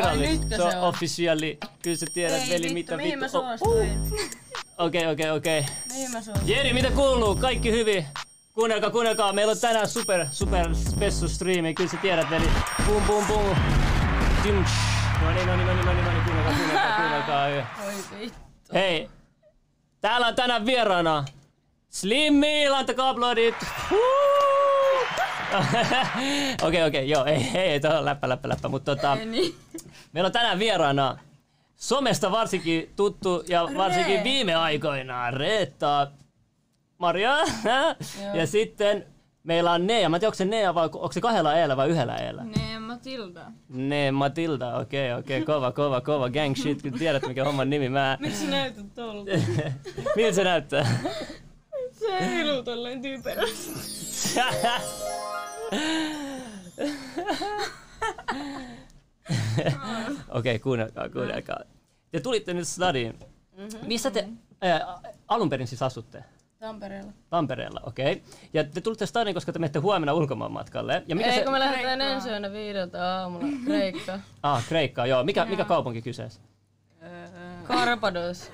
virallista. nytkö Se on se on? officially. Kyllä sä tiedät, Ei veli, vittu, mitä mihin mä vittu. on. suostuin? Okei, okei, okei. Mihin mä suostuin? Jeri, mitä kuuluu? Kaikki hyvin? Kuunnelkaa, kuunnelkaa. Meillä on tänään super, super spessu striimi. Kyllä sä tiedät, veli. Pum, pum, pum. Tim. No niin, no niin, no niin, no niin, no niin. Kuunnelkaa, kuunnelkaa, kuunnelkaa. Voi vittu. Hei, täällä on tänään vieraana Slimmi, lantakaa aplodit. Huu! Okei, okei, joo, ei, ei, ei, tuohon läppä, läppä, läppä, mutta tota, Ei niin. meillä on tänään vieraana somesta varsinkin tuttu ja varsinkin Reetta. viime aikoina Reetta Maria. ja Joo. sitten meillä on Nea, mä en tiedä, onko se Nea vai onko se kahdella eellä vai yhdellä eellä? Ne Matilda. Ne, Matilda, okei, okei, kova, kova, kova, gang shit, kun tiedät mikä homman nimi mä... Miksi sä näytät tuolta? Miltä se näyttää? Sä heilu tolleen tyyperästi. Okei, kuunnelkaa, kuunnelkaa. Te tulitte nyt Stadiin. Mm-hmm. Missä te ää, alun perin siis asutte? Tampereella. Tampereella, okei. Ja te tulitte Stadiin, koska te menette huomenna ulkomaanmatkalle. Ja mikä Ei, se... kun me lähdetään ensi yönä viideltä aamulla. Kreikka. Ah, Kreikkaa, joo. Mikä, mikä kaupunki kyseessä? Karpados.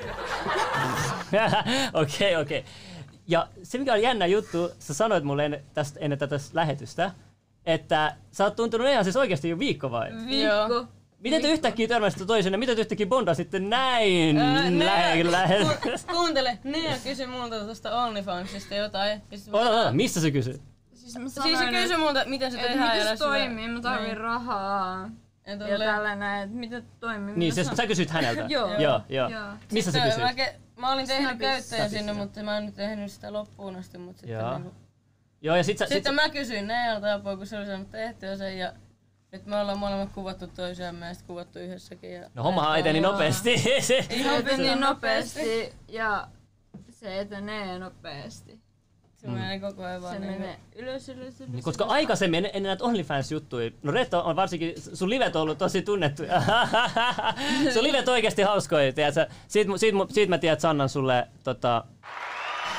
Okei, okei. Ja se mikä on jännä juttu, sä sanoit mulle ennen, tästä, ennen tätä lähetystä, että sä oot tuntunut ihan siis oikeasti jo viikko vai? Mm. Joo. Miten te yhtäkkiä törmäsitte toisenne? Miten te yhtäkkiä bondasitte näin Öö, ne- lähe, lähe. Ku- Kuuntele, Nea kysyi multa tuosta OnlyFansista jotain. Ja sit mä- Ota, ota, mistä se kysyy? Siis mä Siis se sanoin, kysyi multa, miten se että et tehdään miten se edes hyvä. toimii, mä tarvin Niin. rahaa. Ja Ja tolleen- tällä näin, että miten toimii. Niin, Mä se, sanon- sä kysyt häneltä. no Joo. joo. joo. Joo. Missä se Joo, kysyy? Mä, ke- mä olin tehnyt Snapissa. käyttäjän sinne, Snapissa. mutta mä en nyt tehnyt sitä loppuun asti. Mutta sitten, Joo. niinku, Joo, ja sit sä, sit, sitten mä kysyin Nealta apua, kun se oli saanut tehtyä sen ja nyt me ollaan molemmat kuvattu toisiamme ja sitten kuvattu yhdessäkin. Ja No hommahan eteni Joo. nopeasti. Se etenee Ihan niin nopeasti ja se etenee nopeasti. Se menee koko ajan Se vaan niin. menee ylös, ylös, ylös. Niin, Koska aikaisemmin ennen, ennen näitä OnlyFans-juttuja, no Reetta on varsinkin, sun livet on ollut tosi tunnettuja. sun livet on oikeasti hauskoja, tiedätkö? Siit, mu- siit, mu- siit mä tiedän, että Sannan sulle tota,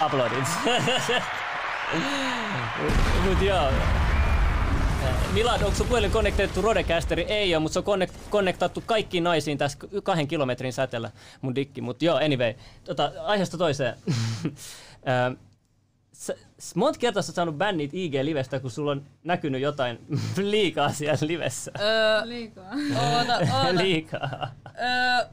uploadit. Mut joo. Milad, onko sun puhelin konnektettu Rodecasteri? Ei ole, mutta se on konnek- konnektattu kaikkiin naisiin tässä kahden kilometrin säteellä mun dikki. Mut joo, anyway. Tota, aiheesta toiseen. Ö, sä, s- monta kertaa sä oot saanut bännit IG-livestä, kun sulla on näkynyt jotain liikaa siellä livessä. Öö, Liikaa. oota, oota. liikaa. Öö,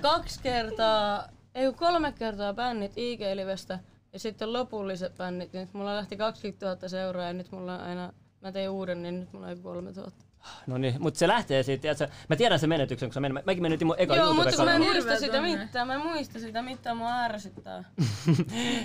kaksi kertaa, ei kun kolme kertaa bännit IG-livestä ja sitten lopulliset bännit. Nyt mulla lähti 20 000 seuraa ja nyt mulla on aina, mä tein uuden, niin nyt mulla on 3000. No niin, mutta se lähtee siitä, tiedätkö, mä tiedän sen menetyksen, kun sä menet, mäkin menetin mun eka Joo, youtube mutta kun mä en kanavan muista Hirveä sitä tunne. mitään, mä en muista sitä mitään, mua ärsyttää.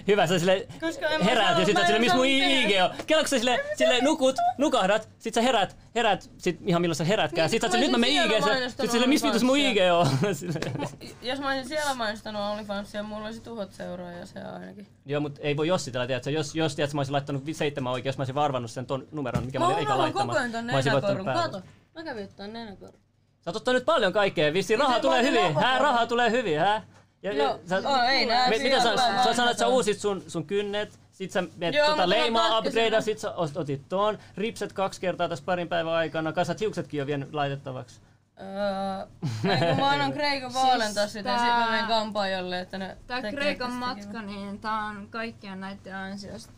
Hyvä, sä sille Koska en mä heräät saa- ja sit mä oot en sille, missä saa mun mitään. IG on. Kelloksi sä sille, sille nukut, nukahdat, sit sä herät, herät, sit ihan milloin sä herätkään. Niin, sit sä oot kun mä sille, nyt mä menen IG, olisin siellä sä- sit mainostanut sille, missä vitus mun IG on. Sille- Jos mä olisin siellä mainostanut OnlyFansia, mulla olisi tuhat seuraajaa se ainakin. Joo, mutta ei voi jossitella, tiedätkö? Jos, jos tiedätkö, mä olisin laittanut vi- seitsemän oikein, jos mä olisin varvannut sen ton numeron, mikä mä olin eikä laittamaan. mä olisin voittanut päälle. Mä kävin ottaa nenäkorun. Sä oot ottanut paljon kaikkea, vissiin rahaa se tulee voi hyvin, olla hää, vapaa. rahaa tulee hyvin, hää? Ja, ja Joo, sä, no, ei nää me, siinä mitä sä, ole sä, sä vaan sanoit, että sä näitä. uusit sun, sun kynnet, sit sä menet Joo, mä tota tulen leimaa katkaisin upgradea, ne. sit sä ot- otit ton, ripset kaksi kertaa tässä parin päivän aikana, kasat hiuksetkin jo vienyt laitettavaksi. Öö, ei, kun mä annan Kreikan vaalen taas sitä, ja sit mä menen kampaajalle, että ne Tää tekee Kreikan tästä matka, niin tää on kaikkien näiden ansiosta.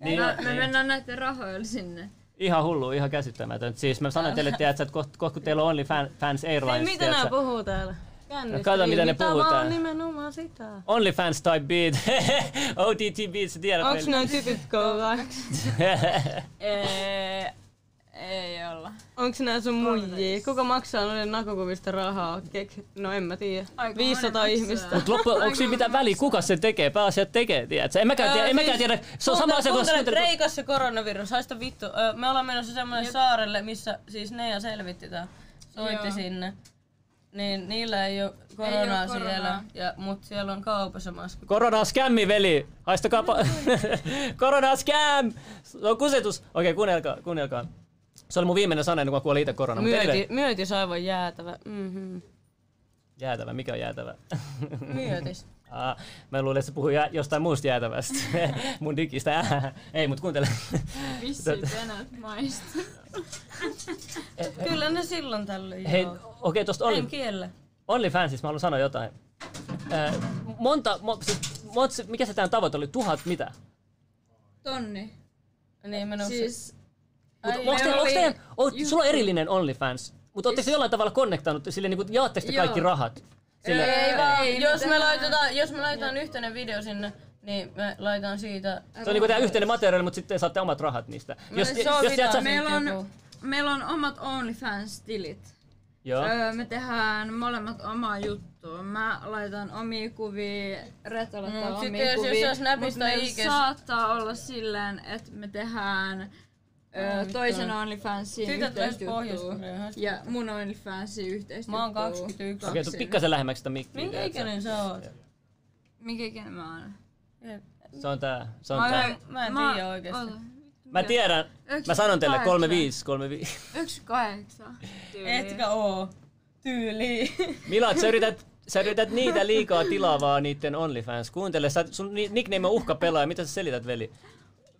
Niin, Mä- joo, Me niin. mennään näiden rahoilla sinne. Ihan hullu, ihan käsittämätön. Siis mä sanoin teille, tiedätkö, että kohta koht, kun teillä on OnlyFans Airlines, kivan. Ei, mitä tiedätkö? nää puhuu täällä? Kännystä. Kato, Ei, mitä ne puhuu Tää täällä. on nimenomaan sitä. OnlyFans type beat. OTT beat, sä tiedät. Onks noi tytöt kovaksi? Ei, ei olla. Onks nää sun muijii? Kuka maksaa noiden nakokuvista rahaa? Kek... No en mä tiedä. Aika 500 monen ihmistä. maksaa. Mut loppu, onko siinä mitään väliä, kuka se tekee? Pääasia että tekee, tiedätkö? En mäkään tiedä, en mäkään tiedä. Se on sama asia kuin... siis Kuuntele, Kreikassa koronavirus, haista vittu. Ö, me ollaan menossa semmoinen saarelle, missä siis Nea selvitti tää. Soitti Joo. sinne. Niin niillä ei ole koronaa, oo koronaa. siellä, ja, mut siellä on kaupassa maski. Korona on skämmi, veli. Haistakaa pa... Korona on scam! Se on kusetus. Okei, kuunnelkaa, kuunnelkaa. Se oli mun viimeinen sana ennen kuin mä kuolin itse korona. Mutta Myöti, anyway, Mhm. myötis aivan jäätävä. Mm-hmm. jäätävä, mikä on jäätävä? Myötis. Aa, mä luulen, että se puhui jä- jostain muusta jäätävästä. Mun digistä. Ei, mut kuuntele. Vissiin penät maistuu. Kyllä ne silloin tällöin Hei, joo. okei, okay, tosta En Only, kiellä. OnlyFansista mä haluan sanoa jotain. Ää, monta, mo, se, mo, se, mikä se tämän tavoite oli? Tuhat mitä? Tonni. Niin, mä nousin. Siis Mut Ai, onks ne teillä, onks oli- teillä, on, Juu. sulla on erillinen OnlyFans, mutta ootteko te jollain tavalla connectanut, sille niin jaatteko te Joo. kaikki rahat? Sille, Ei, Ei vaan, ei jos, me mitään. laitetaan, jos me laitetaan yhteinen video sinne, niin me laitan siitä. se on niinku teidän yhteinen materiaali, mutta sitten saatte omat rahat niistä. Jos, se on vita. jäät sä- meillä Joku. on, meillä on omat OnlyFans-tilit. Joo. Öö, me tehdään molemmat omaa juttua. Mä laitan omia kuvia, Retta laittaa Mm, omia sitten jos- jos kuvia. jos näpistää mut meillä IG:ssä. saattaa olla silleen, että me tehdään öö, toisen OnlyFansin Tytöt lähes yhteisjuttua. Pohjois-Koreaan. Ja mun OnlyFansin yhteisjuttua. Mä oon 21. Okei, tuu pikkasen lähemmäksi sitä mikkiä. Minkä tiedätkö? ikäinen sä oot? Mikä ikinä mä oon? Se on tää. Se on tää. oon- Mä en tiedä oikeesti. oota, Mä tiedän. Mä sanon teille 35, 35. Yksi kahdeksan. Etkä oo. Tyyli. Milat, sä yrität, sä yrität niitä liikaa tilaa vaan niitten OnlyFans. Kuuntele, sä, sun ni- nickname on uhkapelaaja. Mitä sä selität, veli?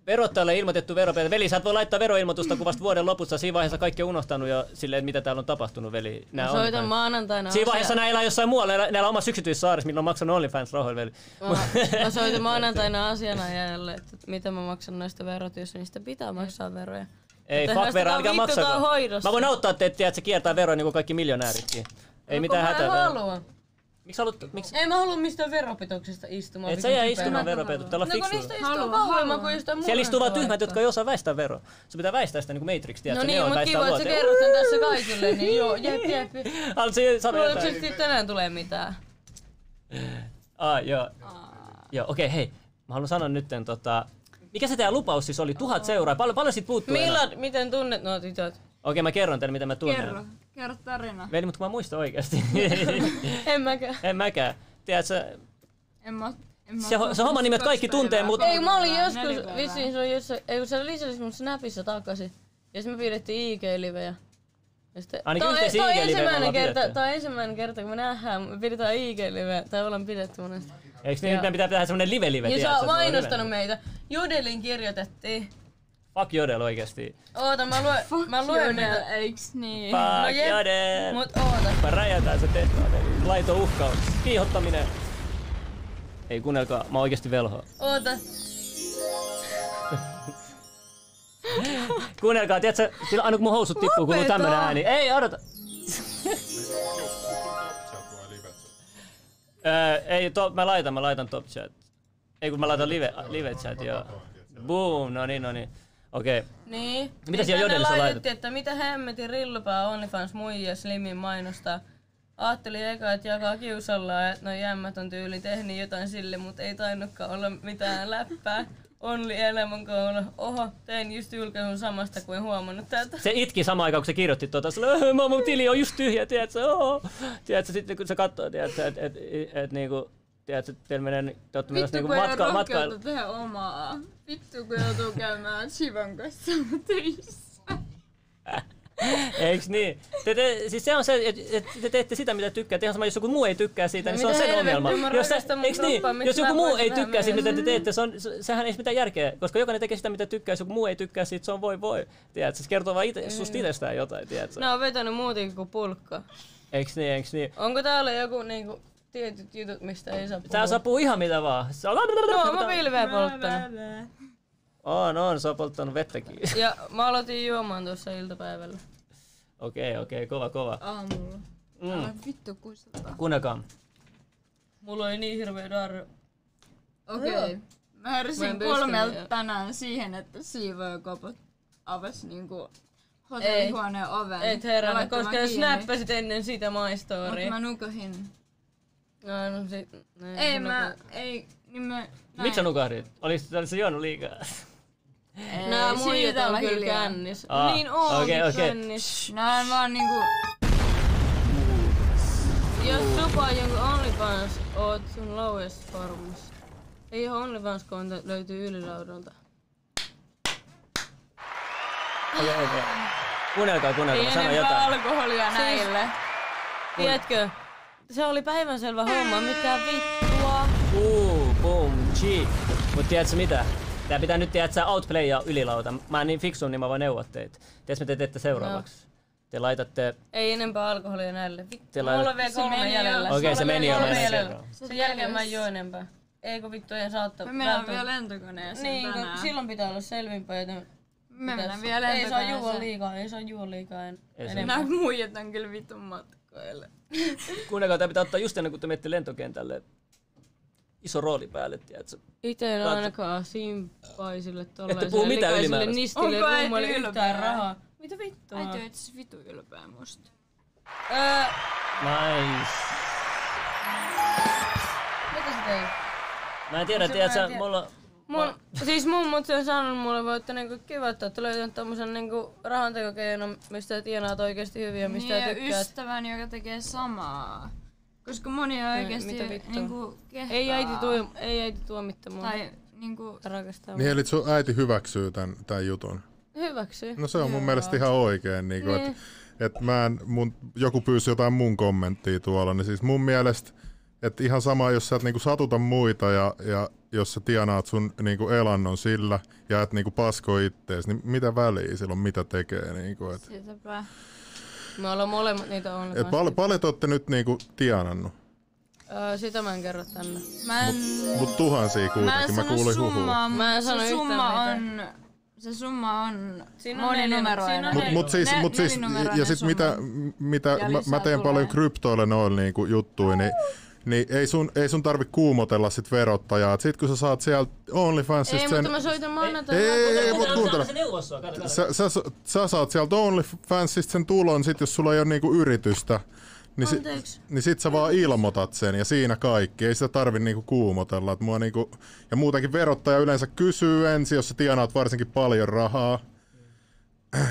Verottajalle ilmoitettu veropelaaja. Veli, sä et voi laittaa veroilmoitusta kuvasta vuoden lopussa. Siinä vaiheessa kaikki on unohtanut jo silleen, mitä täällä on tapahtunut, veli. Nää Soitan OnlyFans. maanantaina. Siinä vaiheessa asia- näillä on jossain muualla, näillä, näillä on omassa yksityissaarissa, millä on maksanut OnlyFans rahoilla, veli. Mä, mä soitan maanantaina asianajajalle, että mitä mä maksan noista verot, jos niistä pitää maksaa veroja. No Ei, Mutta fuck vero, tästä älkää on vittu maksako. tää hoidossa. Mä voin auttaa teitä, että se kiertää veroja niin kuin kaikki miljonääritkin. Ei mitään No, Kun hätää. Mä en täällä. halua. Miksi haluat, miksi? Ei mä halua mistään veropetoksesta istumaan. Et sä vitun jää kipeänä. istumaan veropetut, täällä on No kun niistä fiksuja. istuu Haluan, kauemmin haluan. kuin jostain Siellä muualta istuu vaan tyhmät, laittaa. jotka ei osaa väistää veroa. Sun pitää väistää sitä niin kuin Matrix, tiedätkö? No ne niin, on mutta kai sitä kiva, että sä luote. kerrot sen tässä kaikille, niin joo, jep, jep. Haluat sä sanoa Luuletko, että jotain? sitten tänään tulee mitään? Ah, joo. Joo, okei, hei. Mä haluan sanoa nytten tota... Mikä se teidän lupaus siis oli? Tuhat seuraajaa. Paljon, paljon siitä puuttuu enää? Milad, miten tunnet nuo tytöt? Okei, mä kerron teille, mitä mä tunnen. Kerro, kerro tarina. Veli, mutta kun mä muistan oikeasti. niin En mäkään. en mäkään. Tiedätkö, En mä, en mä Se ho- se homman nimet kaikki kaksi tuntee, päivää, mut- kolme Ei, mä olin päivää, joskus, neljä päivää. vissiin se oli jossain, ei kun se lisäsi mun Snapissa takaisin. Ja sitten me pidettiin IG-livejä. Ja sitten, Ainakin Tää on- yhteisiä tää on IG-livejä me ensimmäinen ollaan kerta, pidetty. Tää on ensimmäinen kerta, kun me nähdään, me pidetään IG-livejä, tai ollaan pidetty monesti. Eikö niin, Joo. meidän pitää tehdä semmonen live-live, Ja tiedätkö? se on semmonen mainostanut live. meitä. Jodelin kirjoitettiin. Fuck Jodel oikeesti. Oota, mä luen, mä luen Jodel, niitä. eiks niin? Fuck No jep, Jodel! Mut oota. Mä räjätään se tehtaan, eli laito uhkaus. Kiihottaminen. Ei kuunnelkaa, mä oikeesti velhoa. Oota. Kuunnelkaa, tiedätkö, sillä aina kun mun housut tippuu, kuuluu Lopeta. tämmönen ääni. Ei, odota. Öö, ei, to, mä laitan, mä laitan top chat. Ei kun mä laitan live, live chat, joo. Boom, no niin, no niin. Okei. Niin. Mitä siellä Niin tänne Jodelissa laitettiin, laitat? että mitä hemmetin rillupää OnlyFans muija Slimin mainostaa. Ajattelin eka, että jakaa kiusallaan, että no jämmät on tyyli tehnyt jotain sille, mutta ei tainnutkaan olla mitään läppää. Only Elämän koulu. Oho, tein just julkaisun samasta kuin huomannut tätä. Se itki samaan aikaan, kun se kirjoitti tuota, sillä "Öö, mä mun tili on just tyhjä, tiedätkö, oo. Tiedätkö, sitten kun se katsoo, tiedätkö, että et, et, et, niinku, tiedätkö, teillä menee, ni- te ootte menossa niinku Vittu kun ei matka, ole matka, rohkeutta tehdä omaa. Vittu kun joutuu käymään Shivan kanssa töissä. eiks niin? Te, te, siis se on se, että et, te teette sitä, mitä tykkäätte, ihan sama, jos joku muu ei tykkää siitä, No niin se on mitä sen helvettiä, ongelma. mä Jos, se, rakastan mun eiks niin? kroppaa, miksi Jos mä joku en muu voisi ei vähän tykkää siitä, mitä mennä? te teette, se on, se- sehän ei mitään järkeä, koska jokainen tekee sitä, mitä tykkää, jos joku muu ei tykkää siitä, se on voi voi, tiedätkö, se kertoo vaan ite, susta itsestään jotain, tiedätkö. Ne on vetänyt muutenkin kuin pulkka. Eiks niin, eiks niin? Onko täällä joku niinku tietyt jutut, mistä ei saa Tää puhua? sapuu ihan mitä vaan. Se on... No, mä pilveä polttanut. On, no on, se on polttanut vettäkin. Ja mä aloitin juomaan tuossa iltapäivällä. Okei, okei, kova, kova. Aamulla. Mm. Älä vittu kuisataan. Kuunnelkaa. Mulla oli niin hirveä darru. Okei. Okay. Mä Mä en heräsin pysty kolmelta vielä. tänään siihen, että siivojakopot avasi niinku hotellihuoneen hotellihuoneen oven. Et herra, koska jos näppäsit ennen sitä maistoria. Mut Mä... mä nukahin. No, no sit, no, Ei no, mä, ei, niin mä... Miksi sä nukahdit? Olis, olis se juonut liikaa? nukahin? Nää muijat on kyllä kännis. Aa, niin on Ah, okei, okay, okei. kännis. Nää on vaan niinku... Jos supaa jonkun OnlyFans, oot sun lowest formus. Ei oo OnlyFans, kun löytyy ylilaudalta. Okei, okei. Kuunnelkaa, kuunnelkaa, mä Ei sanon enempää jotain. alkoholia Siis- näille. Tiedätkö? Se oli päivänselvä homma, mitä vittua. G. Mut tiedätkö mitä? Tää pitää nyt tiedätkö outplayaa ylilauta. Mä en niin fiksu, niin mä voin neuvoa teitä. Tiedätkö mitä te teette seuraavaksi? Te laitatte... Ei enempää alkoholia näille. Vittu, Teillä- mulla on vielä Se kolme meni jo. jäljellä. Okei, se Mulla on meni jo, vielä kolme meni jäljellä. seuraava. Sen jälkeen mä en juo enempää. Eikö vittu, en saattaa. Me mennään välttämättä- vielä lentokoneeseen Niin, kun tänään. silloin pitää olla selvimpää, joten... Me mennään pitäis- vielä Ei saa juo lentokoneeseen. liikaa, ei saa juo liikaa en, Ei saa. enempää. Nämä muijat on kyllä vitun matkoille. Kuunnelkaa, tää pitää ottaa just ennen kuin te menette lentokentälle. Iso rooli päälle, tiedätkö? Itse en Kaat- ainakaan simpaisille puhu tollaiselle mitään likaiselle ylimääräistä. nistille Onko äiti rummalle yhtään ylpeä? rahaa. Mitä vittua? Äiti on itse asiassa siis vitu ylpeä musta. Öö, Nice. mitä sä teit? Mä en tiedä, tiedätkö, mulla... Mun, siis mummot on sanonut mulle vaan, että niinku kiva, että olette löytänyt tommosen niinku rahantekokeinon, mistä tienaat oikeesti hyvin ja mistä Mistä niin, ja tykkäät. ystävän, joka tekee samaa. Koska moni on oikeesti mitä vittua? niinku kehtaa. Ei äiti, tuo, ei äiti tuomittu mua. Tai niinku... Rakastaa Niin mua. eli sun äiti hyväksyy tämän, tämän jutun. Niin. Hyväksy. No se on mun mielestä ihan oikein, niin kuin, Niin. että et mä en, mun, joku pyysi jotain mun kommenttia tuolla, niin siis mun mielestä, että ihan sama, jos sä et niinku satuta muita ja, ja jos sä tienaat sun niinku elannon sillä ja et niinku pasko ittees, niin mitä väliä silloin, mitä tekee? Niinku, et, Sitäpä. Me ollaan molemmat niitä on. et pal- paljon te ootte nyt niinku tienannut, Öö, sitä mä en kerro tänne. Mä en... mutta tuhansia Mä en kuitenkin, mä, sano kuulin huhua. summaa, Mä en mut sano se yhtään summa on... mitään. Se summa on Siinä on neljä- siinä moninumeroinen. on Mut, Ei mut ole. siis, Ne- mut siis, nelinumeroinen ja sit summa. mitä, mitä Ja mä, lisää mä teen tulee. paljon kryptoille noilla niinku juttuja, niin, niin ei sun, ei sun tarvi kuumotella sit verottajaa. Et sit kun sä saat sieltä Ei, OnlyFansista sen... mutta mä soitan maanantaina. Ei, ei, ei, mut kuuntele. Se neuvoo sua, kato, kato. Sä, sä, sä saat sieltä OnlyFansista sen tulon, sit jos sulla ei ole niinku yritystä, niin, si, Anteeksi. niin sit sä vaan ilmoitat sen ja siinä kaikki. Ei sitä tarvi niinku kuumotella. Et mua niinku, ja muutenkin verottaja yleensä kysyy ensin, jos sä tienaat varsinkin paljon rahaa.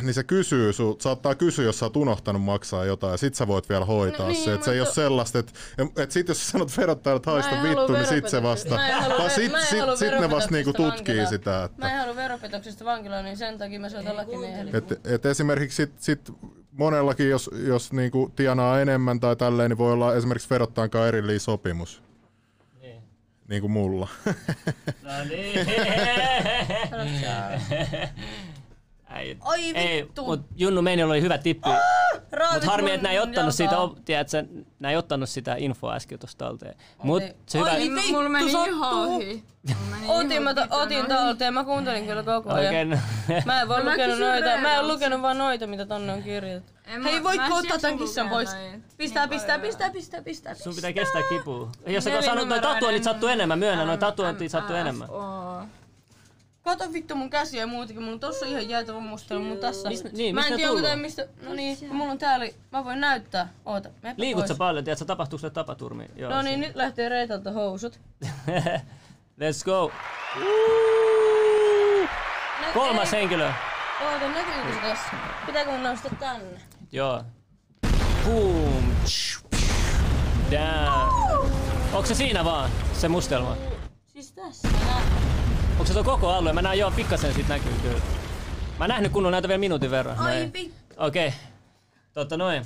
Niin se kysyy sun, saattaa kysyä, jos sä oot unohtanut maksaa jotain, ja sit sä voit vielä hoitaa No no, niin, niin, se. Et se ei ole mutta- sellaista, että et sit jos sä sanot verottajalle, että haista Mä en halua vittu, niin sit se veropetoksista- vasta. Mä en halua Vaan ver- sit, mä en sit, halua sit ne vasta niinku veropetoksista tutkii vankilaan. sitä. Että. Mä en halua veropetoksesta vankilaan, niin sen takia mä soitan lakimiehelle. Et, et esimerkiksi sit, sit monellakin, jos, jos niinku tienaa enemmän tai tälleen, niin voi olla esimerkiksi verottajan kanssa erillinen sopimus, Niin. niin kuin mulla. Siis No niin. Äijät. Ai Ei, vittu. mut Junnu Meini oli hyvä tippi. Raavit Mut harmi, mun että nää ei ottanut siitä, jalkaa. op- tiedätkö, nää ei ottanut sitä infoa äsken tuosta talteen. Mut Ei. se hyvä... Ai niin, vittu, Mulla meni ihan sattuu. ohi. Mulla meni Otin, ihan mä ta- vitun otin ohi. talteen, mä kuuntelin kyllä koko ajan. Oikein. Mä en vaan No Mä lukenut kysyn noita, mä en Reevalta. lukenut vaan noita, mitä tonne on kirjoitettu. En Hei, mä- voitko mä en ottaa siis tän lukea kissan pois? noita. Pistää, Niin pistää, paljon. pistää, pistää, pistää, Sun pistää. pitää kestää kipua. Jos sä sanoit, noi Nelinumeroinen tatuoinnit sattuu enemmän, myönnän, noi tatuointit sattuu MFO. enemmän. Kato vittu mun käsiä ja muutenkin, mulla on tossa ihan jäätävä mustelu mun tässä. Mis- niin, mä mistä en ne tiedä, tullut? onko tää mistä, no niin, kun mulla on täällä, mä voin näyttää. Oota, mä Liikut sä paljon, tiedätkö, tapahtuuko sulle tapaturmi? Joo, No niin, nyt lähtee Reetalta housut. siinä. Let's go. Nä- Kolmas ei- henkilö. Oota, näkyykö se tässä? Pitääkö mun nousta tänne? Joo. Boom. Tsh, psh. Damn. Onko se siinä vaan, se mustelma? Siis tässä. Onko se tuo koko alue? Mä näen joo, pikkasen siitä näkyy kyllä. Mä en nähnyt kunnon näitä vielä minuutin verran. No ei. Ai vittu. Okei. Okay. Totta noin.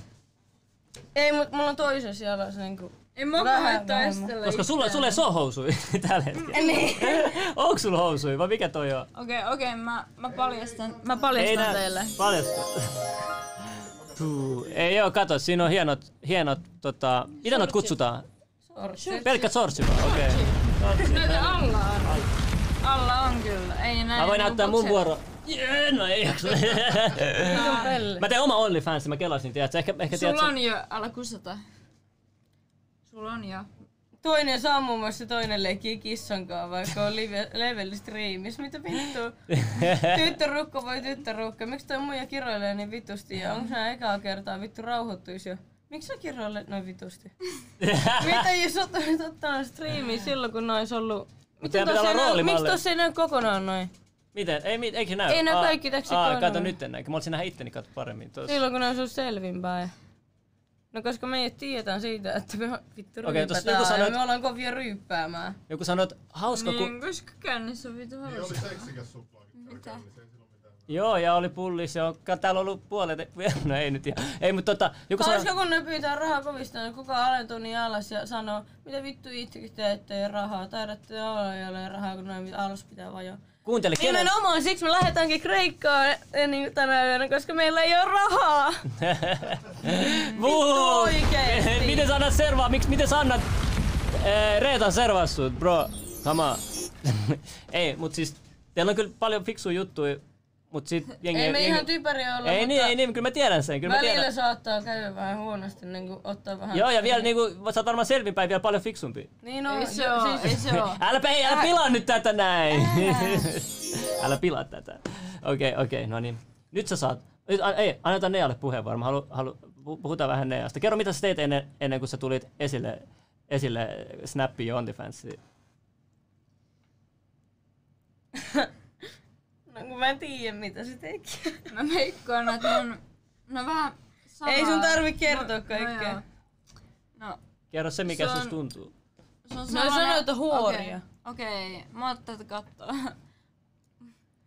Ei, mut mulla on toisessa jalassa niinku. Ei mä Vähän koittaa vähemmän. estellä Koska sulla, itseäni. sulla ei ole housui tällä hetkellä. Niin. Onks sulla housui vai mikä toi on? Okei, okei, mä, mä paljastan, mä Ei paljastan nää- teille. Paljon. Tuu. Ei joo, kato, siinä on hienot, hienot tota, mitä noit kutsutaan? Sortsit. Pelkkä sorsi vaan, okei. Näytä No, alla on. Alla on kyllä, ei näin. Mä voin niinku näyttää mun bukset- vuoro. Jee, no ei jaksa. Vitun pelle. Mä teen oma OnlyFans, mä kelasin, tiedätkö? Ehkä, ehkä Sulla tiedätkö? on jo, ala kusata. Sulla on jo. Toinen saa muun muassa toinen leikkii kissankaan, vaikka on live, level streamis. Mitä vittua? niin. tyttörukko voi tyttörukko. Miksi toi muija kiroilee niin vitusti? Ja onko nää ekaa kertaa vittu rauhoittuis jo? Miksi sä kiroilet noin vitusti? Mitä jos sä oot ottanut striimiin silloin, kun nois ollut... teidän pitää tossa olla ei näy- roolimalli. Miksi tossa ei näy kokonaan noin? Miten? Ei, mit, eikö näy? Ei näy Aa, kaikki täksi Aa, kohdalla. kato nyt en näy. Mä olisin nähdä itteni kato paremmin tuossa. Silloin, kun ne on ollut selvinpäin. No koska me ei tiedetään siitä, että me vittu Okei, okay, tossa ryypätään joku sanoi, ja että- me ollaan kovia ryyppäämään. Mm. Joku sanoi, että hauska No, kun... Niin, koska kännissä on vitu haluaa. seksikäs suplaakin. Mitä? Joo, Joo, ja oli pullissa. ja on- ka- Täällä on ollut puolet. No ei nyt ihan. Ei, mutta tota, joku sanoi... Koska kun ne pyytää rahaa kovista, niin kuka alentuu niin alas ja sanoo, mitä vittu itsekin teette ei rahaa. Taidatte olla ei ole rahaa, kun noin alas pitää vajoa. Kuuntele, kenen... Nimenomaan siksi me lähdetäänkin Kreikkaan ennen tänä yönä, koska meillä ei ole rahaa. Vuhu! oikeesti. miten sä annat servaa? Miksi, miten sä annat ee, Reetan servaa sut, bro? Come on. ei, mut siis teillä on kyllä paljon fiksuja juttuja, mut sit jengi... Ei me jengi... ihan typeri olla, Ei mutta niin, ei niin, kyllä mä tiedän sen, kyllä mä välillä tiedän. saattaa käydä vähän huonosti, niin kuin ottaa vähän... Joo, ja vielä niinku, sä oot varmaan selvinpäin vielä paljon fiksumpi. Niin on, Ei se oo, ei siis, se oo. Äläpä, hei, älä pilaa nyt tätä näin. älä pilaa tätä. Okei, okei, no niin. Nyt sä saat. Nyt, a, ei, annetaan Nealle puheenvuoro. Mä halu, halu, pu- puhutaan vähän Neasta. Kerro, mitä sä teit ennen, ennen kuin sä tulit esille, esille Snappiin ja OnlyFansiin. no, kun mä en tiedä mitä se teki. Mä veikkaan, että on... No vähän samaa. Ei sun tarvi kertoa No, kaikkea. joo. no Kerro se, mikä Se se on- on... tuntuu. se on sanoo, sellainen- että No, huoria. Okei, okay. okay. mä oon tätä kattoa.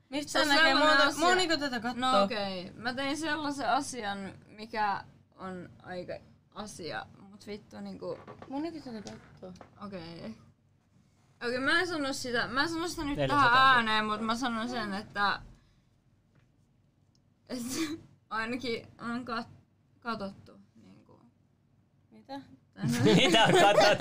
Mistä Se sä on näkee sellainen muuta? asia- Moniko tätä kattoo? No okei, okay. mä tein sellaisen asian, mikä on aika asia, mut vittu niinku... Moniko tätä kattoo? Okei. Okay. Okei, mä en sano sitä, mä en sano sitä nyt 400. tähän ääneen, mutta mä sanon sen, että... että ainakin on kat, katottu. Niinku. Mitä? Mitä katsot?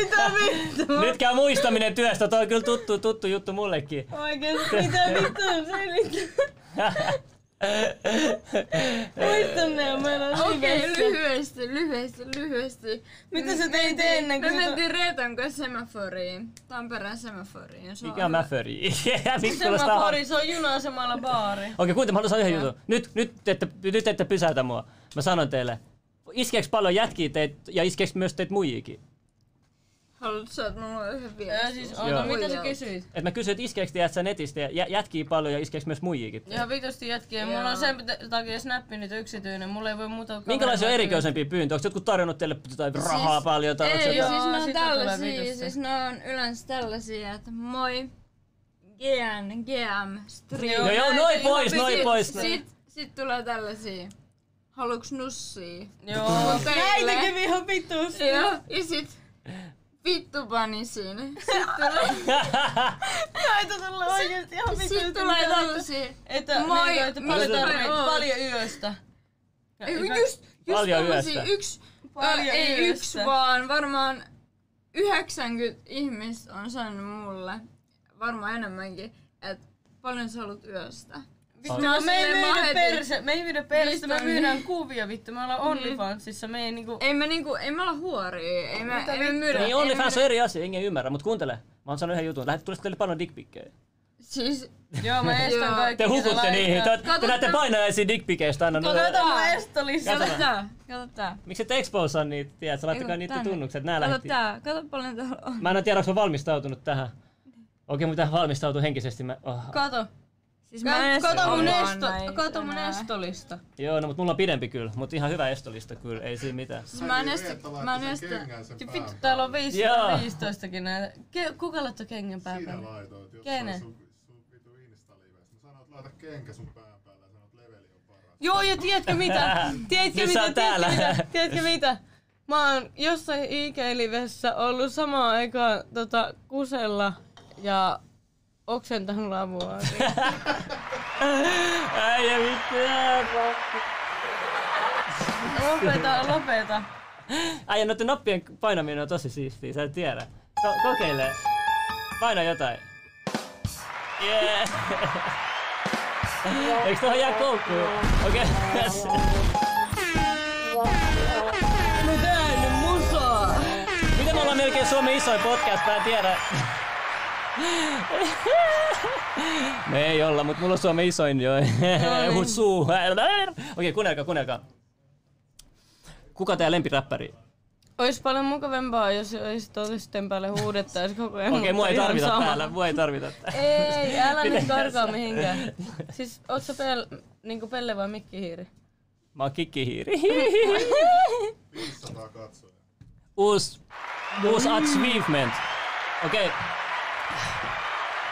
Mitä vittu? Nyt käy muistaminen työstä. Toi on kyllä tuttu, tuttu juttu mullekin. Oikeesti mitä vittu on selittää? Muista ne, meillä on Okei, livessä. okay, lyhyesti, lyhyesti, lyhyesti. Mitä sä Me teit mentiin- ennen kuin Me sä- mentiin Reetan kanssa semaforiin, Tampereen semaforiin. Se on Mikä on hyvä. mäföri? Miksi kuulostaa hauska? Semaphori, se on juna-asemalla baari. Okei, kuuntele, mä haluan sanoa yhden jutun. Nyt, nyt, ette, nyt ette pysäytä mua. Mä sanon teille. Iskeeks paljon jätkiä teet ja iskeeks myös teet muijikin? Haluatko sä, että mulla on yhden Ja viestin? siis, Joo. oota, mitä sä kysyit? Et mä kysyin, että iskeeks tiedät sä netistä ja jä- jätkiä paljon ja iskeeks myös muijikin? Ihan vitosti jätkiä. Mulla on sen pitä- takia snappi nyt yksityinen. Mulla ei voi muuta kuin Minkälaisia kavereita- erikoisempia pyyntöjä? Onko jotkut tarjonnut teille jotain rahaa paljon? Tai onks Ei, jotain- siis Joo, ne on sit on kyllä tällaisia, vitusti. siis ne on yleensä tällaisia, että moi, GN, GM, stream. Joo, joo, näitä Niin, noin ihan pois, vi- noin sit, pois. Sit, sit tulee tällaisia, haluuks nussia? Joo. Teille. Näitäkin ihan vitus. Joo, ja sit vittu panisin. Sit tulee, Niin, Näitä tulee oikeesti ihan vitus. sit tulee tällaisia. Että, Moi, niin, että missä paljon sä tarvit, oot? paljon yöstä. Ei, Just, just Paljon tällaisia yöstä. yksi, Paljon ö, ei yöstä. yksi vaan varmaan 90 ihmistä on sanonut mulle, varmaan enemmänkin, että paljon sä haluat yöstä. Vittu, Mä oon No, me ei silleen, mä myydä heti- perse, me ei myydä perse, me Mistä? Mm. myydään kuvia vittu, me ollaan OnlyFansissa, me ei niinku... Ei me niinku, ei me olla huoria, ei me, Mitä ei me vittua? myydä. Niin ei me OnlyFans on myydä- eri asia, enkä ymmärrä, mutta kuuntele. Mä oon sanonut yhden jutun. Lähet tulisiko teille paljon dickpikkejä? Siis, Joo, mä estän Joo. kaikki. Te hukutte niihin. Te, te Katsotaan. näette painajaisia dickpikeistä aina. noin. Kato mun estolista. kato tää, kato tää. Miksi et exposaa niitä, tiedät? Laittakaa Kato niitä tänne. tunnukset. Nää Kato lähti. tää, kato paljon täällä on. Mä en oo tiedä, onko mä valmistautunut tähän. Okei, mutta valmistautuu henkisesti. Mä, oh. Kato. Siis Ka- Kato mun, omaa esto, näitä kato mun enää. estolista. Joo, no, mutta mulla on pidempi kyllä, mutta ihan hyvä estolista kyllä, ei siinä mitään. Siis mä en estä, niin, mä en estä. Ja vittu, täällä on Joo. 15 kin näitä. Ke- kuka laittoi kengen päähän? Sinä laitoit, jos Kenen? Kenen? sun, sun vitu Insta-livessä. Mä sanoin, että laita kenkä sun pään päällä ja sanot, leveli on paras. Joo, ja tiedätkö mitä? Tiedätkö Nyt sä mitä? oot Tiedätkö täällä. mitä? Tiedätkö mitä? Mä oon jossain IG-livessä ollut samaan aikaan tota, kusella ja oksentanut Niin, lavua. Äijä vittu, jääpä. lopeta, lopeta. Äijä, noiden nappien painaminen on tosi siistiä, sä et tiedä. Ko- kokeile. Paina jotain. Yeah. Eiks tohon jää koukkuun? Okei. Mä tein nyt musaa. Miten me ollaan melkein Suomen isoin podcast, mä en tiedä. Me ei olla, mutta mulla on Suomen isoin jo. niin. Hussuu. Okei, kuunnelkaa, kuunnelkaa. Kuka tää lempiräppäri? Ois paljon mukavampaa, jos ois totisten päälle huudettais koko ajan. Okei, mua ei mutta ihan tarvita sama. täällä, mua ei tarvita täällä. Ei, älä Miten nyt karkaa sä- mihinkään. Siis oot sä pel, niinku pelle vai mikkihiiri? Mä oon kikkihiiri. 500 katsojaa. Uus, uus achievement. Okei.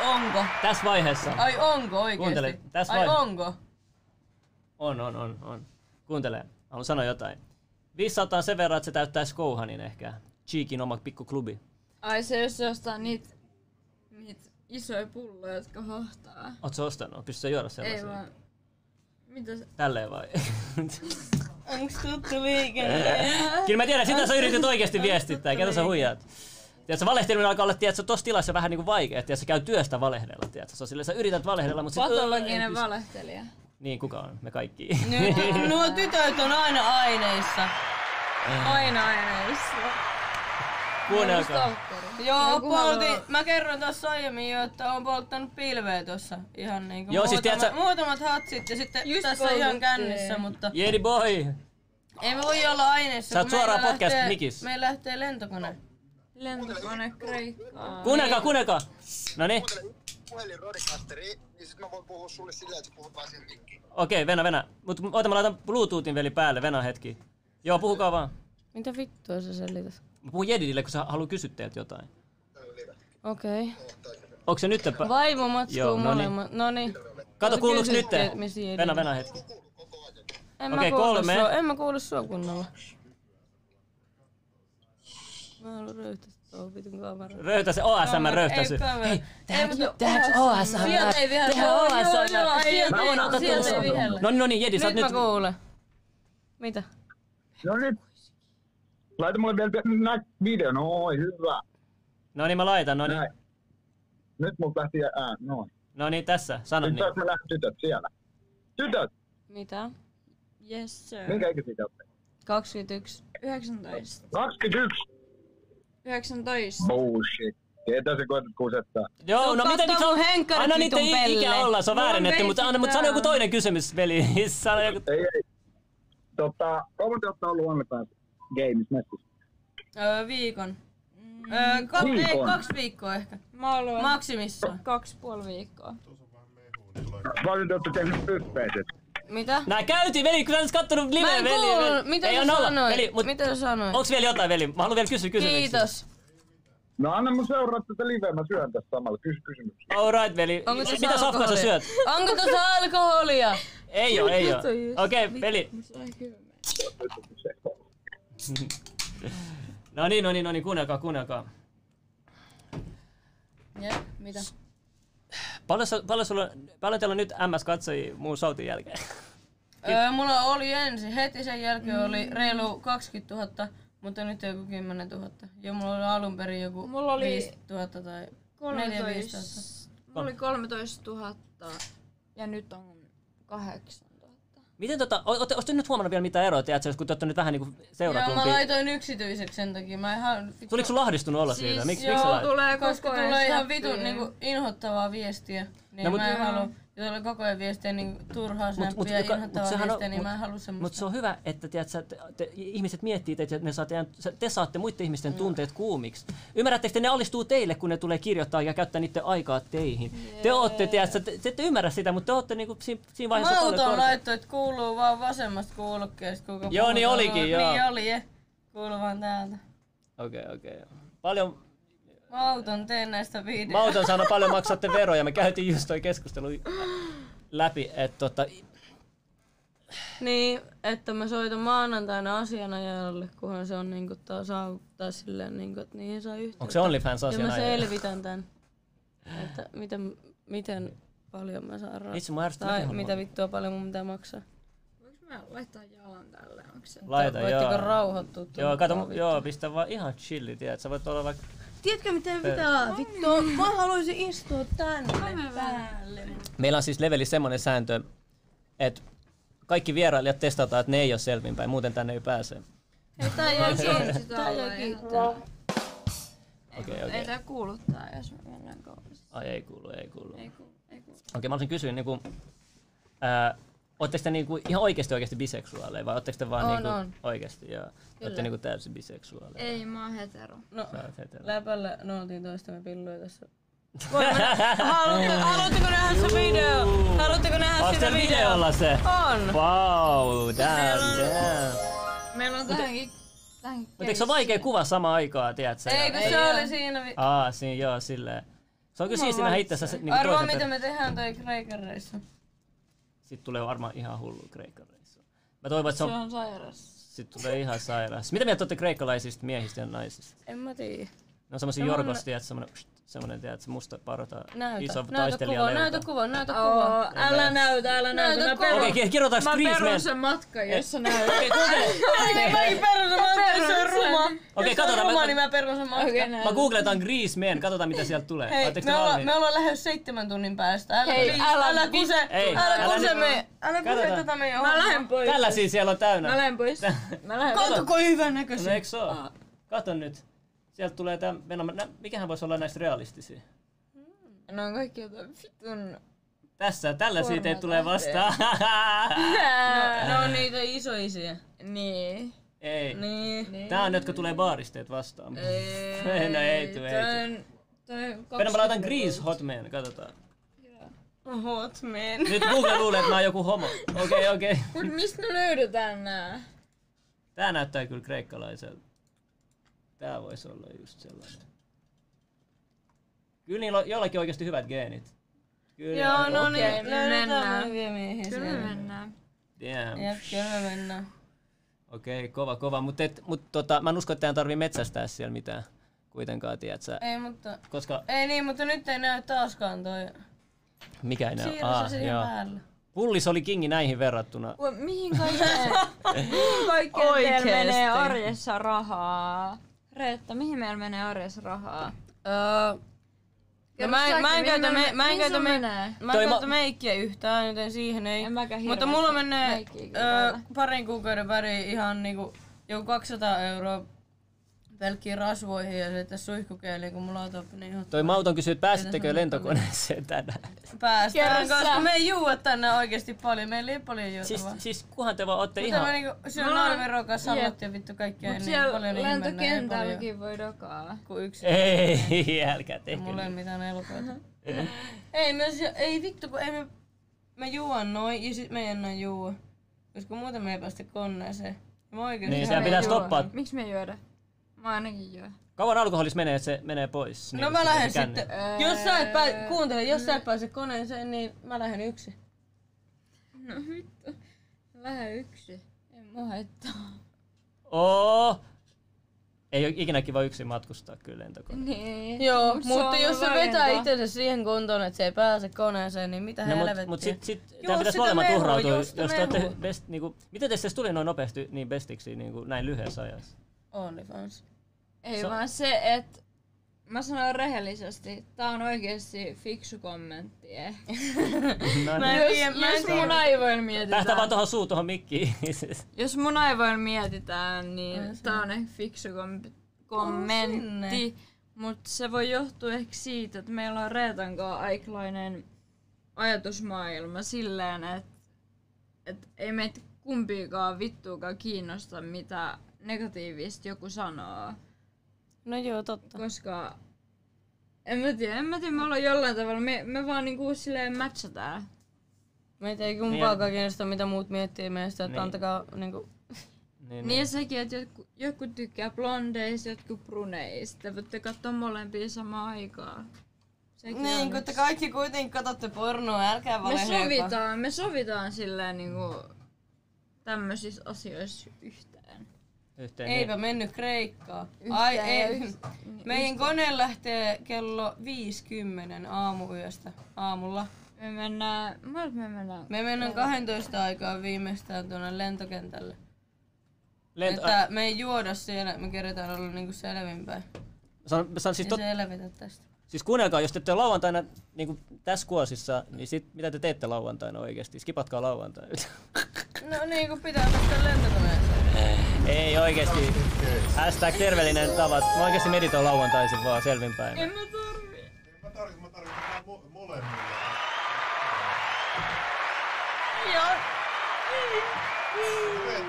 Onko? Tässä vaiheessa. Ai onko oikeesti? Kuuntele, tässä Ai vai- onko? On, on, on, on. Kuuntele, haluan sanoa jotain. 500 on sen verran, että se täyttää Skouhanin ehkä. Cheekin oma pikkuklubi. Ai se, jos se ostaa niitä niit isoja pulloja, jotka hohtaa. Oot sä ostanut? Pystytkö sä juoda Ei sellaisia? vaan. Mitä se? Tälleen vai? Onks tuttu liikenne? Kyllä mä tiedän, sitä sä yritit oikeasti viestittää. Ketä Niin. sä huijaat? Tiedätkö, valehteleminen alkaa olla, tiedätkö, tossa tilassa vähän niinku vaikea, että sä käy työstä valehdella, tiedätkö. Se on silleen, sä yrität valehdella, mutta sit... Patologinen valehtelija. Niin, kuka on? Me kaikki. Niin. Nyt nuo tytöt on aina aineissa. Aina aina iso. Kuunnelkaa. Joo, Joku haluaa- polti, mä kerroin tuossa aiemmin jo, että on polttanut pilveä tuossa ihan niinku Joo, siis muutama- tiedät sä- muutamat hatsit ja sitten Just tässä ihan poltettiin. kännissä, mutta Jedi boy! ei me voi olla aineissa. Sä oot kun suoraan meillä lähtee- podcast-mikissä. Meillä lähtee lentokone. Lentokone Kreikkaan. Kuunnelkaa, kuunnelkaa! No niin, kuuntelin puhelin Rodcasteri, niin sit mä voin puhua sulle silleen, että sä puhut vaan sen mikkiin. okei, Venä, Venä. Mut ota, mä laitan Bluetoothin veli päälle, Venä hetki. Joo, puhukaa vaan. Mitä vittua sä selität? Mä puhun Jedidille, kun sä haluat kysyä teiltä jotain. Okei. Onko se nyt? Pä- Vaimo matskuu Joo, no niin. molemmat. No niin. Kato, kuuluuks nyt? Kysyttiin, et missä Jedi Venä, on. Venä hetki. En mä Okei, kuulu kolme. Sua, en mä kuulu sua kunnolla. Mä haluan röyhtästä tuohon vitun kameraan. Röyhtäse, OSM No, röyhtäsy. Hei, Ei, mutta OSM? Sieltä ei vihellä. Tehdään OSM. joo, joo, Sieltä Mä ei- voin ottaa sieltä ei tuon vihellä. No niin, no niin, Jedi, sä oot Nyt nyt... mä kuulen. Mitä? No nyt. Laita mulle vielä te- nä- video, noin, hyvä. No niin, mä laitan, no niin. Näin. Nyt mun lähti ääni, noin. No niin, tässä, sano Nyt niin. taas me lähden tytöt siellä. Tytöt, Mitä? Yes sir. minkä ikä siitä olette? 21. 19. 21. 19. Bullshit. Tietää se koetat kusettaa. Joo, no Katso mitä niitä mun on? henkkarit, Anna vitun niitä i- ikä pelle. olla, se on Mulla on väärennetty, mutta, basic anna, mutta sano joku täällä. toinen kysymys, veli. Sano joku... Ei, ei. Tota, kauan te olette ollut onnepäässä games messissä? Niin Öö, viikon. Öö, ko- ei, Viikon. kaksi viikkoa ehkä. Mä oon ollut Maksimissaan. kaksi puoli viikkoa. Paljon te olette tehnyt pyppeiset? Mitä? Nää käyti, veli, kun sä oot kattonut live, Mä en veli. kuullut. veli. Mitä Ei, sä on olla. sanoit? Veli, mut Mitä sä sanoit? onks vielä jotain, veli? Mä haluan vielä kysyä kysymyksiä. Kiitos. No anna mun seuraa tätä liveä, mä syön tässä samalla. Kysy kysymyksiä. All right, veli. Onko tuossa Mitä safkaa sä alkoholia? syöt? Onko tuossa alkoholia? Ei oo, ei oo. Kato just. Okei, veli. No niin, no niin, no niin, kuunnelkaa, kuunnelkaa. Jep, mitä? Paljon, sä- paljon, sulla, paljon teillä on nyt MS-katsojia muun sautin jälkeen? Öö, mulla oli ensin, heti sen jälkeen oli reilu 20 000, mutta nyt joku 10 000. Ja mulla oli alun perin joku Mulla oli 5 000 tai 4 5 000. 13. Mulla oli 13 000 ja nyt on 8 000. Miten tota, ootte nyt huomannut vielä mitä eroa, tiedätkö, jos kun te ootte nyt vähän niinku Joo, mä seuratumpia? laitoin yksityiseksi sen takia. Mä ihan... Tuliko sun lahdistunut olla siitä? Miksi joo, miksi sä laitat? tulee koko koska ajan Siis tulee ihan snappia. vitun niinku inhottavaa viestiä. Niin No, no, mut- mä en halua, jos tulee koko ajan viestiä niinku turhaa snappia mut- ja joka- mut inhottavaa sehän on- viestiä, niin mut- mä en halua semmoista. Mutta se on hyvä, että tiedätkö, te, te, ihmiset miettii teitä, että ne saa teidän, sä- te saatte muiden ihmisten tunteet kuumiksi. Ymmärrättekö, te ne alistuu teille, kun ne tulee kirjoittaa ja käyttää niiden aikaa teihin. Te ootte, tiedätkö, te, te ette ymmärrä sitä, mutta te ootte niinku siinä, siinä vaiheessa Mauton paljon korkeammalla. laittoi, että kuuluu vaan vasemmasta kuulokkeesta. Kuka Joo, puhutaan. niin olikin, joo. Niin oli, je. Kuuluu vaan täältä. Okei, okei. joo. Paljon, Mauton, teen näistä videoita. Mauton sana paljon maksatte veroja. Me käytiin just toi keskustelu läpi, että tota, Niin, että mä soitan maanantaina asianajajalle, kunhan se on niinku taas saa tai silleen niinku, että niihin saa yhteyttä. onko se OnlyFans Ja mä asiana? selvitän tän, että miten, miten paljon mä saan rahaa. Vitsi, mä ärsytän Tai ihan mitä mua. vittua paljon mun pitää maksaa. Voinko mä laittaa jalan tälle? Onko se? Laita, Voitteko joo. rauhoittua? Joo, kato, mu- tulkaa joo, pistä vaan ihan chilli, tiedät. Sä voit olla vaikka... Tiedätkö miten pitää vittua? Mä haluaisin istua tänne päälle. Meillä on siis leveli semmoinen sääntö, että kaikki vierailijat testataan, että ne ei ole selvinpäin, muuten tänne ei pääse. Hei, tää jäi kiinni. Tää jäi Ei, kiinni. Okei, Ei okei. tää kuulu tää, jos me mennään koulussa. Ai ei kuulu, ei kuulu. Ei kuulu, ei kuulu. Okei, mä haluaisin kysyä, niin kuin, ää, ootteko te niin kuin, ihan oikeasti oikeasti biseksuaaleja vai ootteko te vaan On, niin kuin, on. oikeasti? Joo. Ootte niin kuin täysin biseksuaaleja. Ei, mä oon hetero. No, Sä oot hetero. läpällä nooltiin toistamme pilluja tässä. Haluatteko, haluatteko nähdä se video? Haluatteko nähdä Onks sitä teillä video? videolla se? On. Wow, damn, damn. Meillä on tähänkin... tähänkin Mutta eikö se ole vaikea kuva samaan aikaan, tiedät sä? Ei, kun se oli siinä. vi- Aa, siinä joo, silleen. Sä Se on kyllä siisinä itsensä se, niin Arvaa mitä me tehdään toi Kreikan reissu. Sitten tulee varmaan ihan hullu kreikan reissu. Mä toivon, että se Se on, on sairas. sitten tulee ihan sairaus. Mitä mieltä olette kreikkalaisista miehistä ja naisista? En mä tiedä. Ne on semmosia No Semmonen- jorkosti, tiedät, semmonen, pst, semmonen, tiedät, se musta parta, Näytä. iso Näytä kuva, taistelija näytä kuva, näytä kuva. Oh, älä näytä, älä näytä. Näytä Mä kuva. perun, Okei, okay, kirjoitaks mä perun Grease Man? sen matkan, jossa näytit. Ei, mä ei perun sen, mä perun perun sen sen. ruma. Okei, Jos se on katsotaan, ruma, mä- niin mä perun sen matkan. Okei, näin. Mä googletan Grease Man, katsotaan mitä sieltä tulee. Hei, Ootteko me, te olla, valmiit? me ollaan lähes seitsemän tunnin päästä. Älä, Hei, please, älä älä vi- kuse, Ei, älä älä kuse nyt- me, älä kuse Katsotaan. tätä meidän Mä hommaa. lähden pois. Tällaisia siellä on Mä täynnä. lähden pois. Mä lähden pois. Katsoko hyvän No näköisen. eikö se oo? Kato nyt. Sieltä tulee tää, mennä, nä, mikähän voisi olla näistä realistisia? Ne on kaikki jotain vitun. Tässä, tällaisia teitä tulee vastaan. No, Ne on niitä isoisia. Niin. ei. Niin. Tää on ne, jotka tulee baaristeet vastaan. no ei tuu, ei tuu. Mennään mä laitan Grease Hot Man, katsotaan. Hot Oh, man. Nyt Google luulee, että mä oon joku homo. Okei, okei. Mut mistä me löydetään nää? Tää näyttää kyllä kreikkalaiselta. Tää voisi olla just sellainen. Kyllä niillä on jollakin oikeasti hyvät geenit. Kyllä. Joo, no niin, Okei, löydetään mennään. me hyviä miehiä Kyllä me siellä. mennään. Damn. Jep, kyllä me mennään. Okei, kova, kova. Mutta mut, tota, mä en usko, että tää tarvii metsästää siellä mitään. Kuitenkaan, tiedät sä. Ei, mutta... Koska Ei niin, mutta nyt ei näy taaskaan toi. mikä ei näy. Siinä se siihen päällä. Pullis oli kingi näihin verrattuna. Ua, Mihin kaikkeen, mihin kaikkeen meillä Oikeesti. menee arjessa rahaa? Reetta, mihin meillä menee arjessa rahaa? Öö, no mä, en, mä en käytä, me, mä en käytä, me, menee? mä Toi en ma- käytä meikkiä yhtään, joten siihen ei. En mäkään Mutta hirveästi mulla menee meikkiä kyllä öö, täällä. parin kuukauden väliin ihan niinku joku 200 euroa pelkkiin rasvoihin ja sitten suihkukeeliin, kun mulla on toppi niin ihan Toi Mauton kysyi, että pääsittekö lentokoneeseen tänään. päästään, Kerro sä. koska me ei juua tänne oikeesti paljon, meillä ei ole paljon Siis, juotavaa. siis kunhan te vaan ootte Mutta mä ihan... niinku syön Mulla on- naavirokaa, salattia vittu kaikkea, Mut niin siellä paljon niin lentokentälläkin voi dokaa. kuin yksi. Ei, älkää tehkö Mulla ei niin. ole mitään elokuita. ei, me, se- ei vittu, kun ei me... Mä juon noin ja sit me ei enää juo. Koska muuten me ei päästä koneeseen. Mä oikeesti... Niin, ihan- sehän pitää Ei juo. stoppaa. Miksi me ei juoda? Mä ainakin juo. Kauan alkoholissa menee, että se menee pois. No Niin, mä se lähden känni. sitten. Jos sä et pää... Kuuntele, jos sä et pääse koneeseen, niin mä lähden yksin. No vittu. Lähde yksi. En mua haittaa. Oo. Ei ole ikinä kiva yksin matkustaa kyllä lentokoneeseen. Niin. Joo, Mut se mutta on jos se valinta. vetää itsensä siihen kuntoon, että se ei pääse koneeseen, niin mitä No, helvettiä. mut, mut sit, sit tää Juo pitäisi sitä molemmat mehua, uhrautua. juo Jos sitä te ootte mehua. best, niinku, miten teistä edes tuli noin nopeasti niin bestiksi niinku, näin lyhyessä ajassa? Onlyfans. Ei Se- vaan se, että mä sanon rehellisesti, tää on oikeesti fiksu kommentti ehkä. No, Mä en Jos, tiedä, mä en jos tiedä. mun aivoilla mietitään, Lähtää vaan tuohon suu tuohon mikkiin. Niin, jos mun aivoilla mietitään, niin Ai se. tää on ehkä fiksu kom- sinne. kommentti. Mutta se voi johtua ehkä siitä, että meillä on Reetan kanssa aikalainen ajatusmaailma silleen, että et ei meitä kumpiikaan vittuukaan kiinnosta, mitä negatiivista joku sanoo. No joo, totta. Koska... En mä tiedä, en mä tiedä, me ollaan jollain tavalla, me, me vaan niinku silleen matchataan. Meitä ei Niin, kumpaakaan kiinnosta, mitä muut miettii meistä, että Niin. antakaa niinku... niin, Niin ja sekin, että jotkut, jotkut tykkää blondeista, jotkut bruneista. Te voitte katsoa molempia samaan aikaan. Sekin Niin, on kun yksi. te kaikki kuitenkin katsotte pornoa, älkää me valehdelko. sovitaan, me sovitaan silleen niinku tämmöisissä asioissa yhteen. Yhteen, niin. Eipä mennyt Kreikkaan. Ai Yhteen ei. ja yksi- Meidän kone lähtee kello 50 aamuyöstä aamulla. Me mennään, mä me mennään. Me mennään 12 aikaa viimeistään tuonne lentokentälle. Lent- Että me ei juoda siellä, me kerätään olla niinku selvinpäin. Sanon, mä sanon, siis, Ja tot, selvitä tästä. siis kuunnelkaa, jos te ette ole lauantaina niin kuin tässä kuosissa, niin sit, mitä te teette lauantaina oikeasti? Skipatkaa lauantaina. No niin, kun pitää päästä lentokoneeseen. Ei oikeasti. Hashtag terveellinen tavat. Mä oikeasti meditoin lauantaisin vaan selvinpäin. En mä tarvii. Mä tarvitsen, mä tarvitsen vaan mo- molemmille. Joo.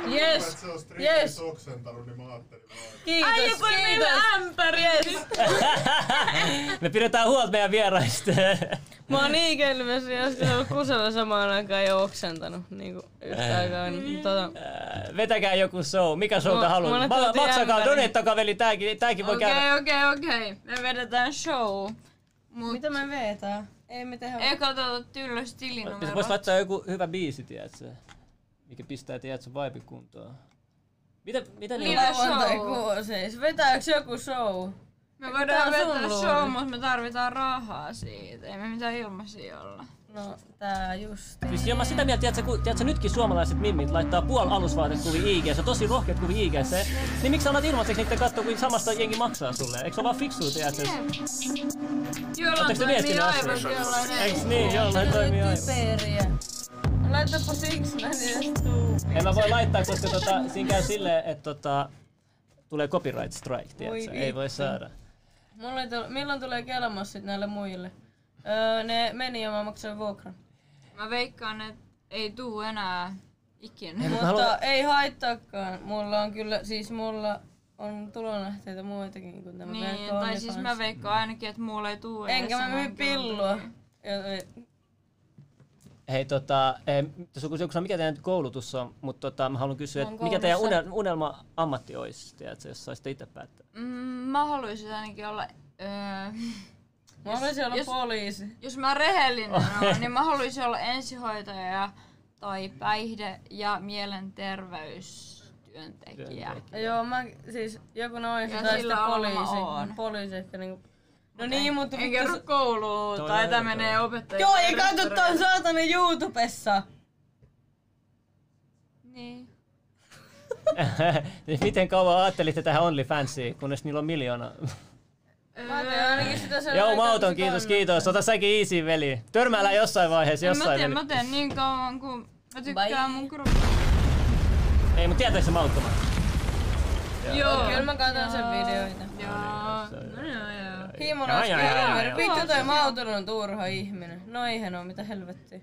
Yes. Yes. Se on Yes. yes. oksentanut, niin mä ajattelin vaan. Kiitos, Ai jopa kiitos. ämpäri. Yes. Me pidetään huolta meidän vieraista. Mä oon niin kelmes, joskus ollut kusella samaan aikaan ja oksentanut niinku yhtä aikaa. Niin, tota, Ää, Vetäkää joku show. Mikä show te Mu- haluatte? mulle tuota Ma- tuli maksakaa, ämpäri. donettakaa veli. Tääkin, tääkin voi käydä. Okei, okei, okei. Me vedetään show. Mut Mitä me vetää? Ei me tehdä... eka tota tylläs tilinumero. Voisi Niin laittaa joku hyvä biisi, tiedätkö? Mikä pistää, tiedätkö, vibe kuntoon. Mitä, mitä niin Lila- Lauantai show. kuo siis. Vetääks joku show? Me Tää voidaan on vetää sun show, luoni. mutta me tarvitaan rahaa siitä. Ei me mitään ilmaisia olla. No tää just. Siis joo, mä sitä mieltä, tiedätkö, kun, tiedätkö, nytkin suomalaiset mimmit laittaa puol alusvaatekuvia IG, tosi rohkeat kuvia IG, niin miksi sä annat ilmaiseksi niiden katsoa, kun samasta jengi maksaa sulle? Eikö se ole vaan fiksua, tiedätkö? Niin, Jollain Oletteko te toimii miettinyt aivot, asiaa? jollain ei. Eiks niin, jollain toimii aivan? Typeriä. Laitapa siksi mä En mä voi laittaa, koska tota, siinä käy silleen, että tota, tulee copyright strike, tiedätkö? Ei voi saada. Mulla ei tule, milloin tulee kelmassit näille muille? Öö, ne meni ja mä maksoin vuokran. Mä veikkaan, että ei tuu enää ikinä. Mut Mutta mä haluan- ei haittaakaan. Mulla on kyllä, siis mulla on tulonlähteitä muitakin kuin tämä Niin, pelkkä tai siis mä OnlyFans. veikkaan ainakin, että mulla ei tuu edes Enkä mä myy saman keltainen. pillua. Joten- Hei, tota, eh, tässä on kysymys, mikä teidän koulutus on, mutta tota, mä haluan kysyä, Mä oon että mikä teidän koulussa. unel- unelma-ammatti olisi, tiedätkö, jos saisitte itse päättää? Mm, mä haluaisin ainakin olla... Öö, Mä haluaisin olla jos- poliisi. jos mä rehellinen Oh. olen, niin mä haluaisin olla ensihoitaja tai päihde- ja mielenterveystyöntekijä. Työntekijä. Joo, mä siis joku noista Ja tai sillä sitten alalla mä poliisi. oon. Poliisi ehkä niinku... No niin, mutta... Ei kerro kouluun, Toi tai on tää hyvä. menee opettajalle. Joo, ja katso ton saatana YouTubessa! Niin. Niin Miten kauan ajattelitte tähän OnlyFansiin, kunnes niillä on miljoona? Mä teen ainakin sitä sen Joo, aikaa, mä kun se otan, kiitos, kannattaa. kiitos. Ota säkin easy, veli. Törmäillä jossain vaiheessa, En Mä jossain teen, veli. mä teen niin kauan, kun mä tykkään Bye. mun grupista. Ei, mutta tietääkö se mauttoman? Joo. Kyllä mä katson sen videoita. Joo. No joo, joo. Himona Joo, joo, joo, joo. Vittu toi mautunut on turha ihminen. No eihän oo, mitä helvettiä.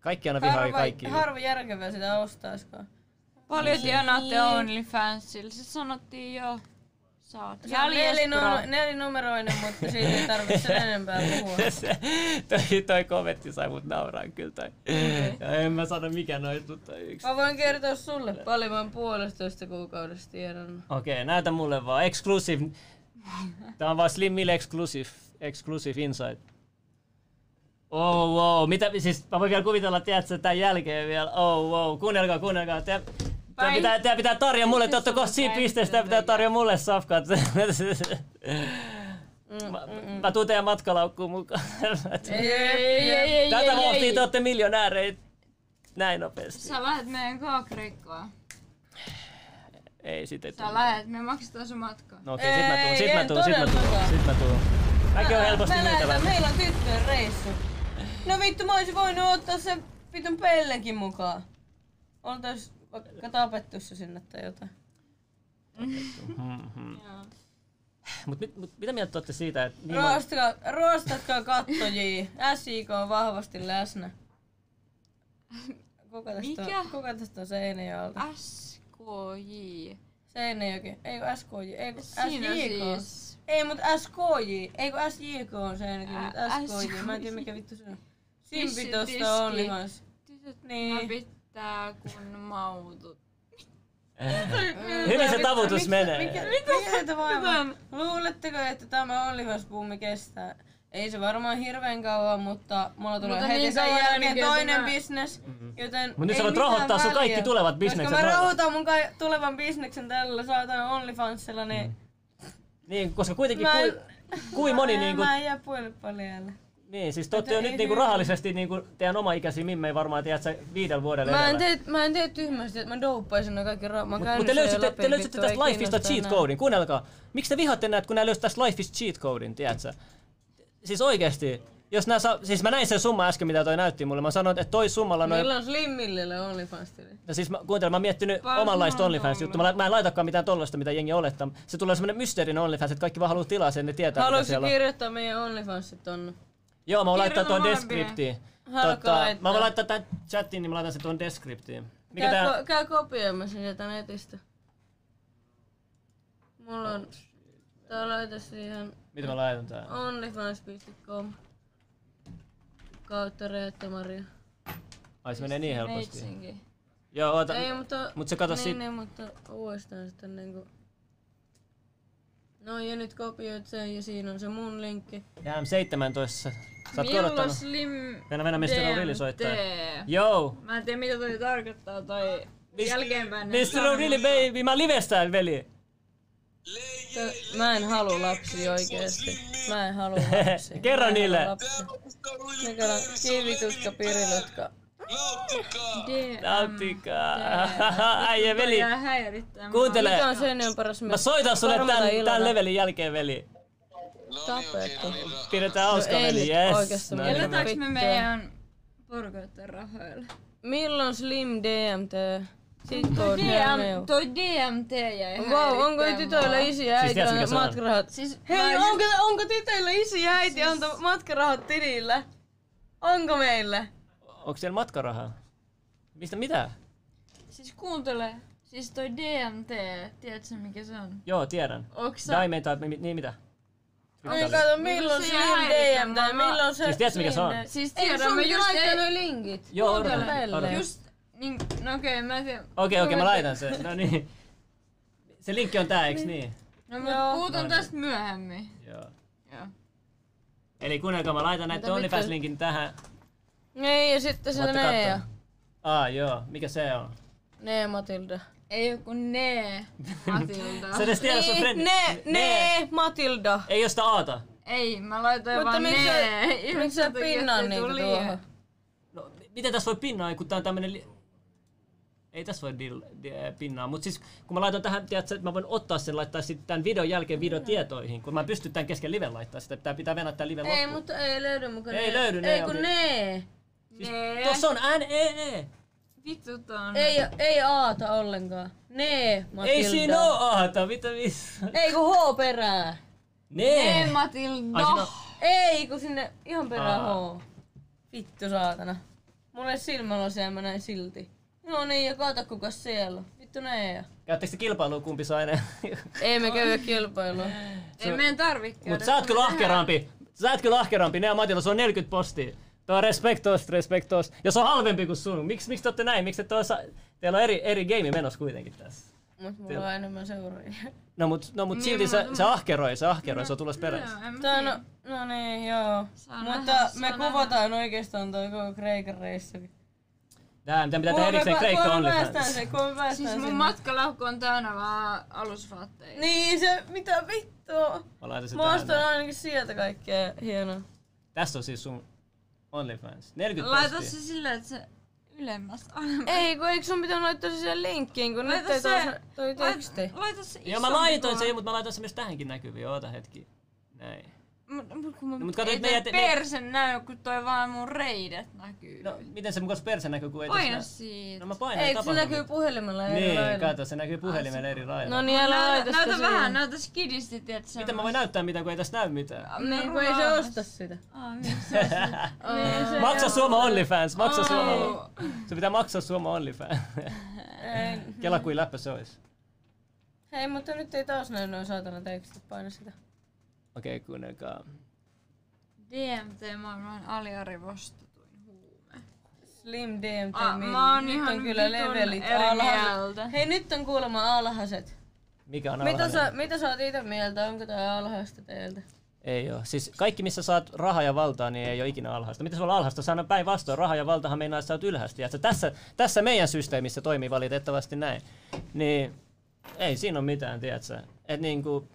Kaikki aina vihaa ja Harva, kaikki. harva järkevää sitä ostaiskaan. Paljon tienaatte OnlyFansilla? Se sanottiin jo. Sä oot Se on jäljespro. nelinu- nelinumeroinen, mutta siitä ei tarvitse sen enempää puhua. Se- toi, toi kommentti sai mut nauraan kyllä toi. Ja en mä sano mikä noin, mutta yksi. Mä voin kertoa sulle paljon, mä oon puolestoista kuukaudesta tiedon. Okei, okay, näytä mulle vaan. Exclusive. Tää on vaan Slimmille exclusive, exclusive insight. Oh wow, mitä siis, mä voin vielä kuvitella, tiedätkö, tämän jälkeen vielä. Oh wow, kuunnelkaa, kuunnelkaa. Tää, tää Päin- pitää, tää pitää tarjota mulle, te ootte kohta siinä Päin- pisteessä, tää pitää tarjota mulle safkat. Mm, Mä, mä tuun teidän matkalaukkuun mukaan. Ei, ei, ei, ei. Tätä vauhtia te ootte miljonääreit näin nopeasti. Sä lähet meidän kaa Kreikkaan. Ei sit ei tuu. Sä lähet, me maksetaan sun matka. No okei, sit mä tuun, Ei, sit mä en tuun, sit mä tuun, todellakaan. sit mä tuun. Mäkin on helposti Mä myytävä. lähetän, meillä on tyttöjen reissu. No vittu, mä oisin voinut ottaa sen vitun pellekin mukaan. Oltais vaikka tapettu se sinne tai jotain. Mut, mit, mut mitä mieltä te ootte siitä, että niin moni- Roostakaa, roostatkaa kattojia. SIK on vahvasti läsnä. Kuka tästä Mikä? on, kuka tästä on Seinäjoelta? SKJ. Seinäjoki. Eikö SKJ? Eikö Siinä SJK? siis. Ei, mut SKJ. Eikö SJK on Seinäjoki, mut Ä- SKJ. Mä en tiedä SKJ. mikä vittu se on. Tissi, Simpi tosta tiski. on lihas. Tytöt Niin. pitää kun mautut. Hyvin se tavutus Miksi- menee. Mikä, mikä, mikä se Mitä? vaivaa? Luuletteko, että tämä olivasbuumi kestää? Ei se varmaan hirveän kauan, mutta mulla tulee Mutta heti niin sen kauan jälkeen ainakin, toinen että mä- bisnes, joten Mhm. Mut nyt ei sä voit mitään rahoittaa sun kaikki väliä. tulevat bisnekset Koska mä rahoittaa. rahoitan mun ka- tulevan bisneksen tällä saatana OnlyFansilla, Mhm. niin niin, koska kuitenkin Mä en- kui, kui moni Mä- niinku, mä en jää puolelle paljalle. niin, siis te ootte jo Ei- nyt ei- niinku rahallisesti niinku teidän oma ikäisiä mimmei varmaan, tiedät sä, viidellä vuodella Mä en, edellä. tee, mä en tee tyhmästi, että mä douppaisin noin kaikki rahat. Mä Mutta te löysitte, te löysitte tästä Lifeista cheat codein, kuunnelkaa. Miksi te vihatte näitä, kun nää löysi tästä Lifeista cheat codein, tiedätkö? Siis oikeesti, jos nää saa, siis mä näin sen summa äsken, mitä toi näytti mulle. Mä sanoin, että toi summalla Tota noin... Milloin Slimmille OnlyFansille? No siis mä, kuuntelen, mä oon miettinyt Varmaan omanlaista OnlyFans-juttua. Mä, la- mä en laitakaan mitään tollasta, mitä jengi olettaa. Se tulee semmonen mysteerinen OnlyFans, että kaikki vaan haluaa tilaa sen, ne tietää, mitä Haluatko siellä on. kirjoittaa meidän OnlyFansit tonne? Joo, mä voin laittaa tuon Kirjoita molempia. deskriptiin. Tota, Haluatko mä laittaa? voin laittaa tän chattiin, niin mä laitan sen tuon deskriptiin. Mikä käy, tää... ko- käy kopioimassa sieltä netistä. Mulla on... Tää laita siihen Mitä mä laitan tää? onlyfans.com kautta Reetta Maria. Ai se menee niin helposti. Neitsinkin. Joo, oota. siis Ei, mutta... Mut se kato niin, sit- Niin, mutta uudestaan sitten niinku... No ja nyt kopioit sen ja siinä on se mun linkki. JM17. Sä oot Milloin korottanut. Slim Venä Venä Misteri on DMT? Rilli soittaa. Joo! Mä en tiedä mitä toi tarkoittaa toi Mis- jälkeenpäin. Mr. O'Reilly baby, mä livestään veli. Tö, mä en halua lapsia oikeesti. Mä en halua lapsia. Kerro Mä en halua niille. lapsia. Mikä on kiivitutka, pirilutka. DM. Nauttikaa. Tää- Äijä veli. Tää Häirittää mua. Kuuntele. Mikä on sen on paras Mä mies? soitan sulle Varmana tän, illana. tän levelin jälkeen veli. Tapettu. Pidetään hauska ei veli, nyt yes. oikeesti. No niin. Eletäänkö me Vittu. meidän porukoiden rahoilla? Milloin Slim DMT? Sitten on DM, toi DMT jäi Wow, onko häirittää tytöillä mua. isi ja Siis äiti tiedätkö, mikä antaa se on? matkarahat? Siis mä Hei, en- onko, onko tytöillä isi ja äiti antaa matkarahat tilillä? Onko meillä? Onks siellä matkarahaa? Mistä mitä? Siis kuuntele. Siis toi DMT, tiedätkö mikä se on? Joo, tiedän. Onks sä... Diamond tai mi- mi- niin mitä? Ai kato, niin, milloin se Slim häiritsee DM tai mua? milloin se Siis tiedätkö, mikä se on? Slim Siis Ei, tiedän, sun mä just just... laittaa ei- noi linkit. Joo, Kuuntele. odotan, odotan. Okei, Just... Niin, no okei, mä en tiedä. okei, mä laitan sen. No niin. Se linkki on tää, eiks niin? No mä puhutaan tästä myöhemmin. Joo. Joo. Eli kuunnelkaa, mä laitan näitä Mitä OnlyFans-linkin tähän. Niin, ja sitten se Voitte Nea. katsoa. Aa, Ah, joo. Mikä se on? Nea Matilda. Ei joku nee Matilda. Sä edes tiedä sun frendi... Ah. Ne, ne, Matilda. Ei josta Aata. Ei, mä laitoin Mutta vaan miksi nee. sä, miksi sä Sen takia, pinnaan ettei niitä tuu tuohon? liian. No, mi- miten tässä voi pinnaa, kun tää on tämmönen... Li... Ei tässä voi dil, di, pinnaa, mutta siis kun mä laitan tähän, tiedätkö, että mä voin ottaa sen, laittaa sitten tämän videon jälkeen videotietoihin, kun mä en pysty tämän kesken liven laittaa sitä, pitää, pitää venättää liven Ei, loppuun. mutta ei löydy mukaan. Ei ne. löydy, ne Ei on kun nyt. ne. Nee. Tuossa on E, NEE! Vittu ton. Ei, ei aata ollenkaan. Ne, Matilda. Ei siinä oo Aata, mitä missä? Ei kun H perää. Nee! no. Nee Matilda. Ai, siinä on- Ei kun sinne ihan perään Aa. H. Vittu saatana. Mulle silmälaseja mä näin silti. No niin, ja kato kuka siellä. on. Vittu ne. Käyttekö te kilpailua kumpi saa enää? Ei me käydä kilpailua. Ei meidän tarvitse käydä. Mut sä oot kyllä ahkerampi. Sä oot kyllä ahkerampi. Ne ja Matilla, se on 40 postia. Tuo on respektos, respektos. Ja se on halvempi kuin sun. Miks, miksi te ootte näin? Miksi te tuossa... Teillä on eri, eri game menossa kuitenkin tässä. Mut mulla on enemmän seuraajia. No mut, no, mut silti se, se ahkeroi, se ahkeroi, se on tulossa perässä. Joo, en mä Tää tiedä. no, no niin, joo. Saa Mutta nähdä, saa me nähdä. kuvataan oikeastaan toi koko Kreikan reissu. Tää mitä Kun tehdä me erikseen pä- Kreikka kun on me päästään se, kun me päästään Siis sinne. mun matkalauku on täynnä vaan alusvaatteita. Niin se, mitä vittua. Mä laitan sen Mä tähän. ostan näin. ainakin sieltä kaikkea hienoa. Tässä on siis sun OnlyFans. 40 Laita postia. se siis silleen, että se ylemmästä alemmas. Ei, kun eikö sun pitänyt laittaa se siihen linkkiin, kun nyt Laita ei se- taas toi teksti. Laita, laita se Joo mä isompi laitoin kuva. sen, mutta mä laitoin sen myös tähänkin näkyviin. Oota hetki. Näin. Mut, mut kun mä, No, mut mut kato, ei et me toi jätä- me- perse näy, kun toi vaan mun reidet näkyy. No miten se mukaan perse näkyy, kun ei tässä Paina nä- siitä. No mä painan Ei, ei kun se tapahdu. näkyy puhelimella eri Niin, lailla. kato, se näkyy puhelimella eri lailla. No niin, älä Näytä, laita sitä näytä siihen. vähän, näytä skidisti, tiedät sä. Miten mä voin näyttää mitään, kun ei tässä näy mitään? Niin, kun ei se osta sitä. Aa, niin, se on se. Niin, se- Maksa Suoma OnlyFans, maksa Au. Suoma Only- Se pitää maksaa Suoma OnlyFans. Ei. Kela kuin läppä se olisi. Hei, mutta nyt ei taas näy noin saatana tekstit, paina sitä. Okei, okay, kuunnelkaa. DMT maailman aliarvostetuin huume. Slim DMT Ah, Mini. mä oon Nyt ihan on kyllä vitun levelit eri mieltä. alhaiset. Hei, nyt on kuulemma alhaiset. Mikä on Mitä alhainen? sä, mitä sä oot ite mieltä? Onko tää alhaista teiltä? Ei oo. Siis kaikki, missä saat rahaa ja valtaa, niin ei ole ikinä alhaista. Mitä se on alhaista? Sano päinvastoin. Raha ja valtahan meinaa, että sä oot ylhäistä. Ja että tässä, tässä meidän systeemissä toimii valitettavasti näin. Niin ei siinä ole mitään, tiedätkö? Et niinku,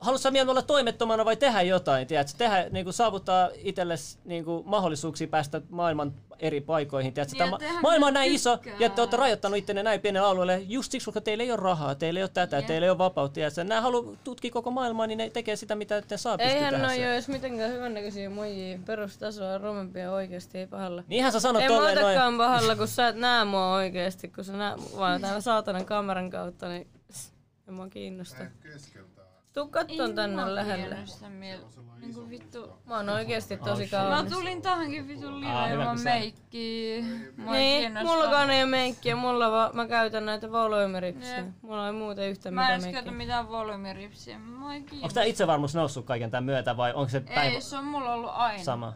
haluatko sä mieluummin olla toimettomana vai tehdä jotain, tiedätkö? Tehdä, niinku, saavuttaa itsellesi niinku, mahdollisuuksia päästä maailman eri paikoihin, tiedätkö? Niin, Ja Tämä, tehdä maailma on mitä näin iso, tykkää. ja te olette rajoittanut ittenne näin pienellä alueella just siksi, koska teillä ei ole rahaa, teillä ei ole tätä, Jep. teillä ei ole vapautta, tiedätkö? Nämä haluaa tutkia koko maailmaa, niin ne tekee sitä, mitä te saa pystyy Eihän tehdä noi sen. oo edes mitenkään hyvännäköisiä muijia. Perustasoa on rumempia oikeesti, ei pahalla. Niinhän sä sanot Ei mä No tolleen noin. otakaan pahalla, kun sä et näe mua oikeesti, kun sä näe mua vaan täällä saatanan kameran kautta, niin en mua kiinnosta. Tuu kattoon tänne lähelle. Niinku vittu. Mä oon oikeesti tosi Mä kaunis. tulin tähänkin vitun Aa, liian hyvä, ilman kun sä- meikkiä. Mua ei Niin, kiinnosta. mullakaan ei oo meikkiä, mulla vaan, mä käytän näitä volyymeripsiä. Jep. Mulla ei muuten yhtä Mä en mitään edes käytä meikkiä. mitään volyymiripsiä. Mua ei Onko kiinnosta. tää itsevarmuus noussut kaiken tämän myötä vai onko se päivä Ei, se on mulla ollut aina. sama?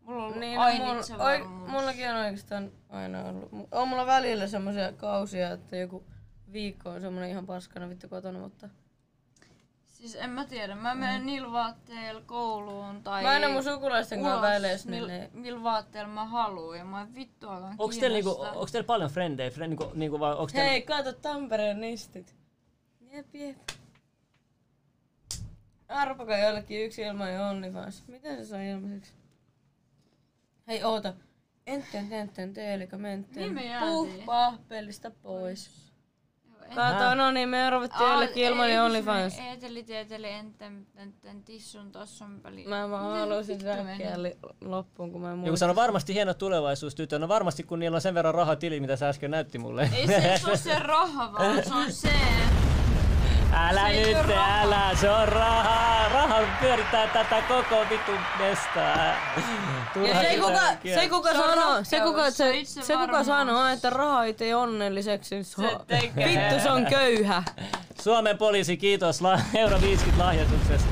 Mulla on ollut Niin, niin, no, aina mulla- oi- itsevarmuus. mullakin on oikeastaan aina ollut. Mu- On mulla välillä semmosia kausia, että joku viikko on semmonen ihan paskana vittu kotona, mutta Siis en mä tiedä, mä menen niillä vaatteilla kouluun tai... Mä aina mun sukulaisten kanssa väleissä, niin mil, ne- millä vaatteilla mä haluun ja mä en vittuakaan Onks teillä, niinku, onks teillä paljon frendejä? Friend, niinku, niinku, vai onks teillä... Hei, kato Tampereen nistit. Jep, jep. Arpakaa jollekin yksi ilman ja OnlyFans. Miten se saa ilmaiseksi? Hei, oota. Entten, tentten, teelikö, mentten. Niin me jäätiin. Puhpaa pelistä pois. En- Kato, no niin, me arvattiin jollekin ilman ja OnlyFans. Eeteli, tieteli, enten, enten, tissun, tossun väliin. Mä vaan halusin räkkiä li- loppuun, kun mä en Joku muista. sanoi, varmasti hieno tulevaisuus tytö. No varmasti, kun niillä on sen verran rahaa tili, mitä sä äsken näytti mulle. Ei se, se on se raha, vaan se on se, Älä se ei nyt, oo rahaa. älä, se on rahaa. Raha pyörittää tätä koko vitun mestaa. Ja Turha se sitä kuka, kiel- se kuka Se on sanoo, rohkeus, se kuka, se on se, se kuka itsevarmuus. sanoo, että raha ei tee onnelliseksi, niin se on- tekee. vittu se on köyhä. Suomen poliisi, kiitos la- euro 50 lahjoituksesta.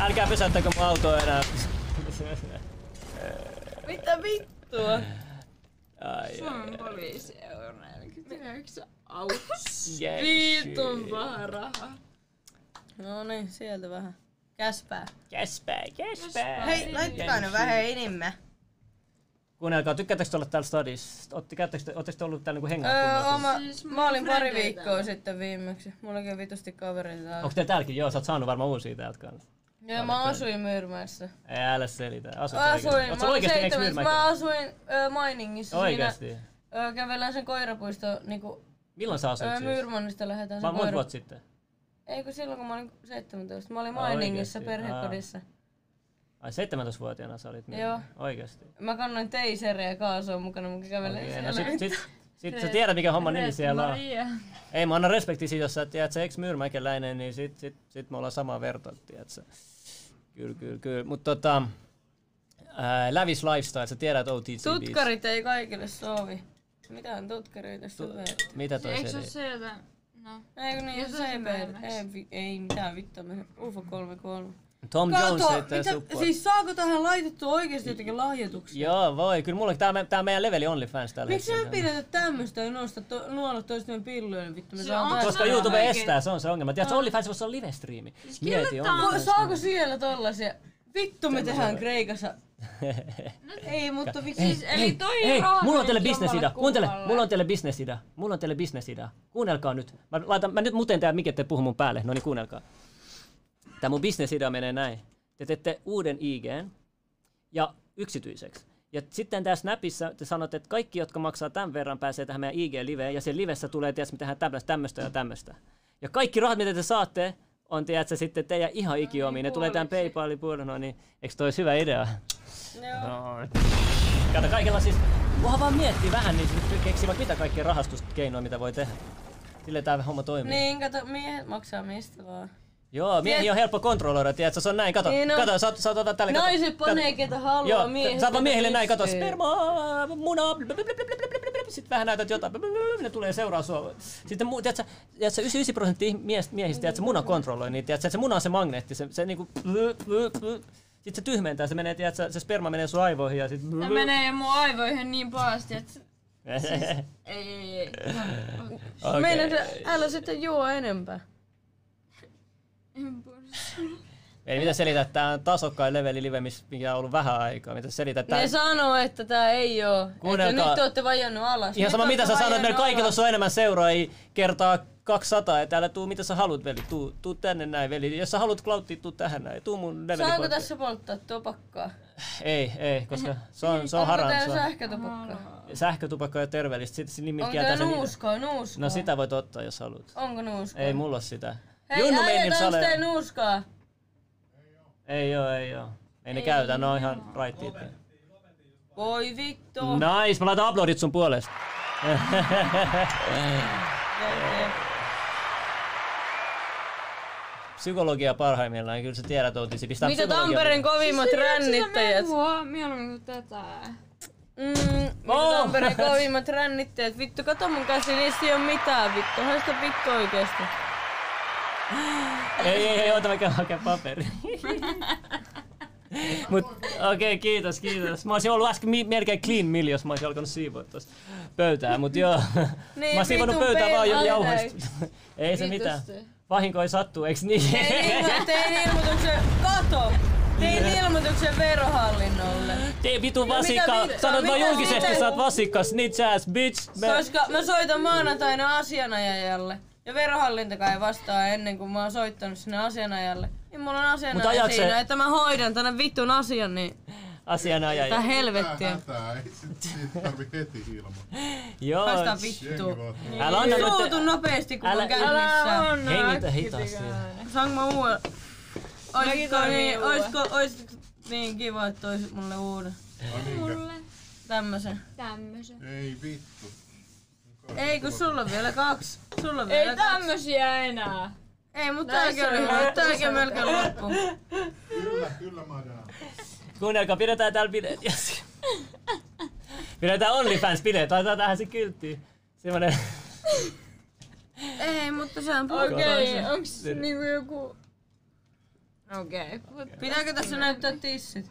Älkää pysäyttäkö mun autoa enää. Mitä vittua? Ai, Suomen poliisi, euro 49, auts. jei, Vitun paha raha. No niin, sieltä vähän. Käspää. Käspää, käspää. Hei, laittakaa nyt vähän enimmä. Kuunnelkaa, tykkäättekö te olla täällä stadissa? Ootte- käyttekö te- Ootteko te ollut täällä niinku Öö, hengaa? oma, Siis mun mä olin pari frendeitä. viikkoa sitten viimeksi. Mullakin on vitusti kavereita täällä. Onko te täälläkin? Joo, sä oot saanut varmaan uusia täältä kanssa. Joo, mä asuin Myyrmäessä. Ei, älä selitä. Asut Mä oikeesti. asuin, Oot mä sä olin oikeesti ex seitsemäs, myyrmäkö? mä asuin öö, Mainingissa. Oikeesti. Siinä, öö, kävellään sen koirapuisto, niinku Milloin sä asuit öö, siis? Myyrmannista lähdetään Mä sen monta koira... vuotta sitten. Ei kun silloin kun mä olin 17, mä olin Aa, Mainingissa oikeesti? perhekodissa. Ai 17-vuotiaana sä olit Joo. myyrmäkö? Oikeesti. Mä kannoin teiseriä ja kaasua mukana, mä kävelen Okei, siellä. no sit, sit, sit sä tiedät mikä homman nimi siellä on. Ei mä annan respekti siitä, jos sä tiedät, se ex myyrmäkeläinen, niin sit, sit, sit me ollaan samaa verta, tiedät sä. Kyllä, kyllä, kyllä. Mut tota, ää, Lavish Lifestyle, sä tiedät OTC Tutkarit ei kaikille sovi. Mitään tutkareita sovee. Mitä toi Eikö se se ole se, että... No. Ei kun niin, Jos jos olisi ei vähemmäksi. meidät. Ei, vi- ei mitään vittua, me UFO 33. Tom Jones heittää mitä, suppua. siis saako tähän laitettu oikeesti jotenkin lahjoituksia? Joo, voi. Kyllä mullekin tää, me- tää meidän leveli OnlyFans tällä Miksi me hetkellä. pidetä tämmöstä ja nosta to, nuolla toistemme pillojen vittu? Me Se saadaan on tästä- Koska Mä YouTube oikein- estää, se on se ongelma. Tiedätkö, OnlyFans voisi olla live-striimi. Siis kyllä Mieti tää on- Ko- OnlyFans. Saako siellä tollasia? Vittu me tehdään Kreikassa. Ei, mutta vittu. Siis, eli toi Hei, raha mulla on meni teille bisnesidä. jommalle Kuuntele, kummalle. mulla on teille bisnesidä. Mulla on teille bisnesidä. Kuunnelkaa nyt. Mä, laitan, mä nyt muten tää, mikä te puhu mun päälle. No niin, kuunnelkaa. Tää mun bisnesidea menee näin. Te teette uuden IGn ja yksityiseksi. Ja sitten tässä Snapissa te sanotte, että kaikki, jotka maksaa tämän verran, pääsee tähän meidän IG-liveen. Ja sen livessä tulee, tiedätkö, me tehdään tämmöistä, tämmöistä ja tämmöistä. Ja kaikki rahat, mitä te saatte, on, tiedätkö, sitten teidän ihan ikiomiin. Ne tulee tämän Paypalin puolella, no niin eikö toi olisi hyvä idea? No. Kato, kaikilla siis, kunhan vaan miettii vähän, niin sitten keksivät mitä kaikkia rahastuskeinoja, mitä voi tehdä. Sille tää homma toimii. Niin, kato, miehet maksaa mistä vaan. Joo, miehiä on helppo kontrolloida, tiedätkö, se on näin, kato, Niin on. kato, sä oot, sä oot ottaa tälle, kato, Naiset kato. panee ketä haluaa, Joo, miehet sä oot vaan ketä miehille näin, kato, pystyy. spermaa, munaa, sitten vähän näytät jotain, blub, blub, blub, ne tulee seuraa sua. Sitten muu, tiedätkö, tiedätkö 99 prosenttia mies, miehistä, tiedätkö, muna kontrolloi, niin tiedätkö, se muna on se magneetti, se, se niinku, sitten se tyhmentää, se menee, tiedätkö, se sperma menee sun aivoihin ja sitten... Tää menee mun aivoihin niin pahasti, että... Ei, ei, ei. No, okei. Okei. Meinaatko, älä sitten juo enempää. En puhu. Ei mitä selitä, että tää on tasokkain leveli live, miss- mikä on ollut vähän aikaa. Mitä selitä, että Ne tää... sanoo, että tää ei oo. Kuunnelkaa. Että nyt te ootte vajonnut alas. Ihan Nyt sama te mitä ootte sä sanoit, meillä vajonnut kaikilla alas. on enemmän seuraajia kertaa 200 ja täällä tuu mitä sä haluat veli, tuu, tuu tänne näin veli. Jos sä haluat klauttia, tuu tähän näin, tuu mun leveli. Saako tässä polttaa tupakkaa? Ei, ei, koska se on, se on Onko haram. tää Se on sähkötupakkaa? sähkötupakka ja terveellistä, sit, sit nimi Onko kieltää tää sen niitä. nuuskaa, nuuskaa? niin. No sitä voit ottaa jos haluat. Onko nuuskaa? Ei mulla ole sitä. Hei, äijät, meinil onks sale- tää nuuskaa? Ei oo, ei oo. Ei ne käytä, ne on ihan raittiit. Voi vittu. Nice, mä laitan uploadit sun puolesta. Oikein. Psykologia parhaimmillaan, kyllä sä tiedät Outisi. Pistää Mitä psykologia- Tampereen kovimmat rännittäjät? Mua mieluummin kuin tätä. Mm, mitä Oh! Tampereen kovimmat rännittäjät? Vittu, kato mun käsi, niissä ei oo mitään vittu. Haista vittu oikeesti. Ei, ei, ei, oota mä käyn hakemaan paperi. Mut okei, okay, kiitos, kiitos. Mä olisin ollut äsken mi- melkein clean mill, jos mä olisin alkanut siivoa tuossa pöytää, mut joo. Niin, mä oon siivonut vitun pöytää vaan jo- peilalle. jauhoista. ei se mitään. Vitusti. Vahinko ei sattuu, eiks niin? Tein, ilmo- tein ilmoituksen, kato! Tein Niin. ilmoituksen verohallinnolle. Tei vitu No mitä vasikka, vittua, sanot vaan mitä julkisesti, siitä? sä oot vasikka, snitch ass bitch. Me- Koska mä soitan maanantaina asianajajalle. Ja verohallintakaan ei vastaa ennen kuin mä oon soittanut sinne asianajalle. Niin mulla on Mut asianajaja ajatko siinä, se- että mä hoidan tänä vittun asian, niin tää Asianajaja. helvettiä. Hätää, ei sit siitä tarvi heti ilmoittaa. Joo. Haista Jengi vittu. vaan- Älä anna Suutu nyt. nopeesti, kun Älä- on käynnissä. on Hengitä hitaasti. Saanko mä uuden? Oisko, tarvii niin, uuden. oisko, oisko niin kiva, että oisit mulle uuden. Ai niinkö? Tämmösen. Tämmösen. no niin, Ei vittu. Ei, kun sulla on vielä kaksi. Sulla on vielä Ei kaksi. tämmösiä enää. Ei, mutta tääkin oli hyvä. Tääkin on melkein loppu. Kyllä, kyllä madam. Kuunnelkaa, pidetään täällä bileet. Yes. Pidetään OnlyFans-bileet, laitetaan tähän se kyltti. Semmonen... Ei, mutta sehän puhuu. Okei, okay, onks niinku joku... Okei, okay. Pitääkö tässä näyttää tissit?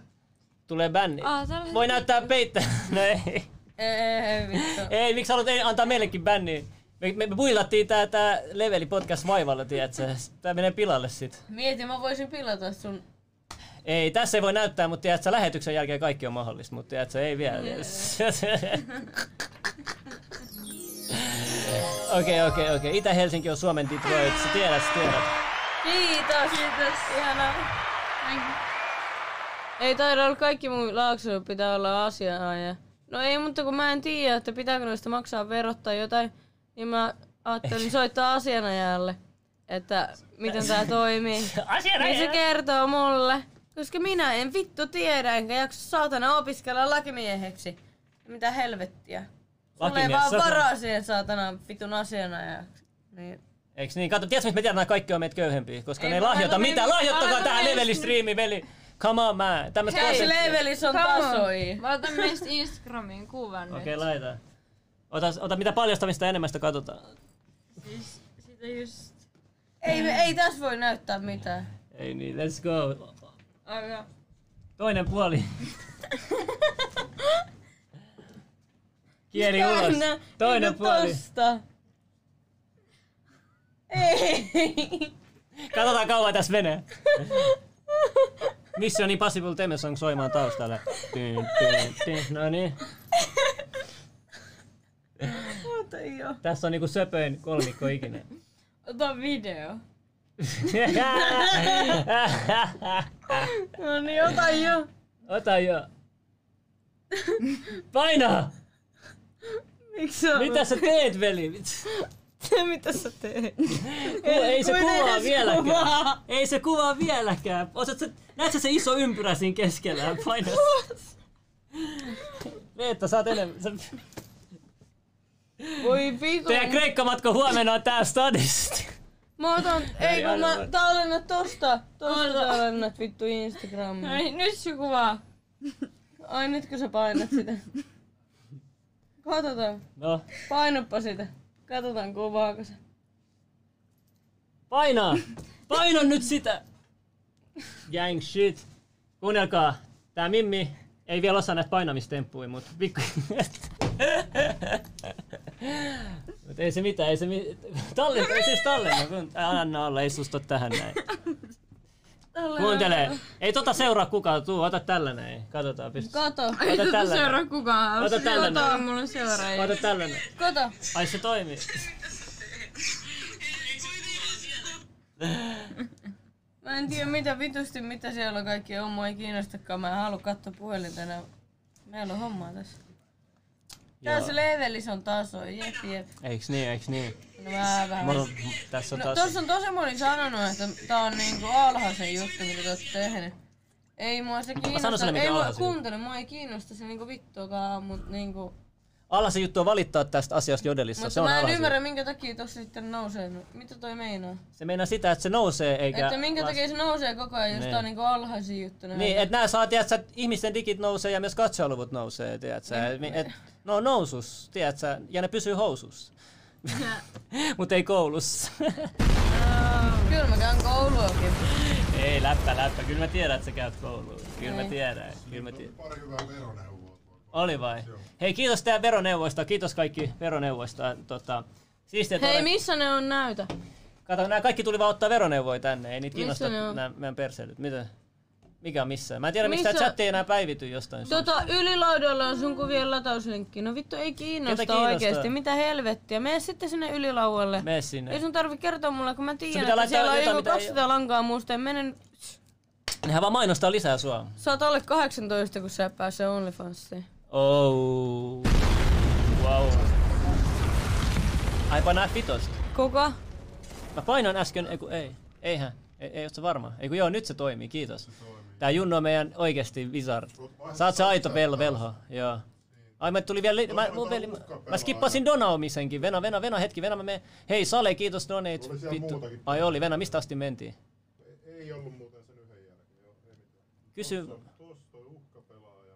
Tulee bänni. Ah, täällä on Voi näyttää peittä. No ei. Ei, ei, ei vittu. Ei, miksi haluat ei, antaa meillekin bänni? Me, me, me builattiin tää, tää leveli podcast vaivalla, tiedätkö? Tää menee pilalle sit. Mieti, mä voisin pilata sun. Ei, tässä ei voi näyttää, mutta tiedätkö, lähetyksen jälkeen kaikki on mahdollista, mutta tiedätkö, ei vielä. Okei, okei, okei. Itä-Helsinki on Suomen Detroit, sä tiedät, sä tiedät. Kiitos! Kiitos, ihanaa. Thank- Ei taida olla kaikki mun laaksolla pitää olla asiaa. Ja... No ei, mutta kun mä en tiedä, että pitääkö noista maksaa verot tai jotain, niin mä ajattelin soittaa asianajalle, että miten tää toimii. Niin se kertoo mulle, koska minä en vittu tiedä, enkä jaksa saatana opiskella lakimieheksi. Mitä helvettiä. Sulla ei Lakimies, vaan sä oot- varaa siihen saatana vitun asianajaksi. Niin. Eiks niin? Kato, tiedätkö, mistä me tiedetään, että kaikki on meitä köyhempiä, koska Ei, ne ei mä lahjoita annan mitään. mennä- Lahjoittakaa annan tähän mennä- levelistriimi, veli. Come on, man. Tämmöstä Hei, konseptia. levelis on tasoi. Mä otan meistä Instagramiin kuvan Okei, nyt. laita. Ota, ota mitä paljastamista enemmän sitä katsotaan. Siis sitä just... Ei, me- ei tässä voi näyttää mitään. Ei niin, let's go. Aika. Toinen puoli. Kieli ulos. Käännä, Toinen niinku puoli. Tosta. Ei. Katsotaan kauan tässä menee. Mission Impossible Theme Song soimaan taustalla. Tyn, tyn, tyn. No niin. Mutta ei oo. Tässä on niinku söpöin kolmikko ikinä. Ota video. No niin, ota jo. Ota jo. Paina! Miksi se on? Mitä sä teet, veli? Mitä sä teet? ei se Kun kuvaa edes vieläkään. kuvaa. Ei se kuvaa vieläkään. Osaat sä, näet sä se iso ympyrä siinä keskellä? Paina. Reetta, sä oot enemmän. Sä... Voi vitu. Teidän kreikkamatko huomenna on täällä stadissa. Mä otan, ei kun anna mä vaan. tallennat tosta. Tosta tallennat vittu Instagramiin. Ai, nyt se kuva. Ai nyt kun sä painat sitä. Katsotaan. No, Painappa sitä. Katsotaan kuvaako se. painaa. Paina nyt sitä. Gang shit. Kuunnelkaa. Tää Mimmi ei vielä osaa näitä painamistemppuja, mut pikku... Mut ei se mitään, ei se mit... Tallenna, ei siis tallenna. kun- Ää, Anna olla, ei susta tähän näin. Kuuntele. Ei tota seuraa kukaan, tuu, ota tällä näin. Katsotaan, pistä. Kato. Ei Ota tätä tällainen. seuraa kukaan. Ota tällainen. Ota, mulla on seuraajia. Ota tällä näin. Kato. Ai se toimii. Mä en tiedä mitä vitusti, mitä siellä on kaikki homma, ei kiinnostakaan. Mä en halua katsoa puhelin tänään. Meillä on hommaa tässä. Tässä levelis on taso, jep jep. Eiks niin, eiks niin? No mä vähän. Mulla on, tässä on No, taas... tossa on tosi moni sanonut, että tää on niinku alhaisen juttu, mitä te ootte tehnyt. Ei mua se sanon kiinnosta, sulle, mikä ei on mua alhaisin kuuntele, mua ei kiinnosta se niinku vittuakaan, mut niinku... Alhaisen juttu on valittaa tästä asiasta jodelissa. se Mutta on mä en alhaisen ymmärrä, minkä takia tossa sitten nousee. No, Mitä toi meinaa? Se meinaa sitä, että se nousee eikä... Että minkä las- takia se nousee koko ajan, jos Niin. tää on niinku alhaisin juttu. Niin, että nää saa, tiedätkö, että ihmisten digit nousee ja myös katsojaluvut nousee, tiedätkö, et, Niin. et, no on nousus, tiedätkö, ja ne pysyy housussa. Mut ei koulussa. Kyllä mä käyn kouluakin. ei, läppä, läppä. Kyllä mä tiedän, että sä käyt kouluun. Kyllä mä Ei. tiedän. Kyllä mä tiedän. Pari hyvää veroneuvoa. Oli vai? Hei, kiitos teidän veroneuvoista. Kiitos kaikki veroneuvoista. Tota, siistiä, että Hei, olet- missä ne on näytä? Kato, nämä kaikki tuli vaan ottaa veroneuvoja tänne, ei niitä Missä kiinnosta ne on? nämä meidän perseilyt. Mitä? Mikä on missään? Mä en tiedä, miksi Missä- tämä chatti ei enää päivity jostain syystä. Tota, ylilaudalla on sun kuvien latauslinkki. No vittu, ei kiinnosta, Ketä kiinnostaa? oikeesti. Mitä helvettiä. Mene sitten sinne ylilaualle. Mene sinne. Ei sun tarvi kertoa mulle, kun mä tiedän, pitää että laittaa siellä on jotain, joku mitä ei 200 lankaa muusta. Mene nyt. Nehän vaan mainostaa lisää sua. Sä oot alle 18, kun sä et pääse OnlyFansiin. Oh. Wow. Ai painaa F5. Kuka? Mä painoin äsken, ei kun ei. Eihän. Ei, ei oo se varma. Ei kun joo, nyt se toimii, kiitos. Tää Junno on meidän oikeesti wizard. Sä oot se aito pel- velho, joo. Ai mä tuli vielä, li- mä, mun veli, mä, mä skippasin donaumisenkin. Vena, Vena, Vena, hetki, Vena mä menen. Hei Sale, kiitos donate. Oli siellä Vittu. muutakin. Ai oli, Vena, mistä asti mentiin? Ei ollut muuten sen yhden jälkeen. Joo, ei mitään. Kysy Tuossa toi uhkapelaaja.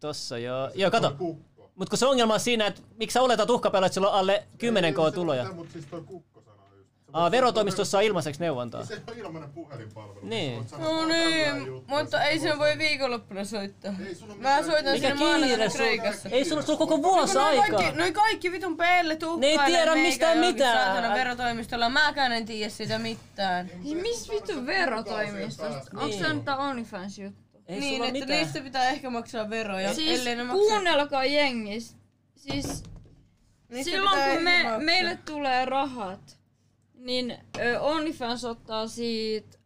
tossa, joo. Joo, kato. Kukko. Mut kun se ongelma on siinä, että miksi sä oletat uhkapelaa, että sulla on alle 10k tuloja. Mutta siis toi kukko sanoo just. Se Aa, verotoimistossa on ilmaiseksi neuvontaa. Se on ilmainen puhelinpalvelu. Niin. Sä voit sanoa No vaan tällainen niin, juttu, mutta ja ei sitten sen voi viikonloppuna soittaa. Ei sulla Mä mitään soitan Mikä sinne maanantaina kiire sulla? Kreikassa. Ei sulla sulla koko vuosi Noi aikaa. kaikki, noi No kaikki vitun peille tuhkailee Ne Niin, ei tiedä meikä mistään johonkin mitään. Saatana verotoimistolla. Mäkään en tiedä sitä mitään. Niin missä vittu verotoimistosta? Niin. Onko se nyt tää OnlyFans-juttu? Ei niin, sulla että mitään. niistä pitää ehkä maksaa veroja, Siis ellei ne maksa. kuunnelkaa jengis. Siis Niistä silloin Niin pitää kun ehkä me, maksaa. meille tulee rahat, niin ö, OnlyFans ottaa siitä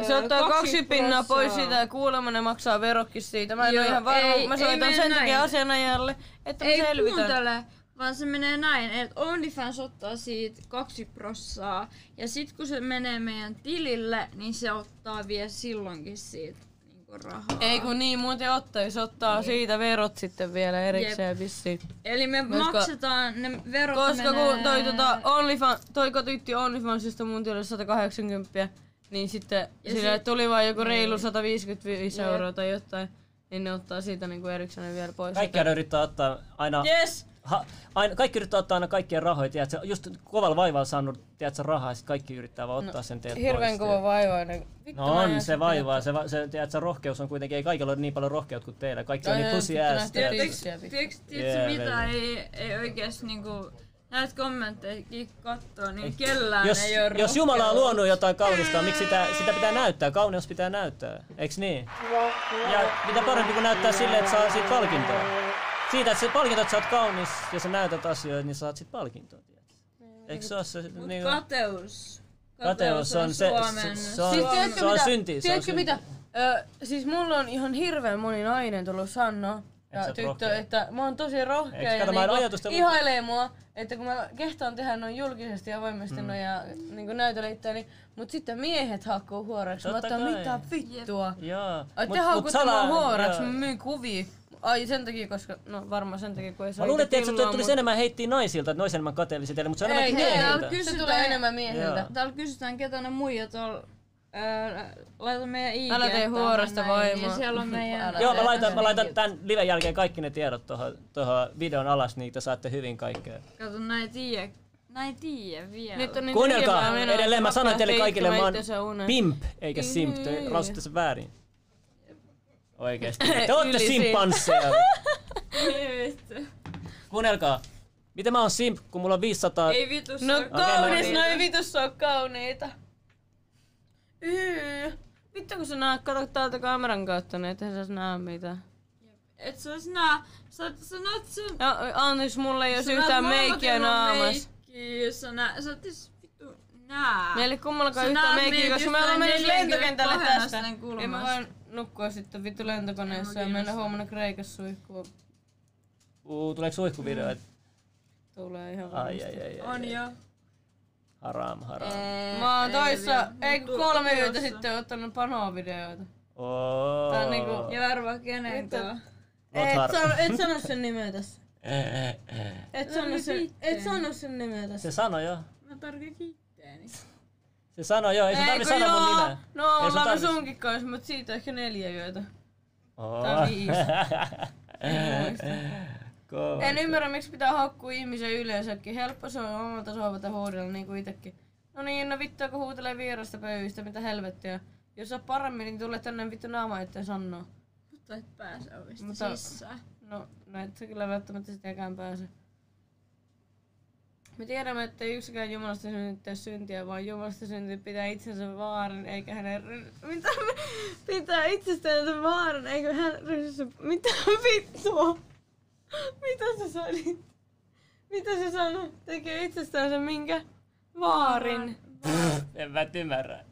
ö, Se ottaa kaksi 20 pinnaa pois prossaa. siitä ja kuulemma ne maksaa verokki siitä. Mä en Joo, oo ihan varma, ei- mut mä ei soitan mene sen takia näin. asianajajalle, että mä Ei selvitän. kuuntele, vaan se menee näin, että OnlyFans ottaa siitä kaksi prossaa ja sit kun se menee meidän tilille, niin se ottaa vielä silloinkin siitä niinku rahaa. Ei kun niin muuten ottais, ottaa siitä verot sitten vielä erikseen Niin. Jep. vissiin. Eli me Koska- maksetaan ne verot Koska menee... kun toi, tota, OnlyFan, toi kotiitti OnlyFansista mun tiedä 180, niin sitten Ja sillä sit- tuli vaan joku reilu niin. 155 Jep. euroa tai jotain, niin ne ottaa siitä niinku erikseen vielä pois. Kaikki aina yrittää ottaa aina... Yes! Ha, aina, kaikki yrittää ottaa aina kaikkien rahoja, tiedätkö? Just kovalla vaivalla saanut, tiedätkö, rahaa, ja sit kaikki yrittää vaan ottaa sen teet No, pois, Hirveän kova tiedätkö? vaivainen. Vittu, No mä on, jään se sitten- vaivaa. Se, va- se tiedätkö, rohkeus on kuitenkin, ei kaikilla ole niin paljon rohkeutta kuin teillä. Kaikki on Ai, niin ai, pussy pitää ass, nähdä tiedätkö? tietysti. Tiedätkö? Tiedätkö, Jee, tiedätkö mitä veli. ei, ei oikeesti niinku näitä kommenttejakin kattoo, niin kellään Jos, ei oo jos Jumala on rohkeutta. luonut jotain kaunista, miksi sitä, sitä pitää näyttää? Kauneus pitää näyttää, eiks niin? Ja mitä parempi kuin näyttää sille, että saa siitä palkintoa. Siitä, että se palkinto, että sä oot kaunis ja sä näytät asioita, niin saat sit palkintoa, tiedätkö? Niin. Eikö se oo se... Mut niinku- kateus. Kateus on se- Suomen... se- se on- Siis Suomen- tiedätkö se on mitä? synti, se on Tiedätkö synti. mitä? Ö, siis mulla on ihan hirveän moni nainen tullut sanoa sä ja oot tyttö, rohkea. että mä oon tosi rohkea Eiks, kato, mä ja en niinku ajatusta- ihailee mua, että kun mä kehtaan tehdä noin julkisesti ja Mm. avoimesti noin ja niinku näytellä itseäni, mut sitten miehet haukkuu huoraksi. Mä Totta otan kai. mitä vittua. Joo. Ai Mut- te mut haukutte mua salaa- huoraksi, joo. mä myyn kuvia. Ai sen takia, koska, no varmaan sen takia, kun ei saa Mä luulen, itse että tiedätkö, tilaa, että tulisi mut- enemmän heittiä naisilta, että ne olisi enemmän kateellisia teille, mutta se on Ei, enemmän ei, miehiltä. ei, ky- Se Kysytään- tulee enemmän miehiltä. Joo. Täällä kysytään, ketä ne muijat on. Ää, laita meidän IG. Älä tee huorasta vaimoa. vaimoa. Niin siellä on meidän... Älä. Joo, mä Ei, laitan, mä ei, laitan ei. tämän liven jälkeen kaikki ne tiedot tuohon toho videon alas, niin te saatte hyvin kaikkea. Kato, näin ei tiedä. Näin ei tiedä vielä. Nyt on niin Kuunnelkaa, tyhjää menoa, edelleen mä että sanoin pakko teille lähteä kaikille, mä oon itkemään itsensä uneen. pimp, eikä simp, te Niin. lausutte sen väärin. Oikeesti. Te ootte Yli siitä. simpansseja. Ei vittu. Kuunnelkaa. Miten mä oon simp, kun mulla on 500... Ei vittu. se No on kaunis, Okei, niin. no ei vitus oo kauniita. Yy. Vittu kun sä näet, kato täältä kameran kautta, niin ethän sä näe mitään. Et sä ois nää... Sä, sä näet sen... No, anteeksi, mulla ei oo sä näet yhtään molemmat meikkiä ilman naamas. meikkiä, Sä näet... Sä et ees vittu nää. Meillä ei kummallakaan Sä yhtään näet meikkiä, meidät koska me ollaan jostain mennyt lentokentälle 42 tästä. asteen kulmasta. Ei mä voin nukkua sitten vittu lentokoneessa ja Ei mä mennä kiinnostaa. huomenna Kreikassa suihkuun. Uu, tuleeko suihkuvideoita? Tulee ihan Ai, ai, varmasti. ai, ai, On ai. jo. Haram, haram. Mä oon toissa, ei kun kolme yötä tuossa. sitten ottanut panoa-videoita. Oo. Tää on niinku- Ja arvaa kenen Mitä? kaa. Oot Et harmi. sano, et sano sen nimeä tässä. Et sano sen, et vitteen. sano sen nimeä tässä. Se sanoi joo. Mä tarkoitan itteeni. Se sanoi joo, ei sun tarvi sanoa mun nimeä. No Ei sun ollaan me tarvi- sunkin kanssa, mut siitä ehkä neljä yötä. Oo. Tai viisi. Kova. niin En ymmärrä miksi pitää haukkua ihmisen yleensäkin. Helppo se on omalta sohvalta huudella niinku itekin. No niin, no vittua kun huutelee vierasta pöyistä, mitä helvettiä. Jos sä oot paremmin, niin tule tänne vittu naama eteen sanoo. Mutta et pääse ovista Mutta- sisään. No, no et sä kyllä välttämättä sitäkään pääse. Me tiedämme, että ei yksikään Jumalasta syntynyt tee syntiä, vaan Jumalasta syntynyt pitää itsensä vaaran, eikä hänen... ry- Mitä? Pitää itsestään vaaran, eikä hän ryhdy... Mitä vittua? Mitä sä sanoit? Mitä sä sanoit? Tekee itsestään sen minkä? Vaarin. En mä ymmärrä.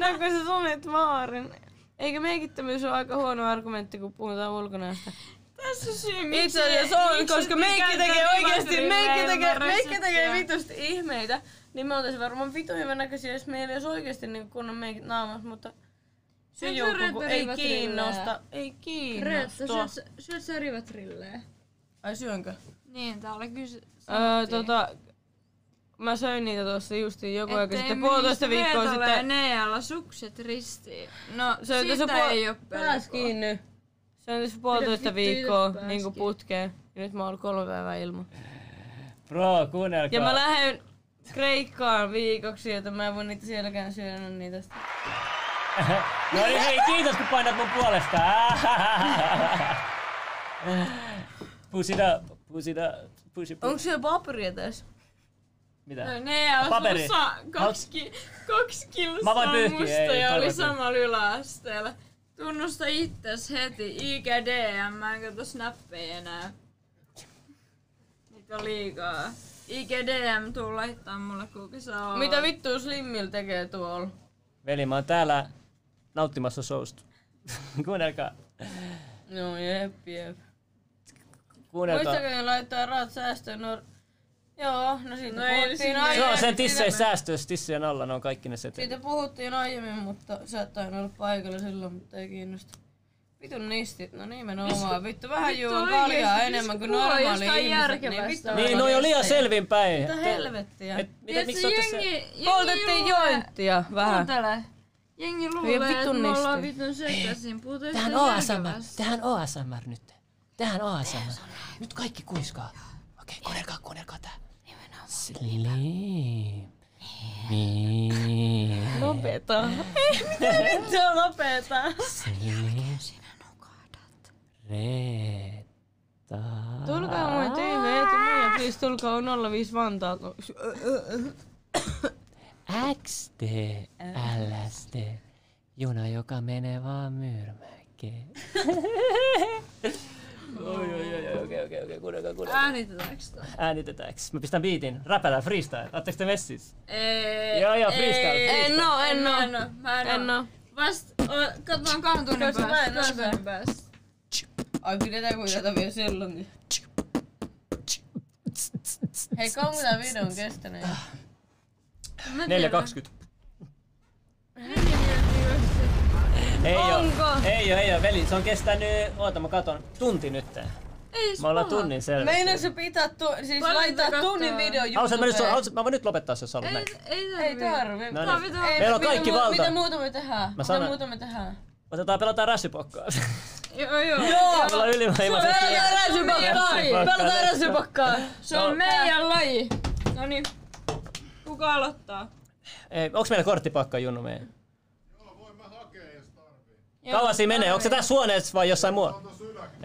No kun sä sanoit vaarin. Eikä meikittämyys ole aika huono argumentti, kun puhutaan ulkonäöstä. Tässä on syy, Itse asiassa on, koska meikki tekee oikeesti, meikki tekee, meikki tekee vitusti ihmeitä. Niin me oltais varmaan vitu hyvän näköisiä, jos meillä ei olisi oikeesti niin kunnon meikit naamassa, mutta... Se Syötkö joku, kun ei rötörivatrillejä? kiinnosta, ei kiinnosta. Reetta, syöt- syöt sä rivatrilleä? Ai syönkö? Niin, täällä kysy... Öö, tota, mä söin niitä tuossa justiin joku aika sitten, puolitoista viikkoa Ettei sitten. Nealla sukset ristiin. No, Söin siitä tässä puol... ei oo puol- pääs pelkoa. kiinni. Söin tässä puolitoista vittu viikkoa itse niinku pääs putkeen. Ja nyt mä oon ollut kolme päivää ilman. Bro, kuunnelkaa. Ja mä lähden Kreikkaan viikoksi, joten mä en voi niitä sielläkään syödä niitä. sitten. No niin, hei, kiitos kun painat mun puolesta. Pusida, pusida, pusi, Onko pusi. siellä paperia tässä? Mitä? niin. No, Nea Paperi. paperi. Sa- kaksi, ki- kaksi Mä voin kilsaa pyyhkiä, musta ei ja oli tarvitse. samalla yläasteella. Tunnusta itses heti. IGDM, mä en katso snappeja enää. Niitä on liikaa. IGDM, tuu laittaa mulle kuka sä oot. Mitä vittua Slimmil tekee tuolla? Veli, mä oon täällä nauttimassa showsta. kuunnelkaa, No jep, jep. kuunnelkaa. Muistakaa ne laittaa rahat säästöön. No, joo, no siitä No ei puhuttiin sinne. Se aiemmin. on sen Siitä- tisseen säästös, tissien alla, ne on kaikki ne setelit. Siitä puhuttiin aiemmin, mutta sä et tainnut olla paikalla silloin, mutta ei kiinnosta. Vitun nistit, no nimenomaan. Vittu, vähän vittu juon oikeesti, kaljaa siis enemmän kuin puhua normaali jostain ihmiset. Niin, järkevästä. vittu, Niin, no jo liian selvinpäin. Mitä helvettiä? Et, mitä, miksi Tiedätkö, olette jengi, se... jengi Poltettiin luulee- jointtia vähän. Kuuntele. Jengi Vie luulee, että Ah. vitun me ollaan nisti. vitun sekaisin. Puhutaan Tähän jostain OSMR, järkevästä. tähän OSMR nyt. Tähän OSMR. Nyt kaikki kuiskaa. Okei, kuunnelkaa, kuunnelkaa tää. Slim. Niin. Lopeta. Ei, mitä nyt se on lopeta? Reetta. Tulkaa mun TV, että mulla please tulkaa on 05 Vantaalta. XD, LSD. Juna, joka menee vaan myyrmäkeen. Oi, oi, oi, oi, okei, okei, okei, kuunnelkaa, kuunnelkaa. Äänitetäänkö toi? Äänitetäänkö? Mä pistän biitin, räpätään freestyle. Ootteko te messis? Ei. Joo, joo, ei. freestyle. En oo, No, en oo. En oo, mä en, En oo. Vast, o, katsotaan kahden tunnin Koska mä päästä. en Kahden osaa. tunnin päästä. Ai pidetään kun tätä vielä silloin. niin. Hei, kauanko tää video on kestänyt? Mä 4.20. tiedän. Neljä minuuttia kaksikymmentä. Ei Onko? oo, ei oo, ei oo, veli. Se on kestänyt, oota mä katon, tunti nytten. Ei se Mä ollaan paha. tunnin selvä. Meinaatko sä pitää tu- siis Paljon laittaa katsoa? tunnin video Haluatko, mä, nyt, YouTubeen? haluatko, mä voin nyt lopettaa se, jos haluat Ei, näin. ei tarvii. Ei tarvi. No Tää on niin. vitu Ei, Meillä on mitä kaikki muu- valta. Mitä muuta me tehdään? Mitä sanon- muuta me tehdään? Otetaan pelataan räsipokkaa. Joo, joo. Mulla on ylivoimaisesti. Pelataan räsypakkaa! Pelataan räsypakkaa! Se No. on meidän laji. Noniin. Kuka aloittaa? Ei, onks meillä korttipakka, Junnu, meidän? Kauan siinä menee? Onko se tässä huoneessa vai jossain muualla?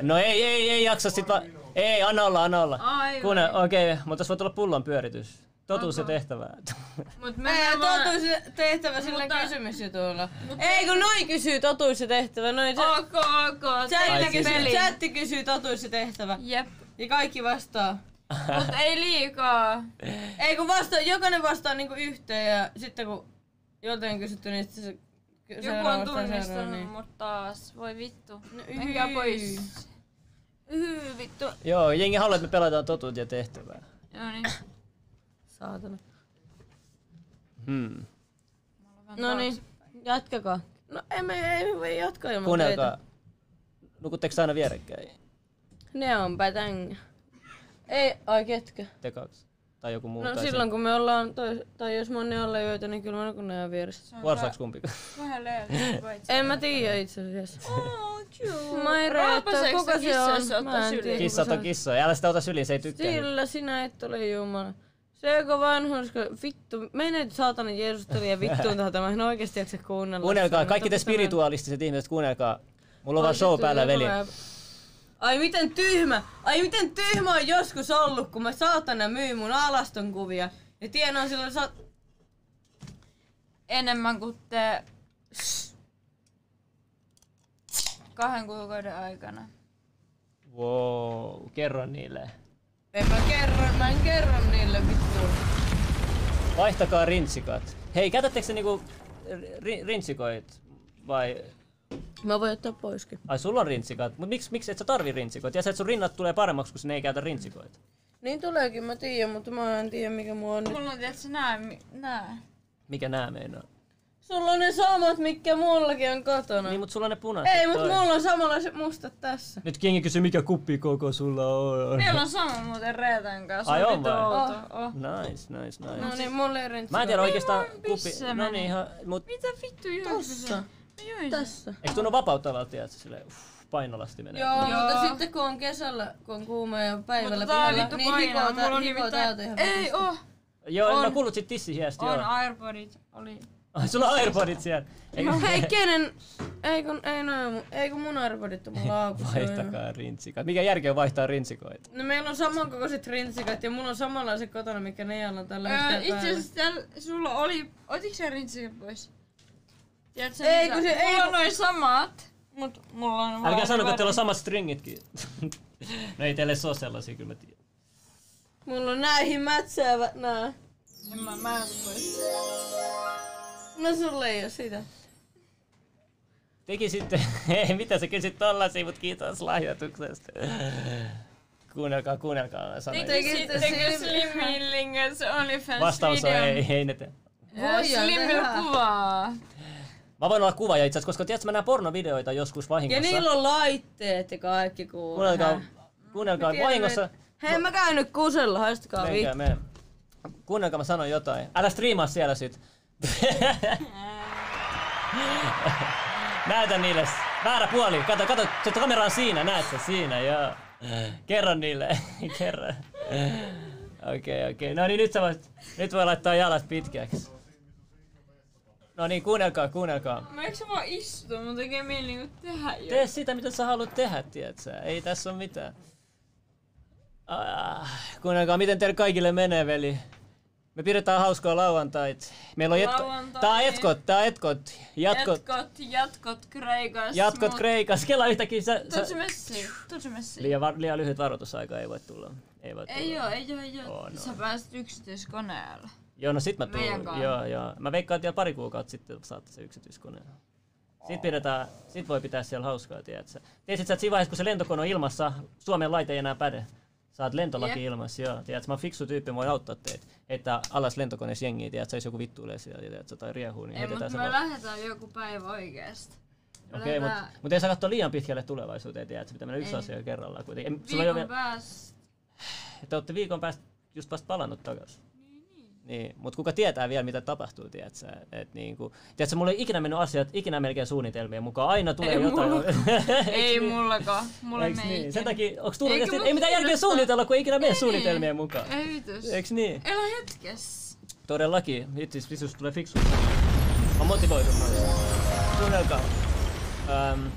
No ei, ei, ei jaksa sit vaan. Ei, anna olla, anna olla. Aivan. Kuunne, okei, okay, mutta tässä voi tulla pullon pyöritys. Totuus ja tehtävä. Mut Ei, mennään vaan... totuus ja tehtävä sillä Mutta- kysymysjutulla. Ei kun noi kysyy totuus ja tehtävä, noi se- Ok, ok. chatti Ai siis- kysyy, peli. chatti kysyy totuus ja tehtävä. Jep. Ja kaikki vastaa. Mut ei liikaa. Ei kun vastaa, jokainen vastaa niinku yhteen ja sitten kun joltain on kysytty, niin sitten se Joku on no. tunnistanut niin. mut taas. Voi vittu. Menkää pois. Yhy, vittu. Joo, jengi haluaa, että me pelataan totuus ja tehtävää. Noniin. Saatana. Hmm. No niin, jatkakaa. No emme, ei me voi jatkaa ilman Kuunnelkaa. Nukutteko aina vierekkäin? teitä. Ne on pätängä. Ei, ai ketkä? Te kaksi. Tai joku muu. No tai silloin kun me ollaan, tois, tai jos mä oon ne alla yötä, niin kyllä mä nukun ajan vieressä. se- Varsaaks kumpikaan? Vähän leellä. En mä tiedä itse asiassa. Oh, cute. Mä en rajoittaa, Raapaseeko kuka se se kissa, on. jos se ottaa Mä en syliin? tiedä, Kissat kuka on se kissoja. Älä sitä ota syliin, se ei tykkää. niitä. Sillä sinä et ole Jumala. Se joka vanhus, kun- vittu, mene nyt saatana Jeesusteli ja vittuun tähän, mä en oikeesti jaksa kuunnella. Kuunnelkaa, kaikki te Mutta spirituaalistiset ihmiset, kuunnelkaa. Mulla on vaan Oikeesti show päällä, joku veli. mä- Ai miten tyhmä, ai miten tyhmä on joskus ollut, kun mä saatana myyn mun alaston kuvia. Ja tienaan silloin sa- Enemmän kuin te kahden kuukauden aikana. Wow, kerro niille. En mä kerro, mä en kerro niille vittu. Vaihtakaa rintsikat. Hei, käytättekö te niinku ri- rintsikoit vai... Mä voin ottaa poiskin. Ai sulla on rintsikat, mut miksi miksi et sä tarvi rintsikoita? Ja sä, että sun rinnat tulee paremmaksi, kun sinne ei käytä rintsikoita. Niin tuleekin, mä tiedän, mutta mä en tiedä mikä mulla on nyt. Mulla on tietysti nää, mi- nää. Mikä nää meinaa? Sulla on ne samat, mitkä mullakin on kotona. Niin, mut sulla on ne punaiset. No. Ei, mutta toi. mulla on samanlaiset mustat tässä. Nyt Kingi kysyy, mikä kuppi koko sulla on. Meillä on sama muuten Reetan kanssa. Ai on on vittu vai? outo. Oh. Nice, nice, nice. No niin, mulla ei rinssi. Mä en tiedä oikeastaan Milloin kuppi... pisse No niin, meni? ihan... Mut Mitä vittu Tossa. juoksä? Juin Tässä. eikö tunnu vapauttavalta, tiedätkö, silleen uff, painolasti menee. Joo, Joo. mutta sitten kun on kesällä, kun on kuuma ja päivällä Mutta tää pihalla, vittu niin painaa, hikotaan- mulla on hikotaan nimittäin... ihan Ei vitusti. oo! Joo, en On. mä kuullut sit tissihiästä, On joo. Airpodit, oli. Ai, sulla on Airpodit siellä. Eikö- Hei, kenen? Ei kun, ei noin, mun- ei kun mun arvodit on mun laukussa. Vaihtakaa rintsikat. Mikä järkeä on vaihtaa rintsikoita? No meillä on samankokoiset rinsikat ja mulla on samanlaiset kotona, mikä Neijalla on tällä Öö, hetkellä itse päällä. asiassa täällä sulla oli... Otitko sä rintsikat pois? Tiedätkö, Ei, mitä? kun se- ei, Mulla on kun- noin samat. Mut mulla on vaan Älkää sanoko, väri. että teillä on samat stringitkin. no ei teille se ole sellaisia, kyllä mä tiedän. Mulla on näihin mätsäävät nää. En Mä, mä en pois. No sulla ei oo sitä. Teki sitten, hei, mitä sä kysyt tollasia, mut kiitos lahjoituksesta. Kuunnelkaa, kuunnelkaa sanoja. Tekisitte Tekisitte Slim- Slimmillin kanssa OnlyFans Vastaus on ei, ei ne tee. Voi Slimmil kuvaa. Mä voin olla kuvaaja itse asiassa, koska tiedätkö, mä näen pornovideoita joskus Ja vahingossa. niillä on laitteet ja kaikki kuulee. Kuunnelkaa, kuunnelkaa Tiedän, vahingossa. että- Hei, mä käyn nyt kusella, haistakaa Menkää, vittu. me. Kuunnelkaa, mä sanon jotain. Älä striimaa siellä sit. Näytä niille. Väärä puoli. Kato, kato, se kamera on siinä. Näet sä siinä, joo. Kerro niille. Kerro. Okei, okei. No niin, nyt, sä voit, nyt voi laittaa jalat pitkäksi. No niin, kuunnelkaa, kuunnelkaa. Mä No eikö se vaan istu, mun tekee mieli niinku tehdä jo. Tee sitä, mitä sä haluat tehdä, tietsä. Ei tässä ole mitään. Ah, kuunnelkaa, miten teille kaikille menee, veli? Me pidetään hauskaa lauantait. Meillä on jatko... Lauantai. Tää on etkot, tää on etkot. Jatkot, Jatkot, jatkot Kreikassa. jatkot mut- Kreikas. Kela yhtäkkiä sä... sä... Tuutko messiin? Tuutko messiin? Liian, var... liian lyhyt varoitusaika ei voi tulla. Ei voi tulla. Ei oo, ei oo, ei oo. Oo, no. Sä pääset yksityiskoneella. Joo, no sit mä Meidän tuun. kanssa. Joo, joo. Mä veikkaan, että vielä pari kuukautta sitten saatte se yksityiskoneen. Sit, pidetään, sit voi pitää siellä hauskaa, tiedätkö? Tiesit sä, että siinä vaiheessa, kun se lentokone on ilmassa, Suomen laite ei enää päde. Saat lentolaki Jep. ilmassa, joo. Tiedätkö, mä oon fiksu tyyppi, mä voin auttaa teitä. Että alas lentokoneessa jengiä, tiedätkö, jos joku vittuilee siellä, tiedätkö, tai riehuu, niin Ei, mutta heitetään se me vaan. lähdetään joku päivä oikeesti. Me Okei, mutta lähdetään mut ei saa katsoa liian pitkälle tulevaisuuteen, tiedätkö, pitää mennä yksi Ei. asia kerrallaan kuitenkin. Ei, Sulla ei ole Viikon vielä, päästä. te olette viikon päästä just vasta palannut takaisin. Niin, mutta kuka tietää vielä, mitä tapahtuu, tiedätkö? Et niinku, tiedätkö, mulla ei ikinä mennyt asiat, ikinä melkein suunnitelmien mukaan. Aina tulee Ei jotain. mulla- Eiks Ei niin? mullakaan. Mulla Eiks meni. niin? Sen takia, onko turha Eikö tietysti, mun ei mitään järkeä kiinnosta? suunnitella, kun ei ikinä mene Ei. suunnitelmien mukaan. Ei vitus. Eiks niin? Elä hetkes. Todellakin. Itse asiassa visusta tulee fiksu. Mä motivoidun. Kuunnelkaa. Öm.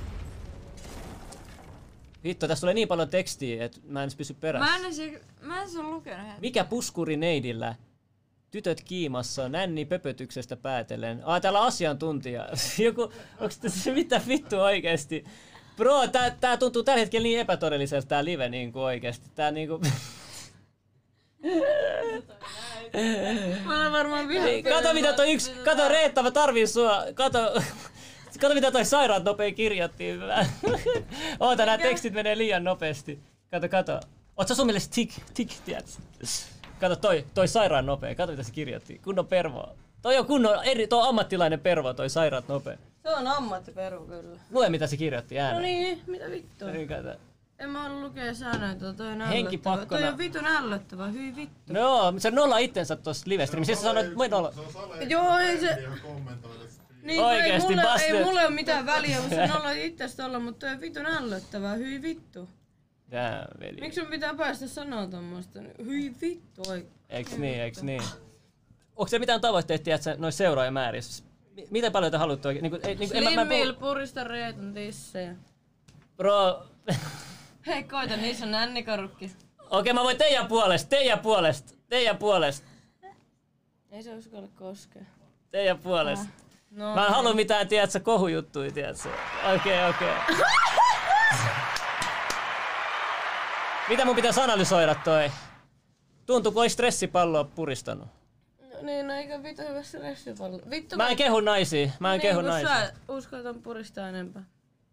Vittu, tässä tulee niin paljon tekstiä, että mä en edes pysy perässä. Mä en se, mä en se lukenut heti. Mikä puskuri neidillä? Tytöt kiimassa, nänni pöpötyksestä päätellen. Ah, täällä on asiantuntija. Joku, onks tässä mitä vittu oikeesti? Bro, tää, tää tuntuu tällä hetkellä niin epätodelliselta tää live niinku oikeesti. Tää niinku... Mä olen varmaan vihaa. Niin. kato mitä toi yksi, kato Reetta, mä tarviin sua. Kato, kato mitä toi sairaat nopea kirjoitti. Mä- Oota, nää tekstit menee liian nopeasti. Kato, kato. Oot sä sun mielestä tik, tik, tiedät? Kato, toi, toi sairaan nopea. Kato mitä se kirjoitti. Kunnon pervo. Toi on kunnon, eri, toi on ammattilainen pervo, toi sairaat nopea. Se on ammattiperu kyllä. Lue mitä se kirjoitti No ääneen. niin, mitä vittua? Niin, kato. En mä ollut lukea säännöitä, toi on Henki ällöttävä. pakkona. Toi on vitun ällöttävä, hyi vittu. No, se nolla itsensä tuossa livestreamissä. Sä sanoit, että mä en olla. Joo, ei se- Niin, kun Oikeesti, ei, mulle, bastard. ei mulle ole mitään väliä, mutta sen olla itsestä olla, mutta toi on vitun ällöttävää, hyi vittu. Tää, veli. Miksi sun pitää päästä sanoa tommoista? Hyi vittu, oi. Eiks niin, eiks niin. Onko se mitään tavoitteita, tiedätkö, noissa seuraajamäärissä? M- Miten paljon te haluatte Niinku, oikein? Niin kuin, ei, niin kuin, en mä, mä Slimmil puhu, purista reetun tissejä. bro, Hei, koita, niissä on nännikorukki. Okei, mä voin teidän puolesta, teidän puolesta, teidän puolesta, Ei se uskalla koskea. teidän puolesta. No, Mä en halua mitään, tiedätkö, kohujuttuja, tiedätkö. Okei, okei. Mitä mun pitäisi analysoida toi? Tuntuu, kuin olisi stressipalloa puristanut. no niin, no eikä vittu hyvä stressipallo. Vittu, Mä en kehu naisia, mä en niin, kehu kun naisia. sä uskaltan puristaa enempää.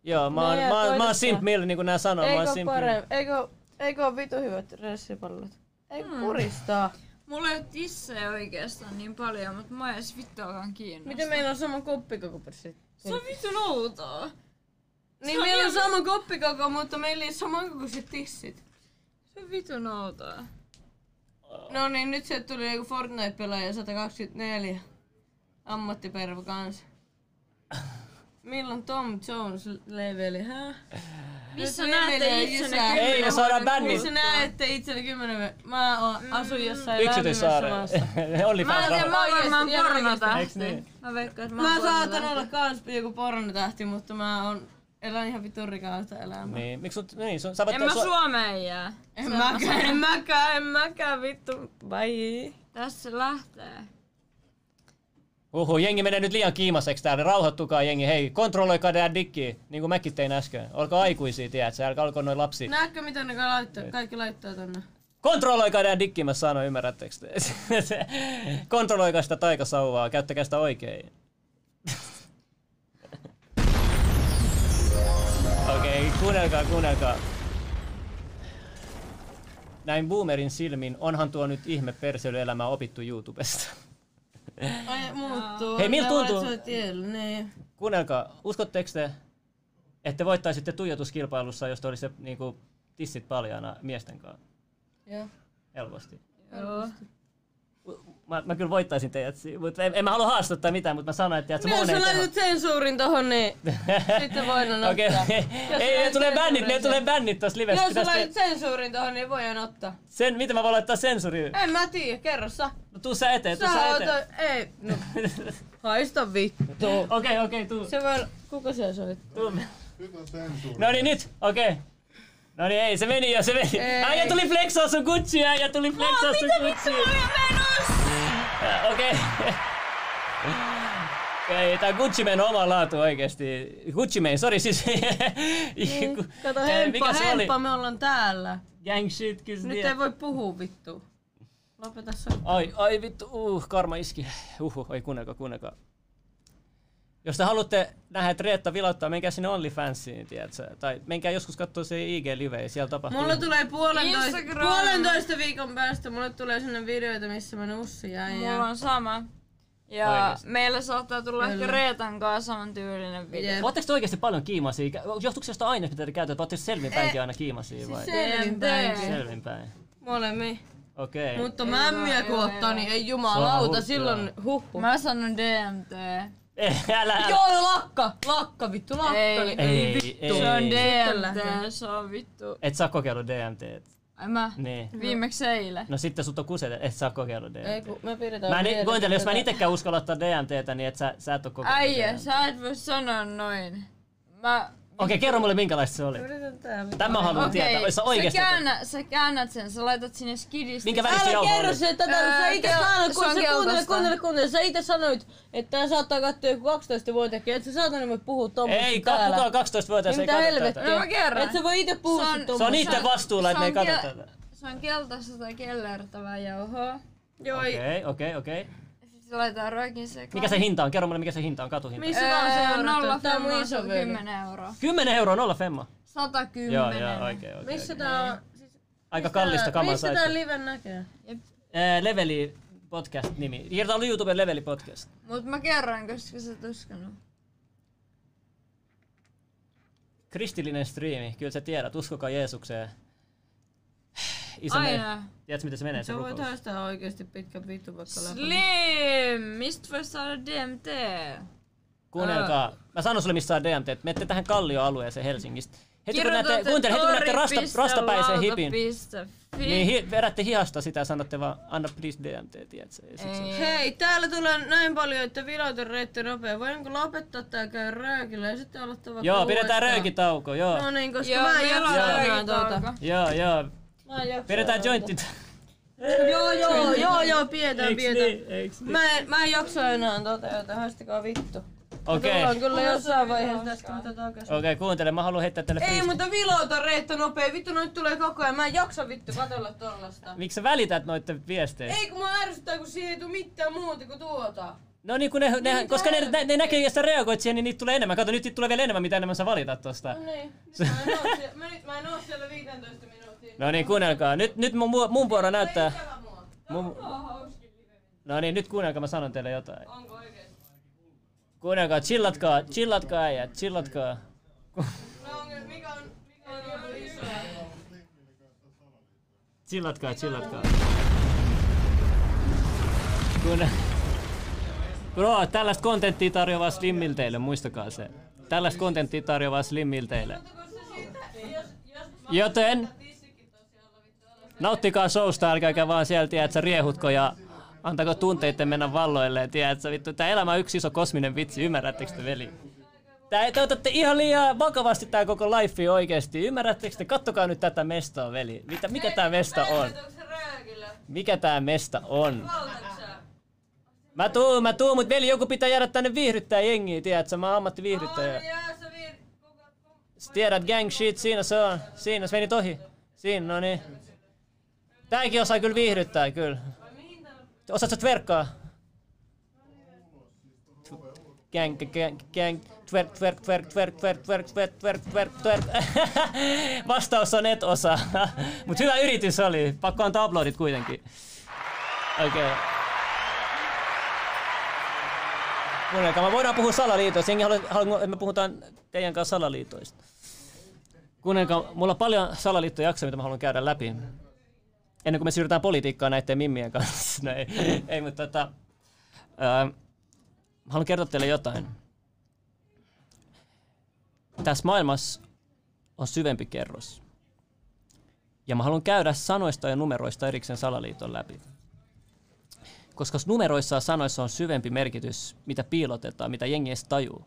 Joo, mä oon, Niin, mä oon, mä koita oon sitä. simp mill, niin kuin nää sanoo, mä eikö oon ole simp mill. parempi? Eikö, eikö ole vitu hyvät stressipallot? Eikö Hmm. puristaa? Mulla ei ole tissejä oikeastaan niin paljon, mutta mä en edes vittuakaan kiinnosta. Miten meillä on sama koppikoko sit? Se on vitun No outoa. Niin meillä on sama koppikoko, mutta meillä ei ole samankokoiset tissit. Se on vitun outoa. No niin, nyt se tuli joku Fortnite-pelaaja 124. Ammattipervo kans. Milloin Tom Jones leveli, hä? Missä Nyt näette viljelijä itsenne jysää. Ei, me saadaan bänni. Missä näette itseni kymmenen vuoden? Mä oon, asun jossain lämpimässä Yksityissaareen. maassa. Oli Mä en tiedä, mä vaan oon varmaan Varmaan pornotähti. pornotähti. niin? Mä veikkaan, että mä, Mä oon saatan pornotähti. olla kans joku pornotähti, mutta mä oon, elän ihan vitun rikaasta elämää. Niin, miksi sut, niin, sun, sä voit En mä sua- Suomeen jää. En mäkään, en mäkään, en mäkään vittu. Bye. Tässä se lähtee. Uhu, jengi menee nyt liian kiimaseksi täällä. Rauhoittukaa jengi. Hei, kontrolloikaa teidän dikkiä, niin kuin mäkin tein äsken. Olkaa aikuisia, tiedätkö? Älkää olko noin lapsi. Näetkö mitä ne ka- laittaa, kaikki laittaa tonne? Kontrolloikaa teidän dikkiä, mä sanoin, ymmärrättekö te? Kontrolloikaa sitä taikasauvaa, käyttäkää sitä oikein. Okei, okay, kuunnelkaa, kuunnelkaa. Näin boomerin silmin onhan tuo nyt ihme perseilyelämä opittu YouTubesta. Ai muuttuu. Hei, miltä Ne tuntuu? valitsee tiellä, niin. kuunnelkaa, uskotteko te, että te voittaisitte tuijotuskilpailussa, jos te olisitte niinku, tissit paljaana miesten kanssa Joo. helposti? Joo. U- Mä, mä kyllä voittaisin teidät, si- mutta en, en mä halua haastuttaa mitään, mutta mä sanoin, että tiedätkö, Niin, jos mun sä ei teho. laitat sensuurin tohon, niin sitten voidaan ottaa. Okei, ei, ne tulee bännit, ne tulee bännit tossa livessä. Jos sä Pitäis laitat te... sensuurin tohon, niin voidaan ottaa. Sen, mitä mä voin laittaa sensoriin? En mä tiedä, kerro sä. No tuu sä eteen, tuu Sä sä oot... eteen. Ei, no. Haista vittu. Okei, okei, tuu. Se voi olla... Kuka siellä soit? tuu. Nyt on sensuuri. No niin nyt, okei. No niin ei, se meni jo, se meni. Ei. Äijä tuli flexaa sun kutsuja, äijä tuli flexaa sun kutsuja. Äh, Okei. Ei, tää Gucci Men on oma laatu oikeesti. Gucci Men, sori siis. Niin, Kato, hemppa, hemppa, me ollaan täällä. Gang shit, kyllä se Nyt tiedät. ei voi puhua vittu. Lopeta se. Ai, ai vittu, uh, karma iski. Uhu, ei kuunnelkaa, kuunnelkaa. Jos te haluatte nähdä, että Reetta vilauttaa, menkää sinne OnlyFansiin, tiedätkö? Tai menkää joskus katsoa se IG-live, ja siellä tapahtuu. Mulla tulee puolentoista, Instagram. puolentoista viikon päästä, mulle tulee sinne videoita, missä mä nussijan Mulla ja... on sama. Ja Oikeesti. meillä saattaa tulla ehkä Kyllä. Reetan kanssa samantyylinen video. Jep. Oletteko te oikeasti paljon kiimasia? Johtuuko se jostain aineesta, mitä te käytätte? Oletteko selvinpäinkin aina kiimasia vai? Selvinpäin. Tee. Selvinpäin. Molemi. Okei. Mutta mämmiä joo, kun ottaa, joo. niin ei Se on jumalauta, hurjaa. silloin huppu. Mä sanon DMT. Eh, älä, älä. Joo, lakka, lakka vittu, lakka. niin- Ei. Ei. Ei, ei. Se on Sitten DMT, lähdetään. se on vittu. Et sä oo kokeillut DMT. Ai mä, Niin. viimeksi eilen. No sitten sut on kuset, et sä oo kokeillut DMT. ei kun me pidetään Mä en, vielä kointele, jos mä en tätä. itekään uskalla ottaa DMTtä, niin et sä, sä et oo kokeillut Äijä, DMT. sä et voi sanoa noin. Mä... Okei, kerro mulle minkälaista se oli. Yritän tää vittu. Tämä haluan tietää. Ois sä sä, oikeesti. kokeillut? käännä, sä käännät sen, sä laitat sinne skidisti. Minkä väristä Älä jauhoa kerro oli? se, että tätä sä Öö, itse kel- sanoit, se kun on sä kuuntele, keltaista. kuuntele, kuuntele. Sä itse sanoit, että tää saattaa katsoa joku 12-vuotiaankin, et sä saatana voi puhua tommoista Ei, ka- täällä. kukaan 12-vuotias Niin ei mitä katso tätä. helvettiä? No mä kerron. Et sä voi itse puhua Se on- tommoista. Se on niiden vastuulla, että me ei se on katso kel- tätä. Se on keltaista tai kellertävää jauhoa. Joo, ei. Okei, okei, okei. Sitten se laitetaan roikin sekaan. Mikä se hinta on? Kerro mulle, mikä se hinta on, katuhinta. Missä vaan Öö, seurattu? nolla Tää on mun femmaa, iso veli. 10 euroa. 10 euroa, nolla femma. 110. Joo, joo, oikein, oikein. Missä tää on? Aika niin- kallista kamaa Mistä tää sait. live näkee? Ää, Leveli podcast-nimi. Irta oli YouTuben Leveli podcast. Mut mä kerron, koska sä et uskonut. Kristillinen striimi, kyllä sä tiedät, uskokaa Jeesukseen. Isä Aina. Me... Tiedätkö, miten se menee se Sä voit rukous? haastaa oikeesti pitkän vittu vaikka läpi. Slim! Mistä voi saada DMT? Kuunnelkaa. Mä sanon sulle, missä on DMT, että menette tähän kallioalueeseen Helsingistä. Heti kun näette, kuuntele, heti kun näette rasta, rastapäisen hipin. Niin hi- vedätte hihasta sitä ja sanotte vaan, anna please DMT, tiedätkö? Ja sit se on- Hei, täällä tulee näin paljon, että vilauton reitti nopea. Voinko lopettaa tää käy röökillä ja sitten aloittaa vaikka Joo, pidetään uudestaan? röökitauko, joo. No niin, koska Joo, mä en meillä on jaksa enää röökitauko. tuota. Joo, joo. Mä en jaksa Pidetään enää. jointit. Joo, joo, joo, joo, pidetään, Eiks pidetään. niin? Eiks niin? Mä en, mä en jaksa enää tota, joten haistakaa vittu. Okei, Tullaan okei, kyllä jossain vaiheessa tästä, mutta takaisin. kuuntele, mä haluan heittää tälle Ei, freestyle. mutta vilauta reitto nopea. Vittu, noit tulee koko ajan. Mä en jaksa vittu katella tollasta. Miksi sä välität noitten viesteistä? Ei kun mä ärsyttää, kun siihen ei tuu mitään muuta kuin tuota. No niin, kun ne, ne, koska ne, ne, ne näkee, jos sä reagoit siihen, niin niitä tulee enemmän. Kato, nyt niitä tulee vielä enemmän, mitä enemmän sä valitat tosta. No niin. Nyt mä en oo siellä, mä nyt, mä en oo siellä 15 minuuttia. No niin, kuunnelkaa. Nyt, nyt mun, mu- mun vuoro näyttää. Ikävä mua. Mun... No niin, nyt kuunnelkaa, mä sanon teille jotain. Onko oikeesti? Kuunnelkaa, chillatkaa, chillatkaa äijät, chillatkaa. No onko, mikä on, mikä on ollut isoa? Chillatkaa, chillatkaa. Kun... Bro, tällaista kontenttia tarjoaa Slimmil teille, muistakaa se. Tällaista kontenttia tarjoaa Slimmil teille. Joten nauttikaa showsta, älkääkä vaan siellä, tiedätkö, riehutko ja antako tunteiden mennä valloilleen, tiedätkö, vittu. Tää elämä on yksi iso kosminen vitsi, ymmärrättekö te veli? Tää, te otatte ihan liian vakavasti tää koko life oikeesti, ymmärrättekö te? Kattokaa nyt tätä mestaa, veli. Mitä, mikä tää mesta on? Onko se rääkillä? Mikä tää mesta on? Valtaksä? Mä tuun, mä tuun, mut veli, joku pitää jäädä tänne viihdyttää jengiä, tiedätkö? Mä oon ammattiviihdyttäjä. Jää sä vir... kuka- kuka- Sä tiedät, gang shit, siinä se on. Siinä, se meni ohi. Siinä, no niin. Tääkin osaa kyllä viihdyttää, kyllä. Osaat sä tverkkaa? Gang, gang, gang, twerk, twerk, twerk, twerk, twerk, twerk, twerk, twerk, twerk, twerk. Vastaus on et osaa. Mut hyvä yritys oli. Pakko antaa aplodit kuitenkin. Okei. Okay. Kuunnelkaa, me voidaan puhua salaliitoista. Jengi haluaa, haluaa, että me puhutaan teidän kanssa salaliitoista. Kuunnelkaa, mulla on paljon salaliittojaksoja, mitä mä haluan käydä läpi. Ennen kuin me siirrytään politiikkaan näiden mimmien kanssa. No ei, ei mutta tota, ää, mä haluan kertoa teille jotain. Tässä maailmassa on syvempi kerros. Ja mä haluan käydä sanoista ja numeroista erikseen salaliiton läpi koska numeroissa ja sanoissa on syvempi merkitys, mitä piilotetaan, mitä jengi edes tajuu.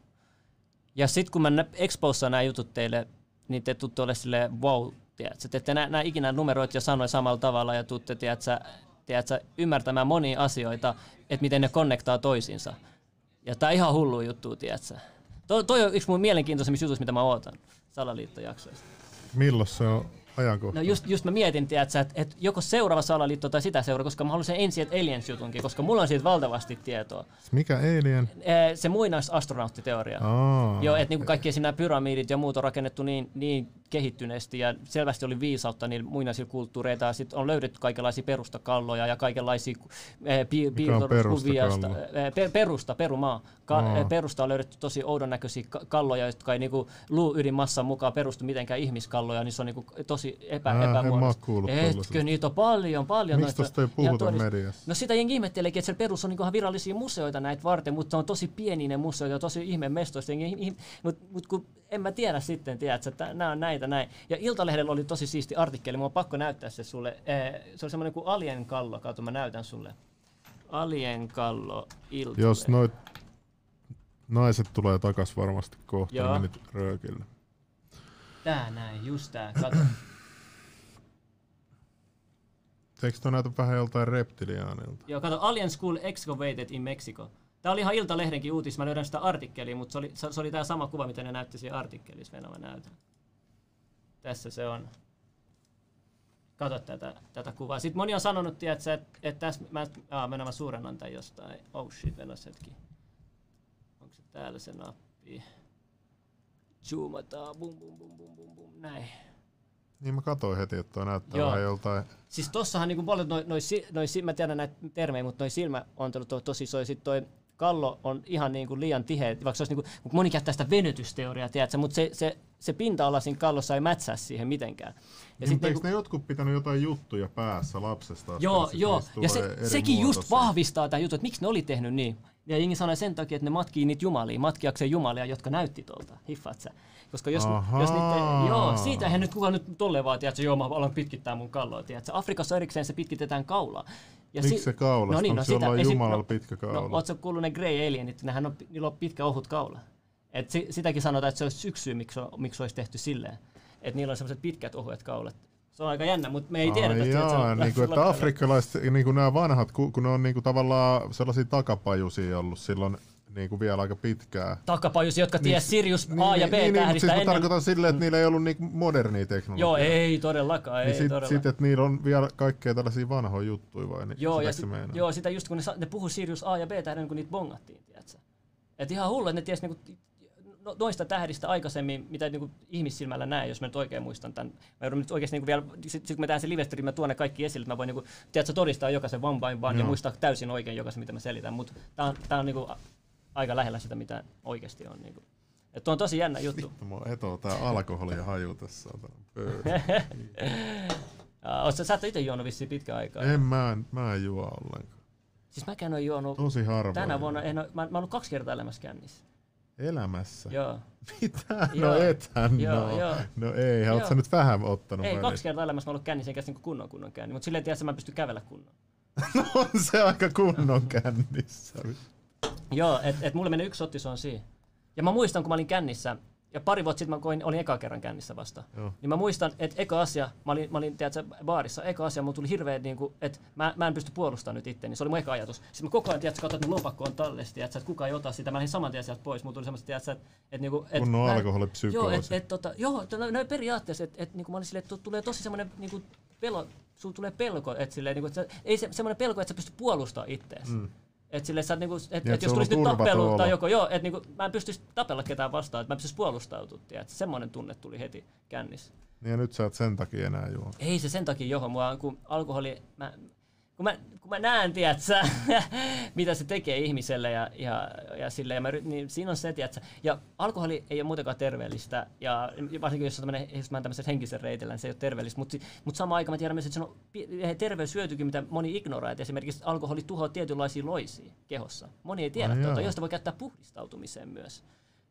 Ja sitten kun mä nä- expossaan nämä jutut teille, niin te tutte ole silleen wow, tiedätkö? Te ette nä- nää ikinä numeroit ja sanoja samalla tavalla ja tutte, tiedätkö, tiedätkö, ymmärtämään monia asioita, että miten ne konnektaa toisiinsa. Ja tää on ihan hullu juttu, tiedätkö? To- toi on yksi mun mielenkiintoisimmista jutuista, mitä mä ootan salaliittojaksoista. Milloin se on ajankohta? No just, just mä mietin, tiedätkö, että et joko seuraava salaliitto tai sitä seuraa, koska mä haluan sen ensin, että aliens-jutunkin, koska mulla on siitä valtavasti tietoa. Mikä alien? Ee, Se muinaisastronauttiteoria. Aa, Joo, että niinku kaikki esim. nämä pyramidit ja muut on rakennettu niin, niin kehittyneesti ja selvästi oli viisautta niillä muinaisilla kulttuureita ja sitten on löydetty kaikenlaisia perustakalloja ja kaikenlaisia eh, pi, piirtokuvia. perustakallo? eh, Per, perusta, perumaa. Ka, Aa. eh, perusta on löydetty tosi oudon näköisiä ka- kalloja, jotka ei niinku luuydinmassan mukaan perustu mitenkään ihmiskalloja, niin se on niinku tosi epä, Ää, en mä oo epämuodosta. kuullut Etkö, tollasesta. niitä on paljon, paljon. Miksi noista- tosta ei ja puhuta todist- mediassa? No sitä jengi ihmetteleekin, että siellä perus on niinku virallisia museoita näitä varten, mutta on tosi pieni ne museot ja tosi ihme mestoista. Mutta mut kun en mä tiedä sitten, tiedätkö, että nämä on näitä näin. Ja Iltalehdellä oli tosi siisti artikkeli, mun on pakko näyttää se sulle. Eh, Se on semmoinen kuin Alien Kallo, kato mä näytän sulle. Alien Kallo Iltalehti. Jos no- noit naiset tulee takas varmasti kohta, Joo. Joo. menit röökille. Tää näin, just tää, kato. Eikö toi näytä vähän joltain reptiliaanilta? Joo, kato, Alien School Excavated in Mexico. Tää oli ihan Iltalehdenkin uutis, mä löydän sitä artikkelia, mutta se oli, se, se oli tää sama kuva, mitä ne näytti siinä artikkelissa. Venä, mä näytän. Tässä se on. Kato tätä, tätä kuvaa. Sitten moni on sanonut, tiedätkö, että et tässä mä, aa, mennään mä suurennan tän jostain. Oh shit, venäs hetki. Onko se täällä se nappi? Zoomataan, bum bum bum bum bum bum, näin. Niin mä katsoin heti, että toi näyttää Joo. Joo. vähän joltain. Siis tossahan niinku paljon noi, noi, si- noi, si- mä tiedän näitä termejä, mutta noi silmäontelut on tosi isoja. Sitten toi kallo on ihan niinku liian tiheä, vaikka se olisi niinku, mut moni käyttää sitä venytysteoriaa, tiedätkö? mutta se, se se pinta-ala siinä kallossa ei mätsää siihen mitenkään. Ja Ja sit Niin, mutta eikö niinku- ne jotkut pitänyt jotain juttuja päässä lapsesta? asti, Joo, että sit joo. niistä Ja tulee se, eri sekin just muotoisia? vahvistaa tämän jutun, että miksi ne oli tehnyt niin. Ja jengi sanoi sen takia, että ne matkii niitä jumalia, matkiakseen jumalia, jotka näytti tuolta. Hiffaat sä? Koska jos, Ahaa. jos niitä, joo, siitä hän nyt kukaan nyt tolleen vaan, tiedätkö, joo, mä alan pitkittää mun kalloa, tiedätkö. Afrikassa erikseen se pitkitetään kaulaa. Ja No niin, Miksi se kaulasta? Onko se jollain esim- jumalalla pitkä kaula? No, ootko kuullut ne Grey Alienit, nehän on, niillä on pitkä ohut kaula. Et si, sitäkin sanotaan, että se olisi yksi syy, miksi, on- miksi olisi tehty silleen. Että niillä on sellaiset pitkät ohuet kaulat. Se on aika jännä, mutta me ei tiedetä. Ai tiedätkö, jaa, että- niin kuin, että afrikkalaiset, niin kuin nämä vanhat, ku- kun ne on niin kuin tavallaan sellaisia takapajusia ollut silloin niin kuin vielä aika pitkää. takapajusi, jotka ties Sirius A ja B niin, niin, mutta tähdistä siis mä ennen. Mm. tarkoitan silleen, että niillä ei ollut niin modernia teknologiaa. Joo, ei todellakaan, ei Niin sit, todellakaan. sit, että niillä on vielä kaikkea tällaisia vanhoja juttuja vai niin? joo, ja sit, sit, joo, sitä just kun ne, sa- ne puhuu Sirius A ja B tähden, kun niitä bongattiin, tiedätkö? Et ihan hullu, että ne ties niinku, no- noista tähdistä aikaisemmin, mitä niinku ihmissilmällä näe, jos mä nyt oikein muistan tämän. Mä joudun nyt oikeasti niinku vielä, sit, sit kun mä tehdään se livestream, mä tuon ne kaikki esille, että mä voin niinku, tiedätkö, todistaa jokaisen one by one ja Joo. muistaa täysin oikein jokaisen, mitä mä selitän. Mutta tää on, tää on niinku a- aika lähellä sitä, mitä oikeasti on. Niinku. Et tuo on tosi jännä juttu. Mua etoo tää alkoholi ja haju tässä. saatana, pöydä. Uh, oot, sä, sä et itse juonut vissiin pitkän aikaa. en mä, en- mä en juo ollenkaan. Siis mäkään oon juonut Tosi harvoin. tänä vuonna, en, oo- mä, mä oon ollut kaksi kertaa elämässä kännissä. Elämässä. Joo. Mitä? Joo. No ethän Joo, no. joo. No ei, Joo. oot sä nyt vähän ottanut Ei, välillä? kaksi kertaa elämässä mä oon ollut kännissä enkä niinku kunnon kunnon känni, mutta silleen tiedätkö, mä en pysty kävellä kunnon. on se aika kunnon kännissä. Niin Joo, et, et mulle meni yksi sotti, se on siinä. Ja mä muistan, kun mä olin kännissä, ja pari vuotta sitten mä koin, olin eka kerran kännissä vasta. Joo. Niin mä muistan, että eka asia, mä olin, mä olin tiedätkö, baarissa, eka asia, mulla tuli hirveä, niin kuin, että mä, mä en pysty puolustamaan nyt itteeni. Se oli mun eka ajatus. Sitten mä koko ajan, tiedätkö, katsoin, että mun lopakko on tallessa, tiedätkö, että kukaan ei ota sitä. Mä lähdin saman tien sieltä pois. Mulla tuli semmoista, tiedätkö, että, että, niinku, että Kunnon mä en- Joo, alkoholipsykoosi. et, et, tota, joo to- no, no, periaatteessa, että et, niinku, mä olin silleen, että tulee tosi semmoinen niinku, pelo, sulla tulee pelko, että silleen, niinku, et sä, ei se, semmoinen pelko, että sä pystyt puolustamaan ittees. Mm. Et sille, sä, oot niinku, et, Niin, et, et jos sulla on tulisi nyt turvaton tappelu olo. tai joko, joo, että niinku, mä en pystyisi tapella ketään vastaan, että mä en pystyisi puolustautumaan, tiedät, semmoinen tunne tuli heti kännissä. Niin ja nyt sä et sen takia enää juo. Ei se sen takia johon mua, kun alkoholi, mä, kun mä, kun mä näen, tiedät sä, mitä se tekee ihmiselle ja, ja, ja sille, ja mä, ry- niin siinä on se, tiedät sä. Ja alkoholi ei ole muutenkaan terveellistä, ja varsinkin jos, on tämmönen, jos mä oon tämmöisen henkisen reitillä, niin se ei ole terveellistä, mutta mut samaan aikaan mä tiedän myös, että se on pi- terveyshyötykin, mitä moni ignoraa, että esimerkiksi alkoholi tuhoaa tietynlaisia loisia kehossa. Moni ei tiedä Ai tuota, jaa. josta voi käyttää puhdistautumiseen myös.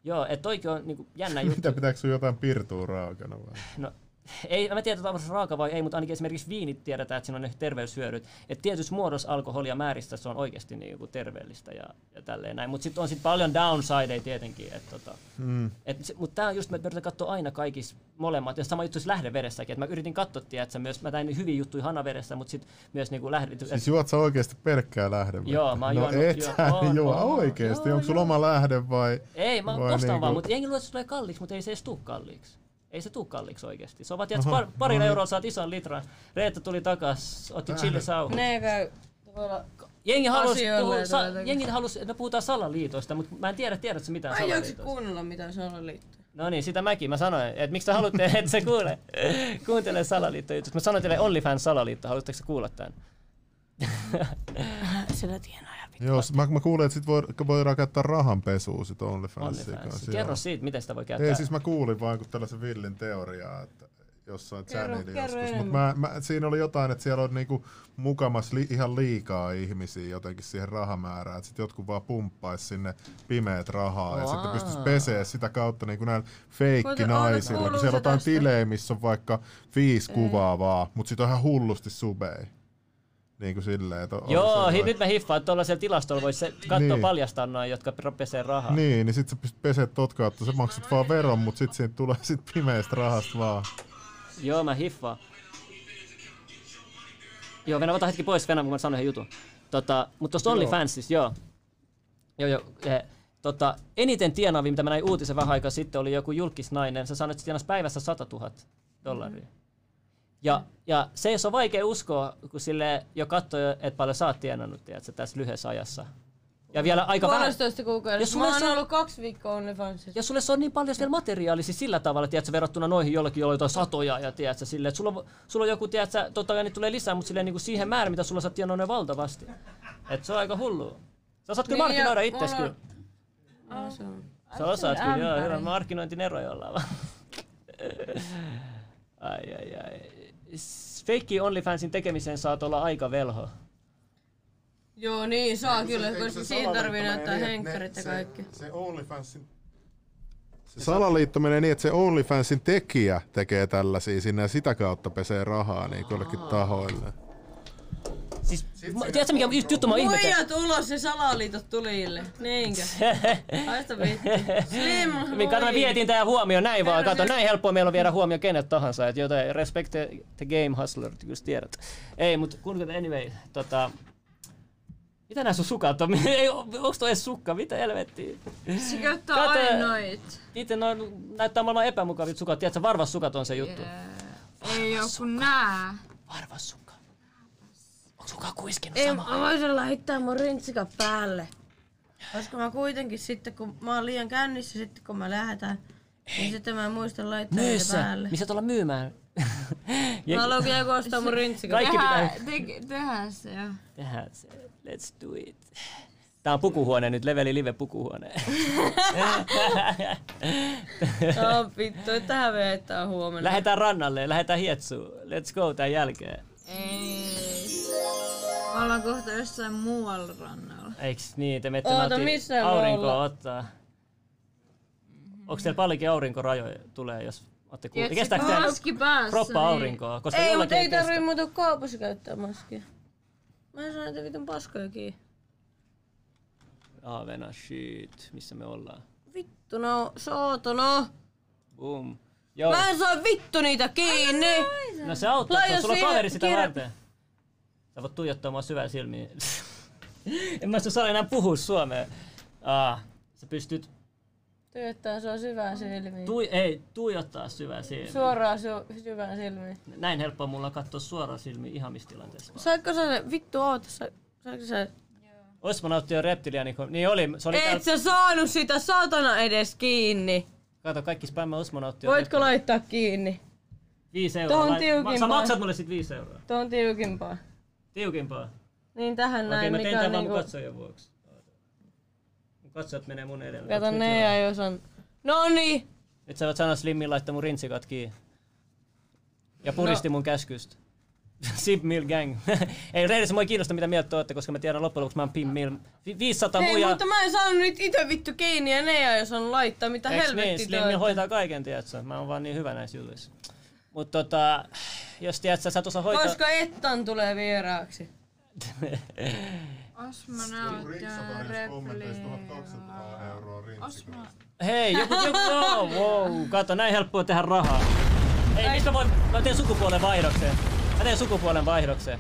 Joo, että toikin on niinku jännä juttu. Mitä pitääkö sun jotain pirtua raakana vai? No, ei, mä tiedän, onko se raaka vai ei, mutta ainakin esimerkiksi viinit tiedetään, että siinä on ne terveyshyödyt. Että tietyssä muodossa alkoholia määristä se on oikeasti niin joku terveellistä ja, ja tälleen näin. Mutta sitten on sit paljon downsideja tietenkin. Et tota, mm. et se, mutta tämä on just, me yritän katsoa aina kaikissa molemmat. Ja sama juttu siis lähdevedessäkin. Et mä yritin katsoa, että myös, mä tein hyviä juttuja hanavedessä, mutta sitten myös niinku lähde, et, Siis juot sä oikeesti pelkkää lähdevettä? Joo, mä oon no juonut- et joo, sä oon, juo oon. oikeesti. Joo, Onko sulla oma lähde vai? Ei, mä vai ostan niinku- vaan, mutta jengi luulee, että se tulee kalliiksi, mutta ei se edes tuu kalliiksi. Ei se tuu kalliiksi oikeasti. Se on vaan, tiedätkö, Aha, par, parilla no niin. eurolla saat ison litran. Reetta tuli takas, otti Tähdet. chilisauhun. Ne käy tuolla Jengi halusi, asioilla puhua, ja sa, tällä- jengi halusi, no puhutaan salaliitoista, mutta mä en tiedä, tiedätkö sä mitään Mä en jaksa salaliitoista. kuunnella mitään salaliittoja. No niin, sitä mäkin. Mä sanoin, että miksi te haluatte, että se kuule, kuuntele salaliittojutut. Mä sanoin teille OnlyFans salaliitto, haluatteko te kuulla tämän? Sillä tienaa ja vittu. Joo, s- mä, mä kuulin, että sit voi, voidaan käyttää rahanpesua sit OnlyFansin OnlyFans. kanssa. Kerro joo. siitä, miten sitä voi käyttää. Ei, siis mä kuulin vaan kun tällaisen villin teoriaa, että jossain Kerro- channelilla kerro joskus. Mutta mä, enemmän. mä, siinä oli jotain, että siellä on niinku mukamas li, ihan liikaa ihmisiä jotenkin siihen rahamäärään, että sit jotkut vaan pumppaisi sinne pimeät rahaa ja sitten pystyisi pesee sitä kautta niinku näillä Kuulun- feikkinaisilla, kun kuuluu siellä on se jotain tästä? tilejä, missä on vaikka viisi kuvaa vaan, mutta sit on ihan hullusti subei. Niin kuin silleen, että on Joo, hi, sellainen- nyt mä hiffaan, että tuollaisella tilastolla voisi se katsoa Niin. paljastaa noin, jotka pro- pesee rahaa. Niin, niin sit sä pystyt pesee tot kautta, sä maksat vaan veron, mut sit siitä tulee sit pimeästä rahasta vaan. Joo, mä hiffaan. Joo, Venä, ota hetki pois Venä, kun mä sanon yhden jutun. Tota, mutta tuosta OnlyFansista, joo. Joo, joo. Eh, tota, eniten tienaavia, mitä mä näin uutisen vähän aikaa sitten, oli joku julkisnainen. Se sanoi, että se tienasi päivässä 100 000 dollaria. Ja, ja se, jos on vaikea uskoa, kun sille jo katsoo, että paljon sä oot tienannut, tiedätkö, tässä lyhyessä ajassa. Ja vielä aika vähän. Puolestoista Jos kuukaudessa. sulla Mä oon se- ollut kaksi viikkoa OnlyFansissa. Ja sulle se on niin paljon siellä materiaalia siis sillä tavalla, tiedätkö, verrattuna noihin jollekin, joilla on jotain satoja ja tiedätkö, sille, että sulla, on- sulla on joku, tiedätkö, totta kai niitä tulee lisää, mutta silleen, niin kuin siihen määrä, mitä sulla sä oot tienannut ne valtavasti. Et se on aika hullu. Sä osaat kyllä Niin, ja markkinoida itses mulla kyllä. on- Sä osaat kyllä, joo, ämpäri. hyvä markkinointinero jollain vaan. Ai, ai, ai. S- Feikki OnlyFansin tekemiseen saat olla aika velho. Joo, niin saa kyllä, Eikö se- koska eikö se siinä tarvii salaliitto näyttää mene niin, henkkarit että ja ne- kaikki. Se, se OnlyFansin... Se salaliitto menee niin, että se OnlyFansin tekijä tekee tällaisia sinne ja sitä kautta pesee rahaa niin jollekin tahoille. Siis, mä, tiedätkö mikä just juttu mä ihmettä? Muijat ulos ja salaliitot tulille. Niinkö? Haista vittu. Slim Niin, kato, mä Hui. vietin tää huomio näin vaan. Kato, näin helppoa meillä on viedä huomio kenet tahansa. Et joten respect the, the game hustler, kyllä sä tiedät. Ei, mut kun anyway, tota... Mitä nää sun sukat on? Ei, oo- onks toi edes sukka? Mitä helvettiä? Se käyttää Kato. aina noit. Niitä noin näyttää maailman epämukavit sukat. Tiedätkö, varvassukat on se juttu. Ei oo kun nää. Varvassukka. Onko suka kuiskinut Ei, sama? mä voisin laittaa mun rintsika päälle. Koska mä kuitenkin sitten, kun mä oon liian kännissä sitten, kun mä lähetän, niin sitten mä en muista laittaa niitä Myyssä! päälle. Niin sä tulla myymään. Ja Mä haluan kyllä joku ostaa mun rintsikan. Kaikki Tehdään, pitää- te, tehdään se jo. tehdään se. Let's do it. Tää on pukuhuone nyt, Leveli Live pukuhuone. Oh, vittu, että tähän veettää huomenna. lähetään rannalle ja lähetään hietsuun. Let's go tämän jälkeen. Ei. Me ollaan kohta jossain muualla rannalla. Eiks niin, te menette Oota, nautti- missä me aurinkoa ollaan? ottaa. Onks teillä paljonkin aurinkorajoja tulee, jos ootte kuulleet? Tiedätkö, Kestääkö teillä maski päässä. kroppa niin- aurinkoa? Koska Ei, mut jollakin ei kestä. tarvii muuta kaupassa käyttää maskia. Mä en saa näitä vitun paskoja kiinni. Aavena, shit. Missä me ollaan? Vittu no, sooto no. Boom. Joo. Mä en saa vittu niitä kiinni. No se auttaa, Laita kun sulla on siihen kaveri sitä kirja- varten. Sä voit tuijottaa mua syvään silmiin. en mä saa enää puhua suomea. Aa, sä pystyt Työttää sua syvään silmiin. tui, ei, tuijottaa syvään silmiin. Suoraan su- syvään silmiin. Näin helppoa mulla on katsoa suoraan silmiin ihan missä tilanteessa. vaan. Saatko sä se, vittu oota, sa- saatko sä Oispa nautti jo reptiliaanikko. Niin oli, se oli Et täällä. sä saanut sitä saatana edes kiinni. Kato, kaikki spämmä osmonautti Voitko laittaa kiinni? 5 Tuo euroa. Lait- on Ma- sä tiukimpaa. maksat mulle sit 5 euroa. Tuo on tiukimpaa. Tiukimpaa. Niin tähän Okei, näin, mä tein mikä on tämän vaan mun niinku... katsojan vuoksi. Mun katsojat menee mun edelle. Kato Onks nyt ne joo? ja jos on... No niin. Noni! Nyt sä voit sanoa Slimmin laittaa mun rintsikat kiinni. Ja No. puristi mun käskystä. Sib Mill Gang. ei rehellisesti mua ei kiinnosta mitä mieltä te ootte, koska mä tiedän loppujen lopuksi mä oon Pim Mill. Vi- 500 Hei, muja. mutta mä en saanut nyt itse vittu kiinni ja ne ja jos on laittaa, mitä Eiks niin? helvetti Slim Mill hoitaa kaiken, tiedätkö? Mä oon vaan niin hyvä näissä jutuissa. Mut tota, jos tiedät, sä tuossa hoitaa... Koska Ettan tulee vieraaksi. Osmo näyttää siis replia. Osmo. Hei, joku, joku, joo, wow. Kato, näin helppoa tehdä rahaa. Ei, mistä voi... Mä teen sukupuolen vaihdoksen. Mä teen sukupuolen vaihdoksen.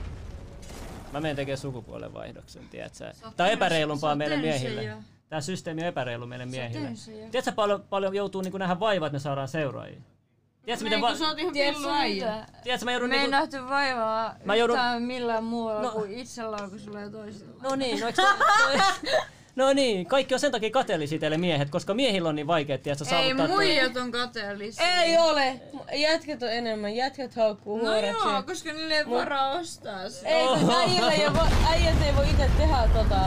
Mä menen tekemään sukupuolen vaihdoksen, tiedätkö? oot Tää on täys- sä epäreilumpaa oot meille täysiä miehille. jo. Tää systeemi on epäreilu meille miehille. täysiä jo. Tiedätkö paljon, paljon joutuu niinku nähdä vaivaa, että me saadaan seuraajia? Tiedätkö, miten va- ihan Tiedätkö mitä? Tiedätkö, mä joudun Me ei niinku... nähty vaivaa Mä joudun- yhtään millään muulla No. kuin itsellään, kun sulla ja toisilla. No niin, no, eiks toi- toi- no niin, kaikki on sen takia kateellisia teille miehet, koska miehillä on niin vaikea, tiedätkö, Ei, saavuttaa... toi- muijat on kateellisia. Ei ole! Jätkät on enemmän, jätkät haukkuu No huoreksi. joo, koska niille ei varaa ostaa sitä. Ei, kun äijillä ei voi, äijät ei voi itse tehdä tota.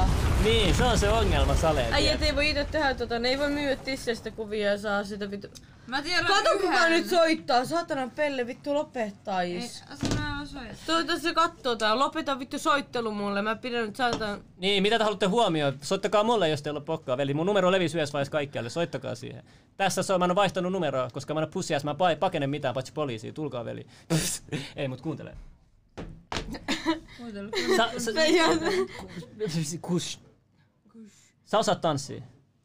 Niin, se on se ongelma, Sale. Äijät ei voi itse tehdä tota, ne ei voi myydä tisseistä kuvia ja saa sitä vittu. Mä tiedän Kato kuka yhden. nyt soittaa, saatanan pelle vittu lopettaa Ei, is. sano osoite. Toivottavasti se kattoo tää, lopeta vittu soittelu mulle, mä pidän nyt saatan... Niin, mitä te haluatte huomioon? Soittakaa mulle, jos teillä on pokkaa, veli. Mun numero levisi yhdessä vaiheessa kaikkialle, soittakaa siihen. Tässä se on, mä en ole vaihtanut numeroa, koska mä en ole pussias, mä pa- pakene mitään, paitsi poliisia. Tulkaa, veli. Ei, mut kuuntele. Kuuntele. Sä, sä, kus. Sä osaat tanssia.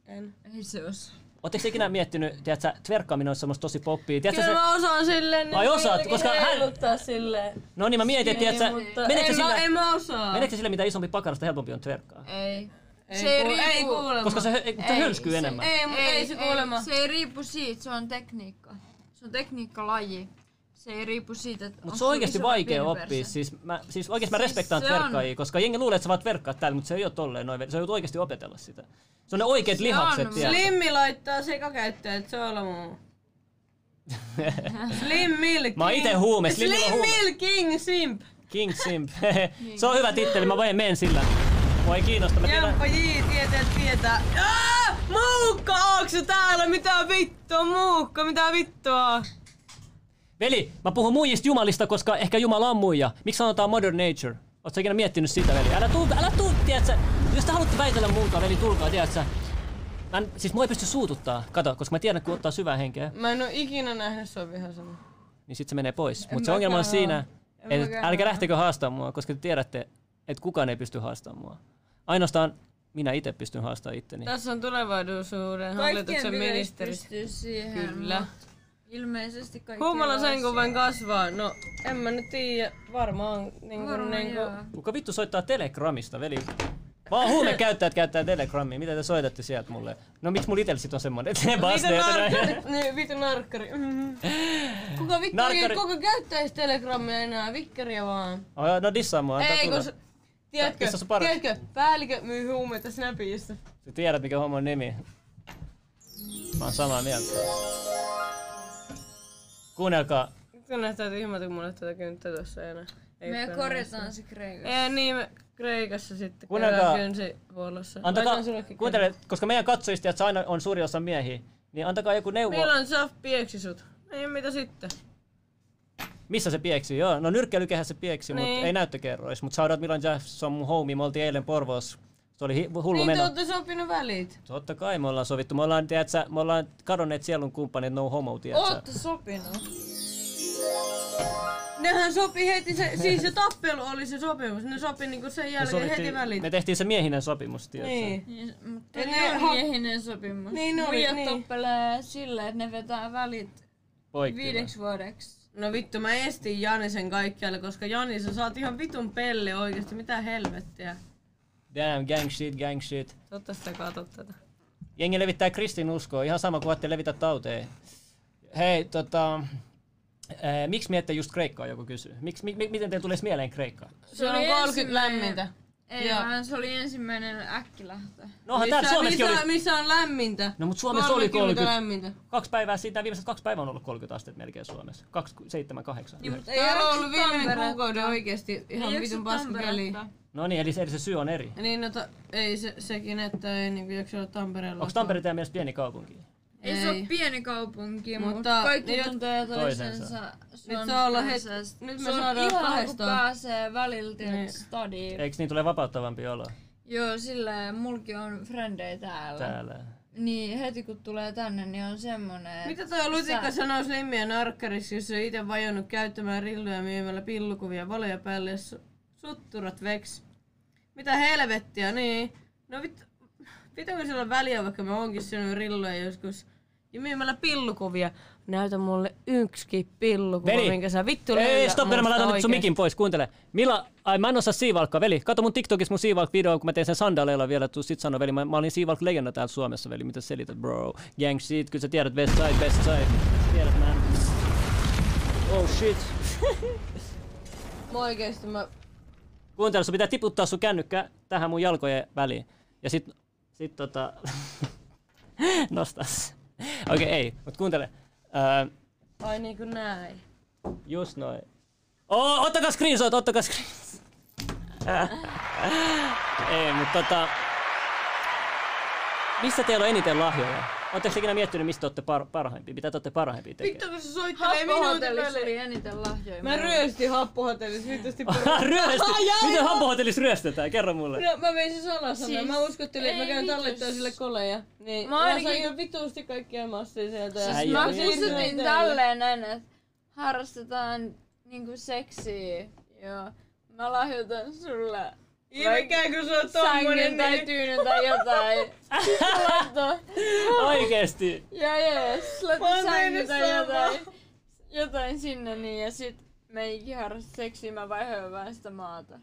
En. Ei se osaa. Ootteko te ikinä miettinyt, tiedätkö, tverkkaaminen on semmoista tosi poppia? Tiedätkö, Kyllä se, mä osaan silleen, Ai osaat, vieläkin koska hän- heiluttaa silleen. no niin, mä mietin, että tiedätkö, Mutta meneekö se en, mä, sillä, en mä osaa. meneekö se sillä, mitä isompi pakarasta helpompi on tverkkaa? Ei. Ei Se ei kuule- riipu. ei kuulemma. Koska se, hö- se Ei, hölskyy se- enemmän. Ei, mut ei, se kuulemma. Se ei riipu siitä, se on tekniikka. Se on tekniikkalaji. Se ei riipu siitä, että Mutta onks se on sulla oikeasti iso vaikea pieni oppia. perse. Siis, mä, siis oikeasti mä respektaan se siis tverkkaajia, koska jengi luulee, että sä vaan tverkkaat täällä, mutta se ei ole tolleen noin. Se joutuu oikeasti opetella sitä. Se on ne oikeat lihakset, on. tiedätkö? Slimmi laittaa sekakäyttäjät solmuun. Slim Milk. Mä oon ite King. huume, Slim, Slimillä on huume. Milk King Simp. King Simp. Niin. se on hyvä titteli, mä vain menen sillä. Mua ei kiinnosta. Mä tiedän, Jamppa J, tietää, tietää. Ah! Aa! Muukka, ootko sä täällä? Mitä vittua, Muukka, mitä vittua? Veli, mä puhun muijista jumalista, koska ehkä Jumala on muija. Miksi sanotaan Mother Nature? Oletko ikinä miettinyt sitä, veli? Älä tuu, älä tuu, tiedätkö? Jos te haluatte väitellä muuta, veli, tulkaa, tiedätkö? Mä en, siis mua ei pysty suututtaa, kato, koska mä tiedän, kun ottaa syvää henkeä, Mä en oo ikinä nähnyt sua vihasena. niin sit se menee pois. Mutta se mäkään ongelma on oo. siinä, En että mäkään älkää oo. lähtekö haastamaan mua, koska te tiedätte, että kukaan ei pysty haastamaan mua. Ainoastaan minä itse pystyn haastamaan itteni. Tässä on tulevaisuuden Kaikkien hallituksen pitäisi ministerit. pystyä siihen. Kyllä. mut Ilmeisesti kaikki Kuumalla on sen kun asia. vain kasvaa. No, en mä nyt tiedä. Varmaan niinku Varmaan niinku... joo. Kuka vittu soittaa Telegramista, veli? Vaan huumekäyttäjät käyttää Telegramia. Mitä te soitatte sieltä mulle? No miksi mulla itellä sit on semmonen? että ne Vitu vasteet enää- narkkari. Niin, vitu narkkari. Mhm. Kuka vittu, Narkkari. kuka käyttäis Telegramia enää? Vikkaria vaan. Ai, ai, No dissaa mua, antaa Ei, tulla. kun... se- Tiedätkö, Tässä on paras. tiedätkö, päällikö myy huumeita Snapissa. Sä tiedät mikä homman nimi. Mä oon samaa mieltä. Kuunnelkaa. Vittu näyttää tyhmältä, kun mulla ei ole tätä kynttä tossa enää. Ei Me ole korjataan se kreikassa. Ei niin, me Kreikassa sitten Kuunnelkaa. käydään kynsivuollossa. Antakaa, Laitan sullekin kuuntele, koska meidän katsojista että aina on suuri osa miehiä, niin antakaa joku kynsi. neuvo, Meillä on soft pieksi sut. Ei mitä sitten. missä se pieksii. Joo, no nyrkkeilykehässä se pieksii, niin. Niin. mutta ei näyttökerroissa. Mutta shoutout Milan Jeffs on mun homie, me oltiin eilen Porvoossa. Se oli hi- hullu Niin te meno. ootte sopinut välit. Totta kai me ollaan sovittu. Me ollaan, tiedätkö, me ollaan kadonneet sielun kumppanit, no homo, tiedätkö? Ootte sopinut. Nehän sopi heti, se, siis se tappelu oli se sopimus. Ne sopi niinku sen Me, jälkeen heti välit. me tehtiin se miehinen sopimus, tiedätkö? Niin. Niin, mutta Ja ne ne on ha- miehinen sopimus. Niin oli, Muijat niin. tappelee sillä, että ne vetää välit Poikki. viideksi vuodeksi. No vittu, mä estin Janisen kaikkialle, koska Jani, sä saat ihan vitun pelle oikeesti. Mitä helvettiä. Damn, gang shit, gang shit. Totta sitä katot tätä. Jengi levittää kristinuskoa, ihan sama kuin ajatte levitä tauteja. Hei, tota... Ää, miksi miette just Kreikkaa, joku kysyy? Miks, mi, mi, miten teille tulisi mieleen Kreikkaa? Se on 30 lämmintä. Ei Joo. vaan, se oli ensimmäinen äkkilähtö. Nohan No täällä Suomessakin missä, oli missä on lämmintä? No, mut Suomessa oli 30. lämmintä. kaksi päivää siitä, viimeiset kaksi päivää on ollut 30 astetta melkein Suomessa. 2, 7, 8, Niin, mutta ei Täällä on jaksa ollut viimeinen Tamperetta. kuukauden oikeesti ihan Ei vitun jaksa paskakeli. Tamperetta. No niin, eli, se- eli se syy on eri. Niin, no ta- ei se, sekin, että ei niinku jaksa olla Tampereella. Onko Tampere teidän mielestä pieni kaupunki? Ei se Ei. ole pieni kaupunki, Mutta mutta, kaikki ne jot- tuntee Toisensa. toisensa. Se Nyt on saa olla het- pääsee- nyt me se on saadaan ihana, kun kahdestaan. pääsee välillä Niin. niin. stadiin. Eikö niin tule vapauttavampi olo Joo, sillä mulki on frendei täällä. täällä? Niin, heti kun tulee tänne, niin on semmonen... Mitä toi lusikka Sä- sanoo Slimmiä narkkarissa, jos se on itse vajonnut käyttämään rilluja myymällä pillukuvia valoja päälle ja su- sutturat veks? Mitä helvettiä, niin? No vittu, pitääkö sillä väliä, vaikka mä oonkin sinun rilluja joskus? Ja myymällä pillukuvia. Näytä mulle yksi pillukuva, Veli. minkä sä vittu Ei, löydät stop, mä musta laitan nyt sun oikeesti. mikin pois, kuuntele. Milla, ai mä en osaa siivalkkaa, veli. Kato mun TikTokissa mun siivalk-videoon, kun mä tein sen sandaaleilla vielä, tuu sit sano, veli. Mä, mä olin siivalk-legenda täällä Suomessa, veli. Mitä selität, bro? Gang shit, kyllä sä tiedät, best side, best side. Sä Tiedät, man. Oh shit. Mä oikeesti mä... Kuuntele, sun pitää tiputtaa sun kännykkä tähän mun jalkojen väliin. Ja sit, sit tota... Nosta. se. Okei, okay, ei. Mut kuuntele. Öö, Ai niinku näin. Just noin. Oh, ottakaa screenshot, ottakaa screenshot. Ei, mutta tota... Missä teillä on eniten lahjoja? Oletteko te ikinä miettinyt, mistä te olette par- parhaimpia? Mitä te olette parhaimpia Vittu tekemään? kun se soittelee minuutin Happohotellissa välein. oli eniten lahjoja. Mä ryöstin happohotellissa vitusti Ryöstö! Ai, ai, Miten ai. hampohotellissa ryöstetään? Kerro mulle. No, mä vein sen salasana. Siis, Mä uskottelin, että mä ei käyn vitus. tallettaa sille koleja. Niin, Mä mä, ainakin- sain ihan vitusti kaikkia masseja sieltä. Siis ja- Äijä. Mä Joo, joo. kustutin tälleen näin, että harrastetaan niinku seksiä. Joo. Mä lahjoitan sulle Ihmekään kun sä oot tommonen, sängyn tai niin... tyynyn tai jotain. Laita. Oikeesti. Ja jees, Mä oon laita tehnyt sängyn tai samaa. jotain. Jotain sinne niin ja sit me ei ikinä harrasta seksiä, mä vaihoin vaan sitä maata.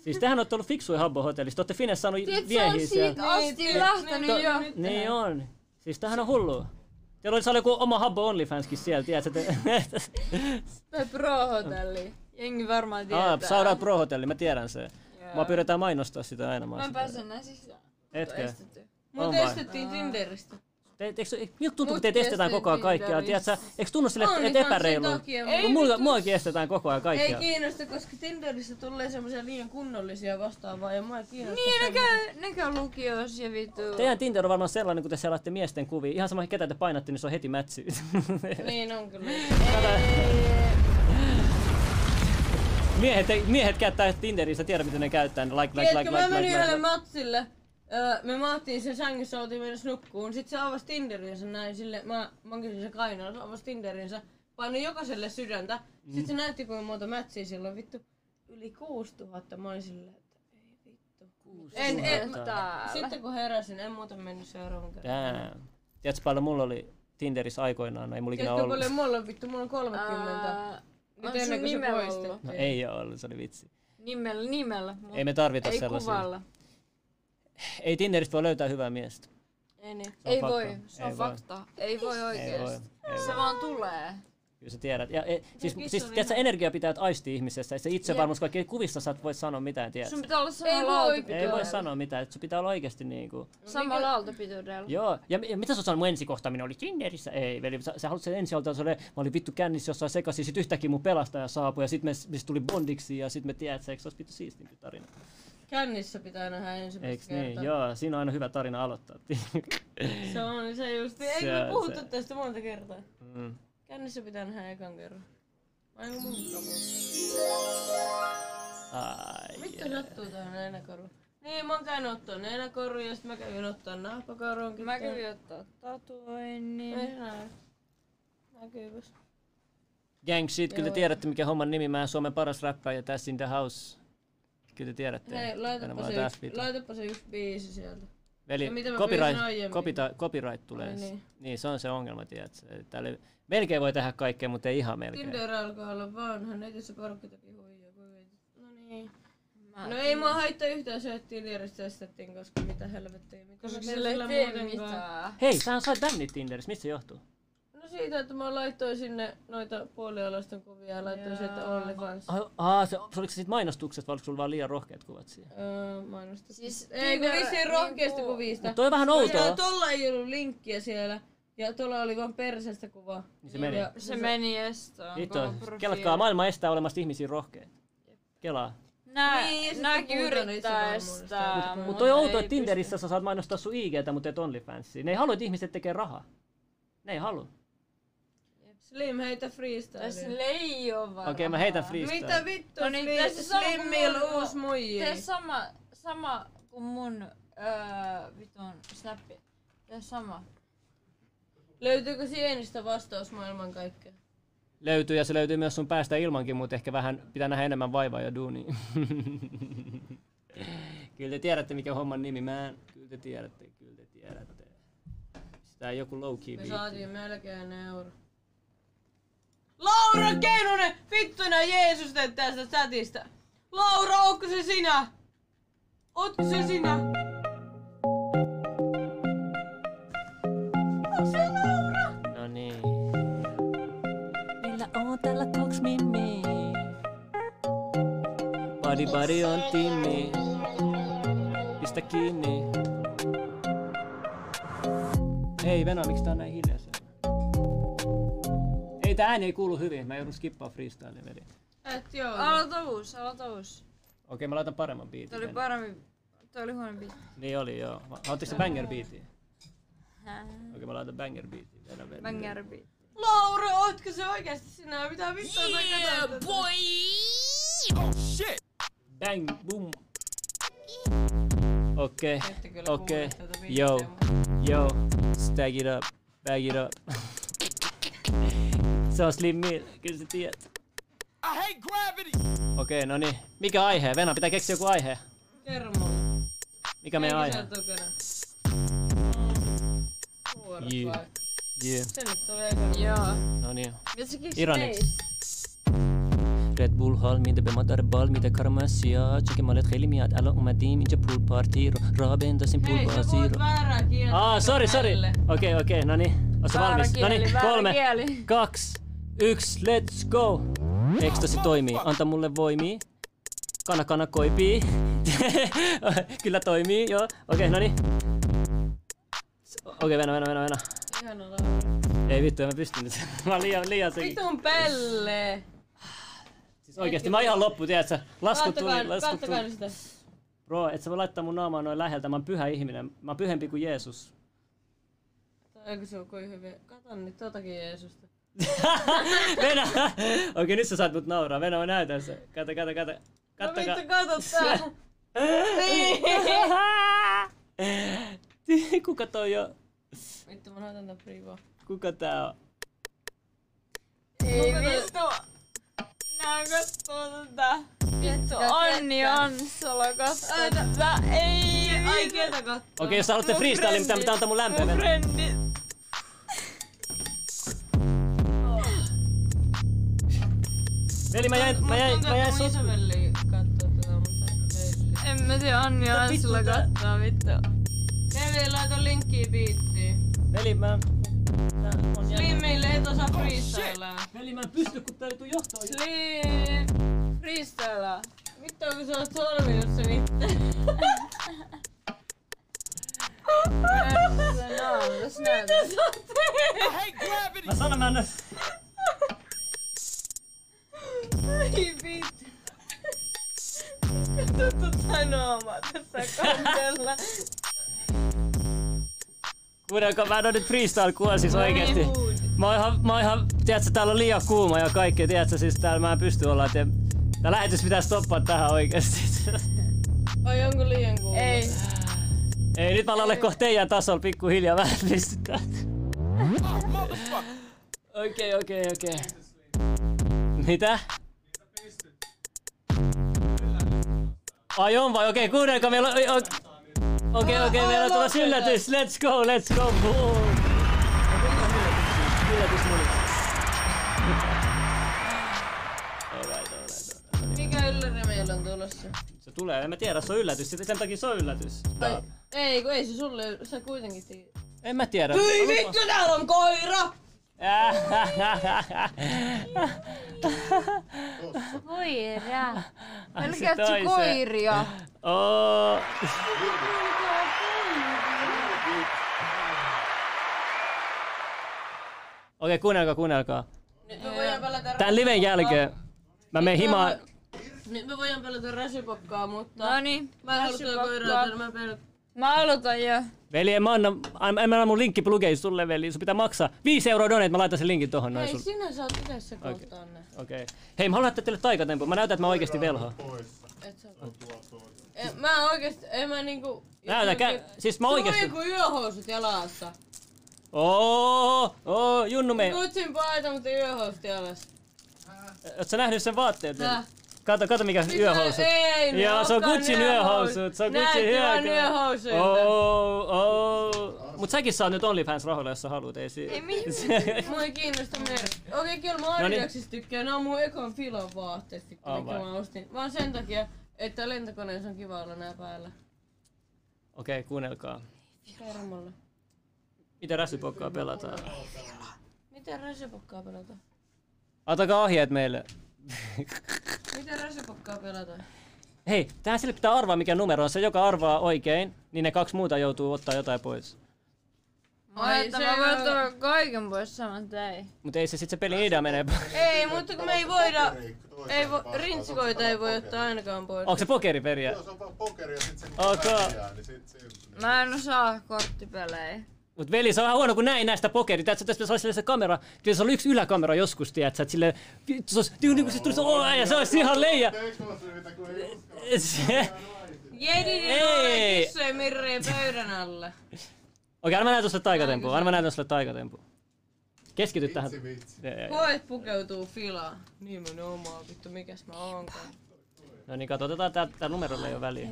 Siis tehän olette ollut fiksuja hampohotellissa. Te olette Finnes saanut Tiedät, Siis se on viehiä siellä. siitä asti lähtenyt jo. Niin on. Siis tämähän on hullua. Teillä olisi ollut joku oma Habbo OnlyFanskin siellä, tiedätkö? te- Tai pro-hotelli. Jengi varmaan tietää. Ah, saadaan Pro Hotelli, mä tiedän sen. Joo. Mä pyydetään mainostaa sitä aina. Mä en sitä- pääse enää sisään. Etkö? Estetty. Mut On vai? estettiin Tinderistä. Te, eikö, se- eikö- miltä tuntuu, kun Mut teitä estetään koko ajan kaikkea? Tinderissä. Tiedätkö, eikö tunnu sille, että- On, että niin on sen epäreilu? takia, mutta- Mulla, Ei muakin estetään koko ajan Ei kaikkea. kiinnosta, koska Tinderissä tulee semmoisia liian kunnollisia vastaavaa ja mua ei kiinnosta. Niin, ne semmoinen. käy, ne käy lukios ja vittu. Teidän Tinder on varmaan sellainen, kun te selaatte miesten kuvia. Ihan sama, ketä te painatte, niin se on heti mätsi. Niin on kyllä. miehet, ei- miehet käyttää Tinderiä, sä tiedät, miten ne käyttää. ne Like, like, like, Tiedätkö, like, mä like, menin like, yhdelle like. matsille. Öö, me maattiin sen sängyssä, oltiin mennessä nukkuun. Sitten se avasi Tinderinsä näin sille. Mä, mä kysyin se kainalla, se avasi Tinderinsä. Painoi jokaiselle sydäntä. Mm-hmm. Sitten se näytti kuinka monta mätsiä silloin. Vittu, yli 6000. Mä olin silleen, että ei vittu. En, en, mä, Täällä. sitten kun heräsin, en muuten mennyt seuraavan kerran. Damn. Tiedätkö paljon mulla oli Tinderissä aikoinaan, no ei mulla ikinä Tiedätkö ollut. paljon mulla on vittu, mulla on 30. Ää, Nyt on ennen sun kuin se nimellä poistettiin. ollut. No ei oo ollut, se oli vitsi. Nimellä, nimellä. mut Ei me tarvita ei sellaisia. kuvalla. Ei Tinderistä voi löytää hyvää miestä. Ei niin. Se on Ei fakta. voi, se on Ei voi. fakta. Ei voi Ei voi. oikeesti. Ei Se voi. vaan tulee. Kyllä sä tiedät. Ja, e, siis, kissa siis on tiedät, sä ihan- energia pitää että aisti ihmisessä. Se itsevarmuus kaikki kuvissa sä et voi sanoa mitään, tiedät. Sun sä. pitää olla sama Ei voi lautapituudella. Ei voi sanoa mitään, että sun pitää olla oikeesti niinku. Sama lautapituudella. Joo, ja, mi- ja mitä sä sanoit, mun ensikohtaaminen oli Tinderissä? Ei, veli, sä, sä halusit sen ensi oltaa, se oli, mä olin vittu kännissä jossain sekaisin, sit yhtäkkiä mun pelastaja saapui, ja sit me, me tuli bondiksi, ja sit me tiedät, se eikö se olisi vittu siistimpi tarina? Kännissä pitää nähdä Eiks ensimmäistä niin? kertaa. Joo, siinä on aina hyvä tarina aloittaa. Se on se just. Se Eikö me on puhuttu se. tästä monta kertaa? mm. Kännissä pitää nähdä ekan kerran. Aina muuta. Ai, Vittu sattuu tähän nenäkoruun. Niin, mä oon käynyt ottaa nenäkoruun ja sit mä kävin ottaa nahpakorunkin. Mä kävin ottaa tatuoinnin. Ei näy. Näkyypäs. Gang shit, kyllä te Joo. tiedätte mikä homman nimi, mä oon Suomen paras räppäjä tässä in the house. Kyllä te tiedätte. Hei, Aina laitapa mulla on se, taas yksi, vitu. laitapa se yksi biisi sieltä. Veli, No, mitä mä copyright, pyysin aiemmin? kopita, copyright tulee. Ai Niin. niin. niin. se on se ongelma, tiedätkö? Täällä ei- melkein voi tehdä kaikkea, mutta ei ihan melkein. Tinder alkaa olla vanha, netissä porukka teki huijaa. voi vittu. No niin. Ah, No niin. ei mua haittaa yhtään se, että Tinderistä testattiin, koska mitä helvettiä. Mitä Koska mä sillä ei sillä tee muutenkaan. mitään. Hei, sä sait bännit Tinderissä, mistä se johtuu? No siitä, että mä laittoin sinne noita puolialaisten kuvia ja laittoin sieltä OnlyFans. Ah, ah se, se, oliko se siitä mainostuksesta vai oliko sulla vaan liian rohkeat kuvat siihen? Öö, mainosta. Siis Ei, kun Tinder- vissiin rohkeista niinku- kuvista. Mut toi on vähän Koska outoa. Tuolla Siis ei ollut linkkiä siellä. Ja tuolla oli vaan perseestä kuva. Niin se meni. Ja Se meni estoon. Vittu, koko profiili. kelatkaa, maailma estää olemasta ihmisiä rohkeita. Kelaa. Nää, Niin, ja sitten nääkin puhutaan yrittää itsevarmuudesta. estää. No, Mutta toi on outoa, ei että Tinderissä sä saat mainostaa sun IGtä, mutta et OnlyFansia. Ne ei halua, että ihmiset tekee rahaa. Ne ei halua. Slim heitä pysty. Tässä freestyle. ei oo varaa. Okei, mä heitän freestyle. Mitä vittu? No niin, Sli- tässä sama kuin Slimmillä mulla. uusi muiji. Tee sama, sama kuin mun öö, vitun snappi. Tee sama. Löytyykö sienistä vastaus maailman kaikkeen? Löytyy ja se löytyy myös sun päästä ilmankin, mutta ehkä vähän pitää nähdä enemmän vaivaa ja duunia. kyllä te tiedätte mikä homman nimi mä en. Kyllä te tiedätte, kyllä te tiedätte. Sitä ei joku low key Me viitti. saatiin melkein euro. Mm. Laura Keinonen! Vittuna Jeesus teet tästä chatista! Laura, ootko se sinä? Ootko se sinä? No niin. Meillä on täällä Talks Mimmi. Body body on timmi. Pistä kiinni. Ei Venä, miksi tää on näin hiljaisena? Ei tää ääni ei kuulu hyvin, mä joudun skippaa freestylea veli. Et joo. Aloita uus, aloita uus. Okei, mä laitan paremman biitin. Toi oli Veli. paremmin. Toi oli huono biitti. Niin oli joo. Haluatteko se banger beatiin? Okei, mä laitan banger beatiin. Vedän, vedän. Banger biitti. Laura, ootko se oikeasti sinä? Mitä vittua yeah, sä katsoit? Boy! Bang, boom. Okei, Ette kyllä okei. kuule tätä biisiä, Yo, mutta- yo. Stack it up, bag it up. Se on Slim Mill, kyllä sä tiedät. Okei, no niin. Mikä aihe? Venä, pitää keksiä joku aihe. Kerro mulle. Mikä meidän Eikä aihe? sä tukena. Vuorot Jee. vai? Yeah. Se nyt tulee ekana. Joo. No niin. Mitsäkin Iraniksi. ريد بول هال مين دبي مدار بال ميدا كرماسيا تشيكي مالت خيلي مياد على أمدي ميجا بول بارتيرو رابين داسين Hei, بول sä puhut بازيرو väärää kieltä. Aa, Ah, sorry, sorry. Okei, Tälle. okei, no niin. Oot sä Väärä valmis? No kieli, niin, väärä kolme, kieli. kaksi, yksi, let's go. Ekstasi toimii, anta mulle voimia. Kana kana koipii. Kyllä toimii, joo. Okei, no niin. Okei, okay, venä, venä, venä, venä. Ihana Ei vittu, en mä pysty nyt. mä oon liian, liian sekin. Vitun pelle! Siis oikeesti mä oon ihan loppu, tiedätkö? Laskut tuli, Kattokaa, laskut kattokaa tuli. nyt sitä. Bro, et sä voi laittaa mun naamaa noin läheltä, mä oon pyhä ihminen. Mä oon pyhempi kuin Jeesus. Tai kun se on kuin hyvin. Kato nyt totakin Jeesusta. Venä! Okei, nyt sä saat mut nauraa. Venä, mä näytän se. Kato, kato, kato. No Kattokaa. vittu, kato tää! Niin. Kuka toi on? Vittu, mä näytän tän privaa. Kuka tää on? Ei vittu! Nää kattoo tätä. Vittu, Anni Anssala kattoo tätä. Ei, Ai ai ketä kattoo? Okei, jos sä haluatte Mun freestyle, mitä frendi. pitää antaa mun lämpöä. mun venä. frendi. Veli, mä jäin, mä jäin, mä jäin Mun sot... isoveli kattoo tätä, mutta ei. No En mä tiedä, Anni Anssala vittu tää- kattoo, vittu. Kevin, laita linkkiä biittiin. Veli, mä... Tää on jä- Slimmille et Oh, osaa freestylaa. Veli, mä en pysty, kun tää tuu johtoon. Slim! Freestylaa. Vittu, kun sä oot sorminut se vittu. Mitä sä oot tehnyt? Mä sanon, mä en oo- Ei vittu. Tuttu sanomaa tässä kahdella. Kuunnelkaa, mä en oo nyt freestyle kuolla No siis niin, oikeesti. Mä oon ihan, mä oon ihan, tiedätkö, täällä on liian kuuma ja kaikkea, tiedätkö, siis täällä mä en pysty olla, että tää lähetys pitäis stoppaa tähän oikeesti. Ai onko liian kuuma? Ei. Ei, nyt mä alan olla kohta teidän tasolla pikkuhiljaa vähän pystytään. Okei, okei, okei. Mitä? Ai on vai? Okei, kuunnelkaa, meillä on... o- Okei, okei, meillä on tulossa yllätys. Let's go, let's go, boom! Yllätys mulle. Alright, alright. Mikä ylläri meillä on tulossa? Se tulee, en mä tiedä, se on yllätys. Sitten sen takia se on yllätys. Ai, ei, kun ei se sulle, sä kuitenkin tiedät. En mä tiedä. Ei vittu, täällä on koira! Koira. Ai se Pelkäätkö toi se. koiria? Oo. Okei, kuunnelkaa, kuunnelkaa. Nyt me voidaan pelata Tän liven jälkeen mä menen himaan. Nyt me voidaan pelata räsypokkaa, mutta... No niin. Mä en halua tuoda koiraa, tänne, mä pelät. Mä aloitan jo. Veli, en mä anna, an- en mä anna mun linkki plugei sulle, veli. Sun pitää maksaa 5 euroa donate, mä laitan sen linkin tohon noin Ei, sulle. sinä saat itse se kohtaan ne. Okei. Hei, mä haluan näyttää teille taikatempo. Mä näytän, että mä oon oikeesti velho. Et sä... En- Mä oikeesti, en mä niinku... Näytä, kä- siis mä oikeesti. Sulla on joku yöhousut jalassa. Oo, oo, Junnu me. Kutsin paita, mutta yöhousut jalassa. Oot sä nähnyt sen vaatteet? Veli? Häh? Kato, kato mikä yöhousut. Ei, ne Joo, se on olekaan Gucci yöhousut. yöhousut. Se on Näytti Gucci vaan yöhousut. yöhousuilta. Oh, oh. Mut säkin saat nyt OnlyFans-rahoilla, jos sä haluat, ei siinä. Mua ei kiinnosta merkki. Okei, kyllä mä niin. Adidaksista tykkään. Ne on mun ekon filon vaatteet, vittu, Aa, mitkä vai. mä ostin. Vaan sen takia, että lentokoneessa on kiva olla nää päällä. Okei, kuunnelkaa. Kermolla. Miten räsypokkaa pelataan? Miten räsypokkaa pelata? Antakaa ohjeet meille. Miten räsypokkaa pelata? Hei, tähän sille pitää arvaa mikä numero on. Se joka arvaa oikein, niin ne kaksi muuta joutuu ottaa jotain pois. Ai, Ai, että se mä ei voin ole- ottaa kaiken pois saman tein. Mut ei se sit se pelin idea menee pois. Ei, mutta kun me ei voida... Ei vo, rintsikoita ei voi ottaa ainakaan pois. Onko se pokeriperiä? Se on vaan pokeri ja sit se Ok. pärjää, niin sit se... No. Mä en osaa korttipelejä. Mut veli, se on vähän huono, kun näin näistä pokerit. Tiedätkö, tässä pitäisi olla sille se kamera. Tässä oli yksi yläkamera joskus, tiedätkö, että sille... Vittu, se olisi... Niin kuin se tulisi... Oo, ja se olisi ihan leija. Se- Jedi, Ei. ei! Kissoja mirrejä pöydän alle. Okei, anna mä näytän sulle taikatempua. Anna mä näytän sulle taikatempua. Keskity tähän. Joo, joo, joo. Koet pukeutuu filaan. Niin mun omaa, vittu mikäs mä oonkaan. No niin, kato, otetaan tää, tää numerolle jo väliä.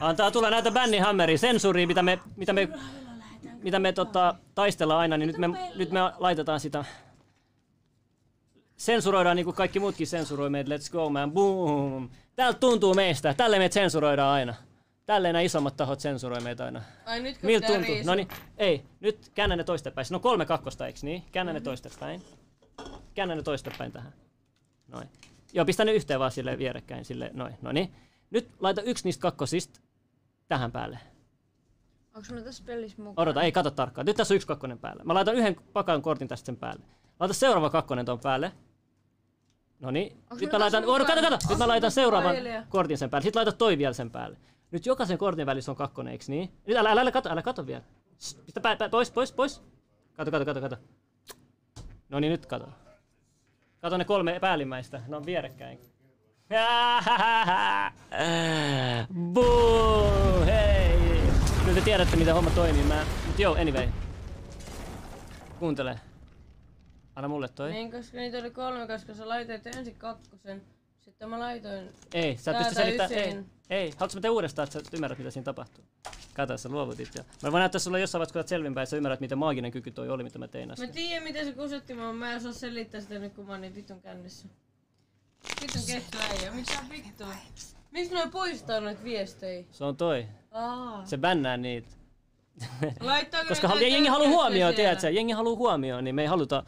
Antaa tulla näitä bännihammeri, sensuuri, mitä me, mitä me, mitä me tota, taistellaan aina, niin nyt me, nyt me laitetaan sitä. Sensuroidaan niin kuin kaikki muutkin sensuroi meitä, let's go man, boom. Täältä tuntuu meistä, tälle meitä sensuroidaan aina. Tälle nämä isommat tahot sensuroi meitä aina. Ai nyt kun Miltä pitää tuntuu? riisua. No niin, ei. Nyt käännä ne toistepäin. No kolme kakkosta, eiks niin? Käännä ne toistepäin. Käännä ne toistepäin tähän. Noin. Joo, pistä ne yhteen vaan sille vierekkäin. Sille, noin, no niin. Nyt laita yksi niistä kakkosista tähän päälle. Onks mä tässä pelissä mukana? Odota, ei, kato tarkkaan. Nyt tässä on yksi kakkonen päällä. Mä laitan yhden pakan kortin tästä sen päälle. Laita seuraava kakkonen ton päälle. No niin. Onks Nyt me mä laitan, taas odo, kato, kato. mukaan? Nyt mä Onks me laitan seuraavan pailija? kortin sen päälle. Sitten laita toi vielä sen päälle. Nyt jokaisen kortin välissä on kakkonen, eiks niin? Nyt älä, älä, älä kato, älä kato vielä. Shh, Pistä pää, pää, pois, pois, pois. Kato, kato, kato, kato. No niin, nyt kato. Kato ne kolme päällimmäistä. Ne on vierekkäin. Boo! Hei! Kyllä te tiedätte, miten homma toimii. Mä... Mut joo, anyway. Kuuntele. Anna mulle toi. Niin, koska niitä oli kolme, koska sä laitoit ensin kakkosen. Sitten mä laitoin... Ei, sä et Tää pysty tai selittämään. Ei, yksin. ei. Haluatko mä tehdä uudestaan, että sä ymmärrät, mitä siinä tapahtuu? Kato, sä luovutit jo. Mä voin näyttää sulle jossain vaiheessa, kun sä oot selvinpäin, sä ymmärrät, mitä maaginen kyky toi oli, mitä mä tein Mä äsken. tiedän miten se kusetti mua, mä en osaa selittää sitä nyt kun mä oon niin vitun kännissä. Vitun kettuäijä, mitä vittua? Miksi noin poistaa noit viestejä? Se on toi. Aa. Se bännää niitä. Laittaa Koska halu- jengi haluaa huomioon, tiedätkö? Jengi haluaa huomioon, niin me ei haluta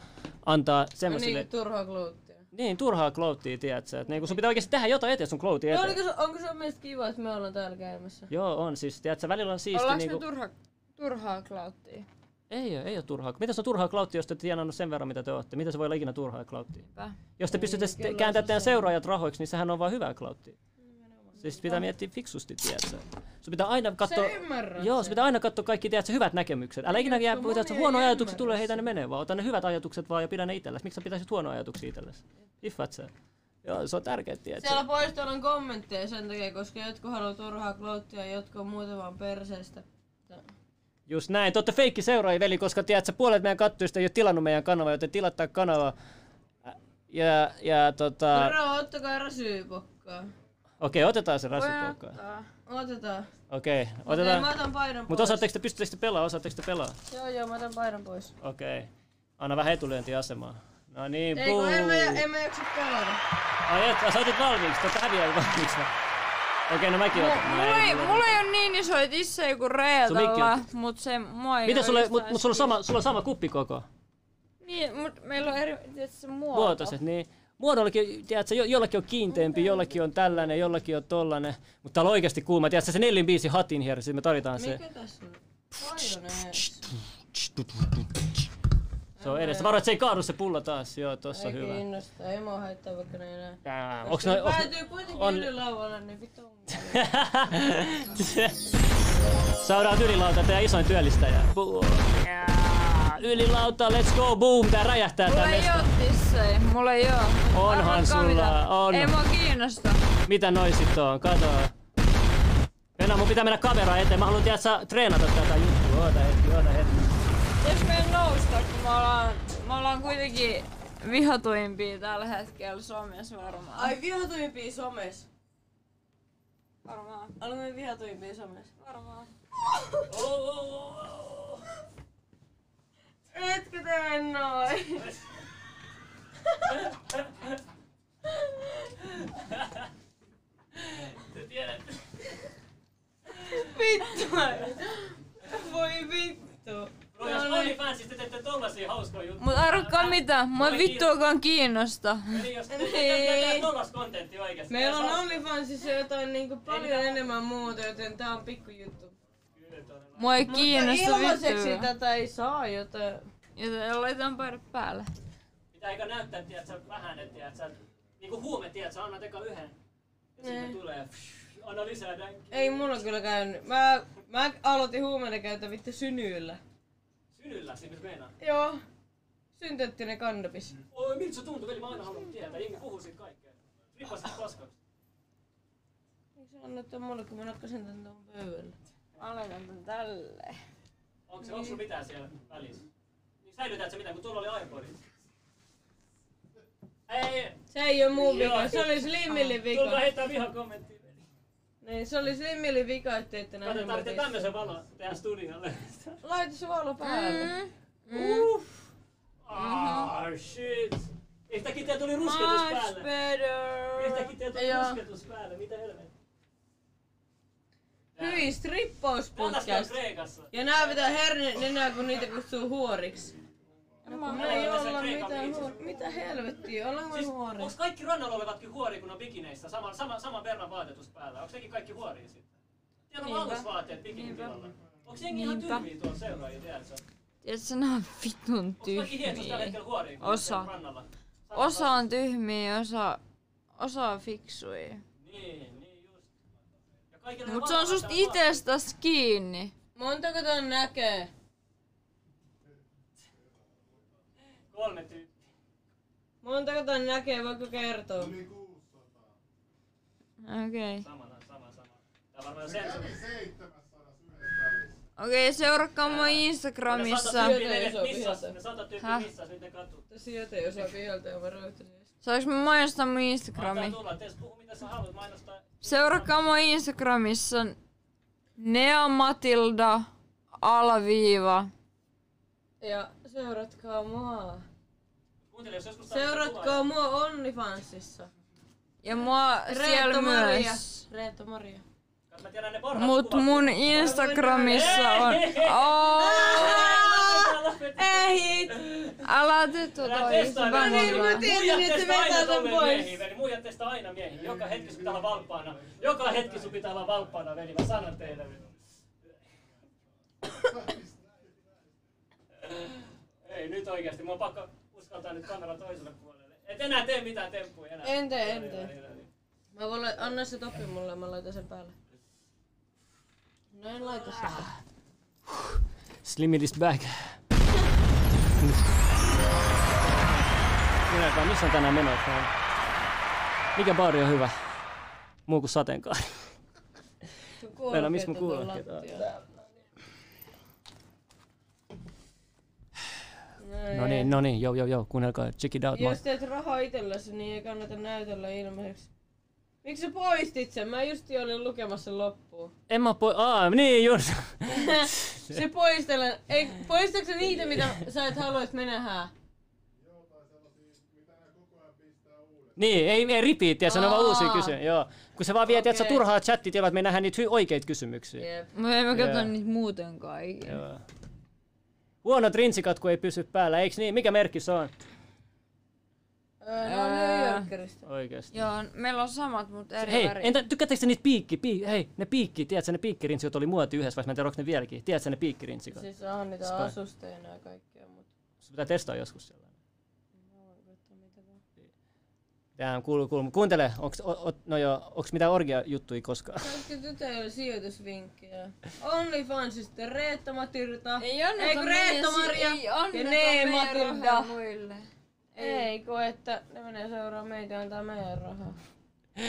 antaa No niin, semmosille... kuin turhaa klouttia. Niin, turhaa klouttia, tiedätkö? Et niinku sun pitää oikeesti tehdä jotain eteen sun kloutin No, eteen. oliko, se- onko se mielestä kiva, että me ollaan täällä käymässä? Joo, on siis, tiedätkö, välillä on siisti Ollaanko niinku... me turha, turhaa klauttia? Ei oo, ei oo turhaa. Mitä se on turhaa klauttia, jos te ette tienannut sen verran, mitä te ootte? Mitä se voi olla ikinä turhaa klauttia? Hyvä. Jos te pystytte sitten kääntämään teidän seuraajat rahoiksi, niin sehän on vaan hyvää klauttia. Siis pitää miettiä fiksusti, tiedätkö? Sun pitää aina katsoa... ymmärrät Joo, sen. sun pitää aina katsoa kaikki, tiedätkö, hyvät näkemykset. Älä ikinä jää, kun moni tiedätkö, ei huonoja ymmärrä ajatuksia tulee, heitä ne menee vaan. Ota ne hyvät ajatukset vaan ja pidä ne itsellesi. Miksi sä pitäisit huonoja ajatuksia itsellesi? Hiffaat sä? Joo, se on tärkeä, tiedätkö? Siellä poistoilla on kommentteja sen takia, koska jotkut haluaa turhaa klouttia ja jotkut on muuta vaan perseestä. Just näin. Te ootte feikki seuraaja, veli, koska tiedät, sä puolet meidän kattuista ei ole tilannut meidän kanavaa, joten tilattaa kanavaa. Ä, Ja, ja tota... Moro, ottakaa rasyypokkaa. Okei, otetaan se Voidaan rasipokka. ottaa. Otetaan. Okei, Otetaan. Mä otetaan. otan paidan Mutta pois. osaatteko te, pystyttekö te pelaa, osaatteko te pelaa? Joo, joo, mä otan paidan pois. Okei. Anna vähän etulyöntiasemaa. No niin, Ei buu. kun en mä, en mä jaksa pelata. Ai et, sä otit valmiiksi, totta häviää valmiiksi. Okei, no mäkin otan. Mä Mulla ei, en- mulla ei ole niin isoja tissejä kuin Sun mikki Reetalla, on- mut se mua ei Mitä oo sulle, mut, yhtään mut sulla, on kiinni. sama, sulla on sama kuppi koko? Niin, mut meillä on eri, tietysti muoto. Muotoiset, niin. Muodollakin, tiedätkö, jo, jollakin on kiinteämpi, jollakin on tällainen, jollakin on tollainen. Mutta täällä on oikeasti kuuma. Tiedätkö, se nelin biisi hatin hier, siis me tarvitaan se. Mikä tässä on? Paljon Se on edessä. Varo, että se ei kaadu se pulla taas. Joo, tossa on Ei niin. hyvä. kiinnosta, ei mua haittaa vaikka ne enää. Tää, Koska Onks ne noi, onks, Päätyy kuitenkin on- on... ylilauvalle, niin vittu on. Saadaan ylilauta, teidän isoin työllistäjä. Bu- jaa, Ylilauta, let's go, boom, tää räjähtää Mulla tänne. ei oo tissejä, mulla ei oo. Onhan Arvatkaa sulla, mitä. on. Ei mua kiinnosta. Mitä noi sit on, kato. Mennään, mun pitää mennä kameraan eteen. Mä haluan tiedä, sä treenata tätä juttua. Oota hetki, oota hetki. Jos me ei nousta, kun me ollaan, me ollaan kuitenkin vihatuimpia tällä hetkellä Suomessa varmaan. Ai vihatuimpia somes. Varmaan, Olemme vihatuimpia somes. varmaan. Etkö tee noin? Vittu! Voi vittu! Jos no niin. OnlyFansista te teette tollasia hauskoja juttuja. Mut arvatkaa mitä, mua Mua ei vittuakaan kiinnosta. Eli jos te Ei. teette tollas kontenttia oikeesti. Niin. Meillä on Tää OnlyFansissa jotain niinku paljon enemmän muuta, joten tää on pikkujuttu. Mua ei kiinnosta ilmaiseksi vittua. tätä ei saa, joten... Joten laitetaan paidat päälle. Pitääkö näyttää, tiedät sä, vähän, että tiedät sä, niinku huume, tiedät sä, annat eka yhden. Ja sitten Niin. tulee, psh, anna lisää dänkiä. Ei mulla kyllä käynyt. Mä, mä aloitin huumeiden käytön vittu synyillä. Synyllä, siis meinaa. Joo. Synteettinen kannabis. Oi, miltä se tuntuu, veli, mä aina haluan tietää, jengi puhuu siitä kaikkea. Rippasit paskaksi. Miksi annoitte mulle, kun mä nakkasin tän tuon pöydälle? Mä laitan tän tälleen. Onko se, onko sulla mitään siellä välissä? Niin säilytät se mitään, kun tuolla oli iPodit. Ei, Se ei oo mun vika, Joo. se oli Slimmillin tulkaa vika. heittää vihakommenttia. veli. Niin, se oli Slimmillin vika, ettei te Mä tarvitse nähnyt tämmösen valon tähän studiolle. Laita se valo päälle. Ah, shit. Yhtäkkiä teillä tuli rusketus Much päälle. better. Yhtäkkiä teillä tuli Joo. rusketus päälle, mitä helvettiä. Hyvin Tällaista on strippauspodcast. Kreikassa. Ja nää pitää herne nenää, kun niitä kutsuu huoriksi. No kun me ei Mä olen olla sen mitään kreikan huor... Mitä helvettiä, ollaanko siis, Siis, huori? onks kaikki rannalla olevatkin huori, kun on bikineissä? Sama, sama, saman verran vaatetus päällä. Onks nekin kaikki huoria sitten? Siellä on alusvaatteet bikinin tilalla. Onks jengi ihan Niinpä. tyhmiä tuolla seuraajia, tiedätkö? Tiedätkö, nämä on vitun Onks kaikki hiensus tällä tyhmiä. hetkellä huoriin? kun Osa. on siellä rannalla? Osa on tyhmiä, osa, osa on fiksuja. Niin, niin just. Ja kaikilla Mut se varmaan on susta tää vaate- itestäs kiinni. Montako ton näkee? Kolme tyyppiä. Montako ton näkee, voiko kertoa? Okei. Okay. Samana, sama, sama. Tää varmaan sensuuri. Okei, okay, seurakkaa mua Ne Instagramissa. sata tyyppiä neljä- Iso missas, pihassa. ne sata tyyppiä Häh? missas, niitä katuu. Tässä joten ei osaa viheltä ja varoittaa. Saanko mä mainostaa mun Antaa Instagrami? tulla, tees puhu mitä sä haluat, mainostaa. Seurakkaa mua Instagramissa. Nea Matilda alaviiva. Ja seuratkaa mua. Kuuntele, jos joskus tarvitsee Seuratkaa mua OnlyFansissa. Ja mua siellä Reetta Maria. myös. Reetta Maria. tuloja. Mä tiedän ne parhaat Mut kuvat. mun Instagramissa on... Oh, Ei! älä tee tota, Älä ei se testaa näitä vähän niin, muita. mä hyvä. tiedän, Muijat että testaa vetää aina ton tommoja pois. miehiä, veli. Muijat testaa aina miehiä. Joka hetki sun pitää olla valppaana. Joka hetki sun pitää olla valppaana, veli. Mä sanon teille. veli. Ei nyt oikeesti. Mun on pakko uskaltaa nyt kamera toiselle puolelle. Et enää tee mitään temppuja enää. En tee, en Veli, tee. veli, veli. Mä voin la- anna se toppi mulle ja mä laitan sen päälle. No en laita sitä. Slimmin is back. Minäkään, missä on tänään menokaan? Mikä baari on hyvä? Muu kuin sateenkaari. Sun Meillä, missä mun tuolla kuulokkeet on? lattialla. No niin, no niin, joo joo joo, kuunnelkaa, check it out. Mä- Jos teet rahaa itsellesi, niin ei kannata näytellä ilmeiseksi. Miksi sä poistit sen? Mä justi olin lukemassa sen loppuun. En mä poi... Aa, niin just. Se poistele... Ei, poistatko sä niitä, mitä sä et halua, että me nähdään? niin, ei, ei repeat, tiedä, se on vaan Aa. uusia kysymyksiä. Joo. Kun se vaan vie, okay. tiedätkö, Okei. turhaa chattitiloa, että me nähdään niitä hy- oikeita kysymyksiä. Jep. Mä en mä Joo. katso niitä muutenkaan ikinä. Joo. Huonot rinsikat, kun ei pysy päällä, eiks niin? Mikä merkki se on? Öö, no New Yorkerista. Oikeesti. Joo, meillä on samat, mutta eri Hei, värit. entä tykkäättekö te niitä piikki, pii, hei, ne piikki, tiedätkö, ne piikkirinsikot oli muoti yhdessä vaiheessa, mä en tiedä, onko ne vieläkin, tiedätkö ne piikkirinsikot? Siis onhan niitä Spy. asusteina ja kaikkea, mutta... Sun pitää testaa joskus siellä. Tää kuuluu, kuuluu, kuuntele, onks, o, o, no joo, onks mitään orgia juttuja koskaan? Saatko tytöille sijoitusvinkkejä? OnlyFansista Reetta Matilda. Ei anneta Ei kun Reetta meidän si- Maria. ei anneta ja Nee meidän rahoja Matilda. muille. Ei, kun että ne menee seuraa meitä ja antaa meidän rahaa.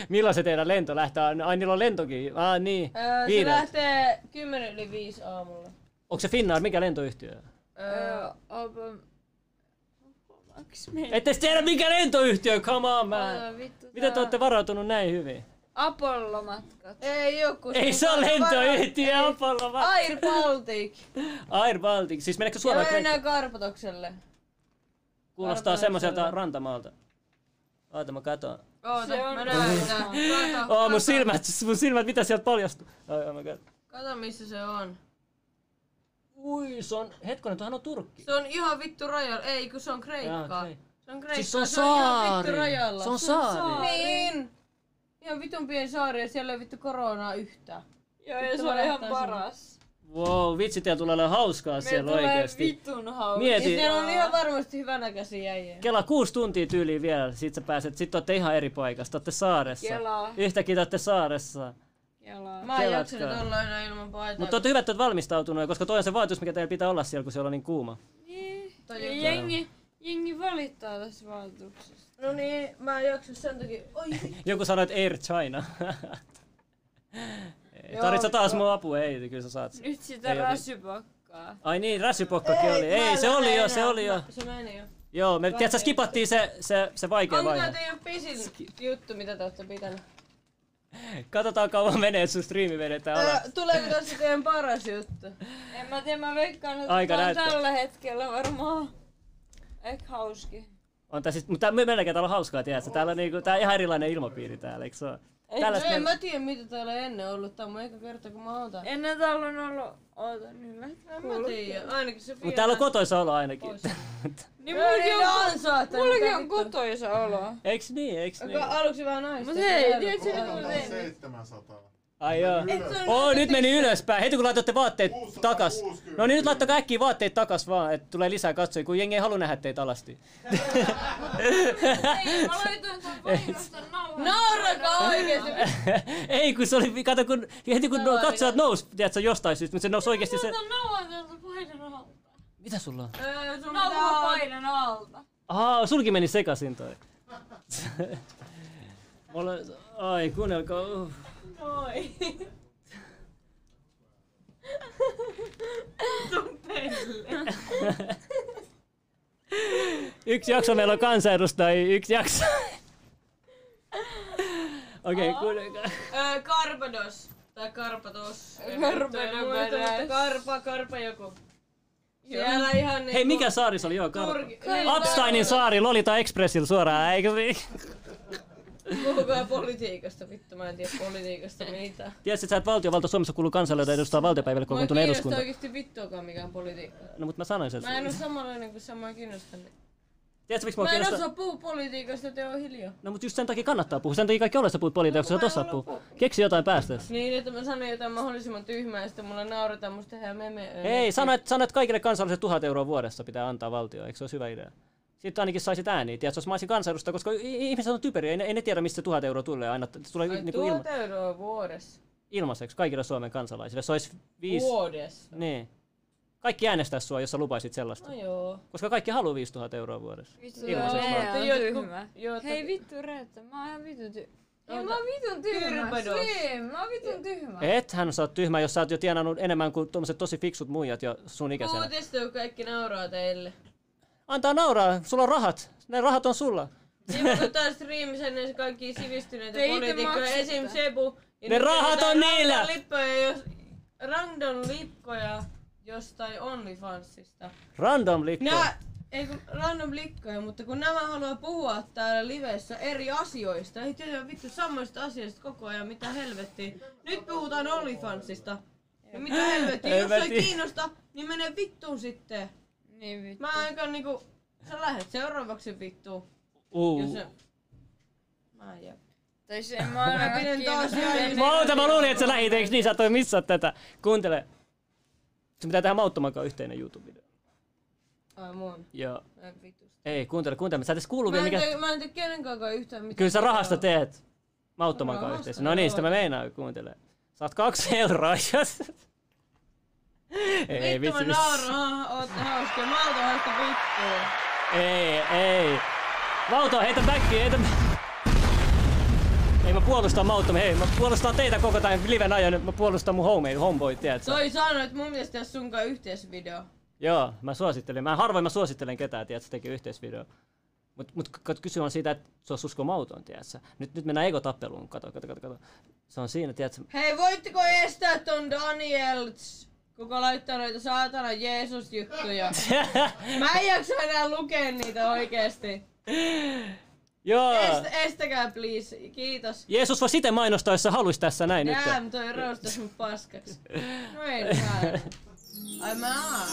Milloin se teidän lento lähtee? Ai niillä on lentokin. Ah niin, Öö, se viideltä. lähtee 10 yli 5 aamulla. Onko se Finnair, mikä lentoyhtiö? Öö, opa- Onks meillä? Ette tiedä mikä lentoyhtiö, come on man. Aa, vittu, Miten te tää- olette varautunut näin hyvin? Apollo-matkat. Ei joku. Ei se ole lentoyhtiö, Apollo vaan. Air Baltic. Air Baltic, siis meneekö Ja suoraan mä Kreikkaan? mennään Karpatokselle. Kuulostaa semmoiselta rantamalta. Oota mä katon. Oota, mä näen tää. Kato, Oh, mun silmät, mun silmät, mitä sieltä paljastuu? Ai, mä katon. kato missä se on. Ui, se on, hetkonen, tuohan on Turkki. Se on ihan vittu rajalla. Ei, kun se on Jaa, Kreikkaa. okei. Se on Kreikkaa. Siis se on ihan saari. vittu rajalla. Se on saari. Niin. Ihan vitun pieni saari ja siellä ei vittu koronaa yhtään. Joo, ja se on ihan paras. Wow, vitsi, teillä tulee olemaan hauskaa siellä oikeesti. vitun hauska. Ja Mieti, siellä on ihan varmasti hyvänäköisiä jäjiä. Kela kuusi tuntia tyyliin vielä, sit sä pääset. Sitten olette ihan eri paikassa, te olette saaressa. Kelaa. Yhtäkkiä te olette saaressa. Kelaa. Mä en Kelatkaa. jaksanut olla enää ilman paitaa. Mutta olette hyvät, että olette valmistautuneet, koska toi on se vaatimus, mikä teillä pitää olla siellä, kun siellä on niin kuuma. Mutta Ja joo. Jengi, jengi valittaa tästä valtuuksesta. No niin, mä en jaksa sen takia. Oi, Joku sanoi, että Air China. Tarvitsetko taas mun apua? Ei, kyllä sä saat. sen. Nyt sitä Ei oo rasypokkaa. Ai niin, räsypokkakin oli. Ei, se oli jo, se oli jo. Se meni jo. Joo, me tiedätkö, skipattiin se, se, se vaikea Onko tää vaihe. teidän pisin juttu, mitä te ootte pitänyt? Katsotaan kauan menee, että sun striimi vedetään alas. Ää, Tuleeko tässä teidän paras juttu? En mä tiedä, mä veikkaan, että Aika Aika on näyttää. tällä hetkellä varmaan ehkä hauski. On tää siis, mutta melkein täällä on hauskaa, tiedätkö? Täällä on niinku, tää on ihan erilainen ilmapiiri täällä, eikö se ole? Täällä No en mä tiedä mitä täällä ennen ollut. Tää on mun eka kerta kun mä oon täällä. Ennen täällä on ollut... niin Oota, nyt lähtee En mä tiedä. Ainakin se mutta täällä on kotoisa olo ainakin. Niin mullakin on, ansaata. mullakin on kotoisa olo. eiks niin, eiks niin? Aluksi vähän naista. Mut hei, tiedätkö, kun Otetaan 700. Ai joo. Oo, nyt meni ylöspäin. Heti kun laitatte vaatteet takas. No niin, nyt laittakaa äkkiä vaatteet takas vaan, että tulee lisää katsojia, kun jengi ei halua nähdä teitä alasti. Ei, mä laitoin ton vahingosta nauhan. Naurakaa oikeesti! ei, kun se oli, kato, kun heti kun no, katsojat nousi, tiedätkö, jostain syystä, mutta se nousi oikeasti se... Mä otan nauhan tältä painon alta. Mitä sulla on? Öö, sun nauhan painon alta. Ahaa, sulki meni sekaisin toi. Mulla... Ai, kuunnelkaa. Uh. Noi. Sun pelle. Yksi jakso meillä on kansanedustajia, yksi jakso. Okei, okay, kuunnelkaa. Öö, Karpados. Tai Karpados. no Karpados. Karpa, Karpa joku. Siellä ihan niinku... Hei, mikä saari se oli? Joo, kartta. Turki- Niin, Upsteinin saari, Lolita Expressillä suoraan, eikö niin? Puhukaa politiikasta, vittu mä en tiedä politiikasta mitään. Tiesit sä, että valtiovalta Suomessa kuuluu kansalle, jota edustaa valtiopäiville Mua ei kokoontuneen kiinnosta eduskunta? oikeesti vittuakaan mikään politiikka. No mut mä sanoin sen. Mä en oo samanlainen kuin sä, mua ei kiinnosta. niin. Tiedätkö, miksi Mä mua en kiinnostaa? osaa puhua politiikasta, te oo hiljaa. No mut just sen takia kannattaa puhua, sen takia kaikki olessa puhut politiikasta, sä No, et osaa mä en puhua. Keksi jotain päästäs. Niin, että mä sanon jotain mahdollisimman tyhmää ja sitten mulla nauretaan, musta tehdään meme. Ei, sano, että, sano, että kaikille kansalaisille tuhat euroa vuodessa pitää antaa valtio, eikö se olisi hyvä idea? Sitten ainakin saisit ääniä, tiedätkö, jos mä olisin kansanedustaja, koska i- i- ihmiset on typeriä, ei ne, ei ne tiedä, mistä se tuhat euroa tulee aina. Se tulee Ai, tuota. niinku ilma, tuhat euroa vuodessa. ilmaiseksi kaikille Suomen kansalaisille. Se olisi viisi, Vuodessa. Niin. Kaikki äänestää sua, jos sä lupaisit sellaista. No joo. Koska kaikki haluaa 5000 euroa vuodessa. Vittu, Ilmaiseksi Rea vaan. on Jotkut- tyhmä. jotkut- Hei vittu Reetta, mä oon ihan vitun ty... Ei, Ota. mä oon vitun tyhmä. Kyrpedos. Slim, mä oon vitun tyhmä. Ethän sä oot tyhmä, jos sä oot jo tienannut enemmän kuin tommoset tosi fiksut muijat ja sun ikäisenä. Uutista, kun kaikki nauraa teille. Antaa nauraa, sulla on rahat. Ne rahat on sulla. Sivuutetaan Niin, striimissä näissä kaikki sivistyneitä Te itse poliitikkoja, maksatte. esim. Sebu. Ja Ne nyt rahat on tehdään niillä! random Lippoja, jos, random lipkoja jostain OnlyFansista. Random lippu. Nää, ei kun random likkoja, mutta kun nämä haluaa puhua täällä livessä eri asioista, ei tiedä vittu samoista asioista koko ajan, mitä helvettiä. Nyt puhutaan OnlyFansista. No mitä helvettiä, jos ei Helvetti. kiinnosta, niin mene vittuun sitten. Niin vittu. Mä ainakaan niinku, sä lähet seuraavaksi vittuun. Jos Uu. sä... Mä en jää. Tai se mä ainakaan pidän taas näin. kiinnostunut. Mauta, mä luulin, että sä lähit, eiks niin? Sä et voi missaa tätä. Kuuntele. Se pitää tehdä mauttoman kanssa yhteinen YouTube-video. Ai mua. Ja Mä en vitusta. ei, kuuntele, kuuntele. Sä et edes kuullut Mä vielä en, mikä... te, mä en tee kenenkaan yhteen mitään. Kyllä sä rahasta teet. teet. Mauttoman kanssa Rahasta, yhteensä. No niin, sitä mä joo. meinaan, kuuntele. Saat kaksi euroa, jos... Ei, Vittu vitsi, mä vitsi. nauraan, oot hauska. Mä otan hauska vittua. Ei, ei. Mauto, heitä backiin, heitä... Ei mä puolustan Mautta, hei, mä puolustan teitä koko tämän liven ajan, mä puolustan mun homei, homeboy, tiedätkö? Toi sanoi, että mun mielestä tässä sunkaan yhteisvideo. Joo, mä suosittelen. Mä harvoin mä suosittelen ketään, tiedätkö, tekee yhteisvideo. Mut, mut kat- kyse on siitä, että se on Susko Mauton, tiedätkö? Nyt, nyt mennään egotappeluun, kato, kato, kato, kato. Se on siinä, tiedätkö? Hei, voitteko estää ton Daniels? Kuka laittaa noita saatana Jeesus-juttuja? Mä en jaksa enää lukea niitä oikeesti. Joo! Est, estäkää please, kiitos. Jeesus voi siten mainostaa, jos sä haluis tässä näin nyt. Jääm, toi roustas mun paskaksi. No ei mitään. Ai mä oon.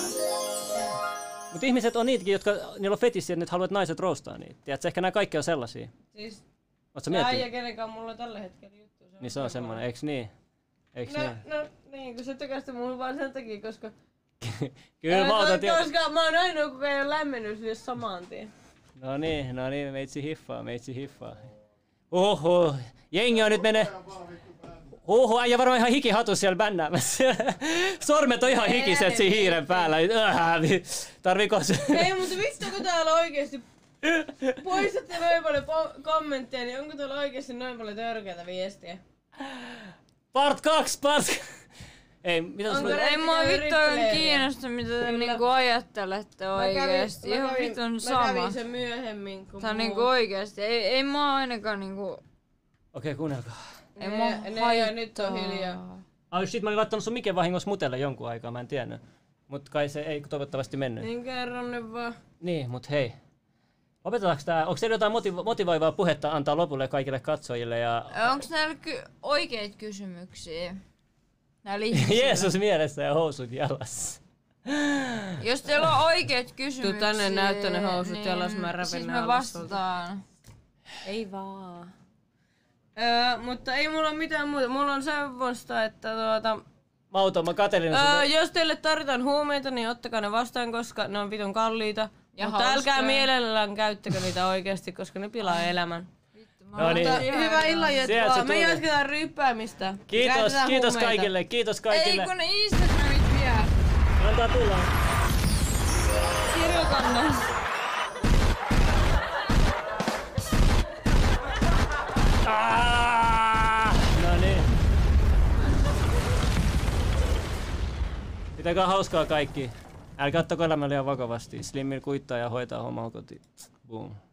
Mutta ihmiset on niitäkin, jotka niillä on fetissi, että ne haluaa, että naiset roustaa niitä. Tiedätkö, ehkä nämä kaikki on sellaisia. Siis Oletko tää äijä, miettinyt? kenenkaan mulla on tällä hetkellä juttu. Niin se on semmoinen, eiks niin? Eiks No, niin? no niin, kun sä tykästyt mun vaan sen takia, koska... Kyllä mä otan tietä. Koska mä oon ainoa, kuka ei ole lämmennyt sille samaan tien. No niin, no niin, meitsi hiffaa, meitsi hiffaa. Oho, jengi on nyt menee. Oho, äijä varmaan ihan hikihatu siellä bännäämässä. Sormet on ihan hikiset siinä hiiren päällä. Äh, vi- Tarviiko se? Ei, mutta vittu kun täällä oikeesti poistatte noin paljon po- kommentteja, niin onko täällä oikeesti noin paljon törkeätä viestiä? Part 2, part... Ei, mitä Onko sulla... re- Ei mua vittu Yritteleviä. kiinnosta, mitä te niinku ajattelette oikeesti. Ihan vitun Mä sama. kävin sen myöhemmin kuin Tää on niinku oikeesti. Ei, ei mua ainakaan niinku... Okei, kuunnelkaa. Ei Ne- mua ne haittaa. jo nyt on hiljaa. Ai shit, mä olin laittanut sun mikin vahingossa mutelle jonkun aikaa, mä en tiennyt. Mut kai se ei toivottavasti mennyt. Niin, Niin kerron nyt vaan. niin mut hei. Opetetaanko tää, onks teillä jotain motiv- motivoivaa puhetta antaa lopulle kaikille katsojille ja... Onks näillä ky- oikeit kysymyksiä? Näillä ihmisillä. Jeesus mielessä ja housut jalassa. Jos teillä on oikeat kysymyksiä, niin tänne, näytä ne housut jalas, mä räpin siis ne me alas sulta. vastaan. Ei vaan. Öö, mutta ei mulla ole mitään muuta. Mulla on semmoista, että tuota, Mä autan, mä katelin öö, öö, jos teille tarjotaan huumeita, niin ottakaa ne vastaan, koska ne on vitun kalliita. Ja mutta älkää hauskoja. mielellään käyttäkö niitä oikeasti, koska ne pilaa elämän. Öö, No niin. Mutta hyvää illan Sieltä se jatkoa. Me tuli. jatketaan ryppäämistä. Kiitos, Käytetään kiitos huumeita. kaikille, kiitos Ei kaikille. kun ne Instagramit vielä. Antaa tulla. Kirjoitan ne. Ah! No niin. Pitäkää hauskaa kaikki. Älkää ottako elämä liian vakavasti. Slimmin kuittaa ja hoitaa hommaa kotiin. Boom.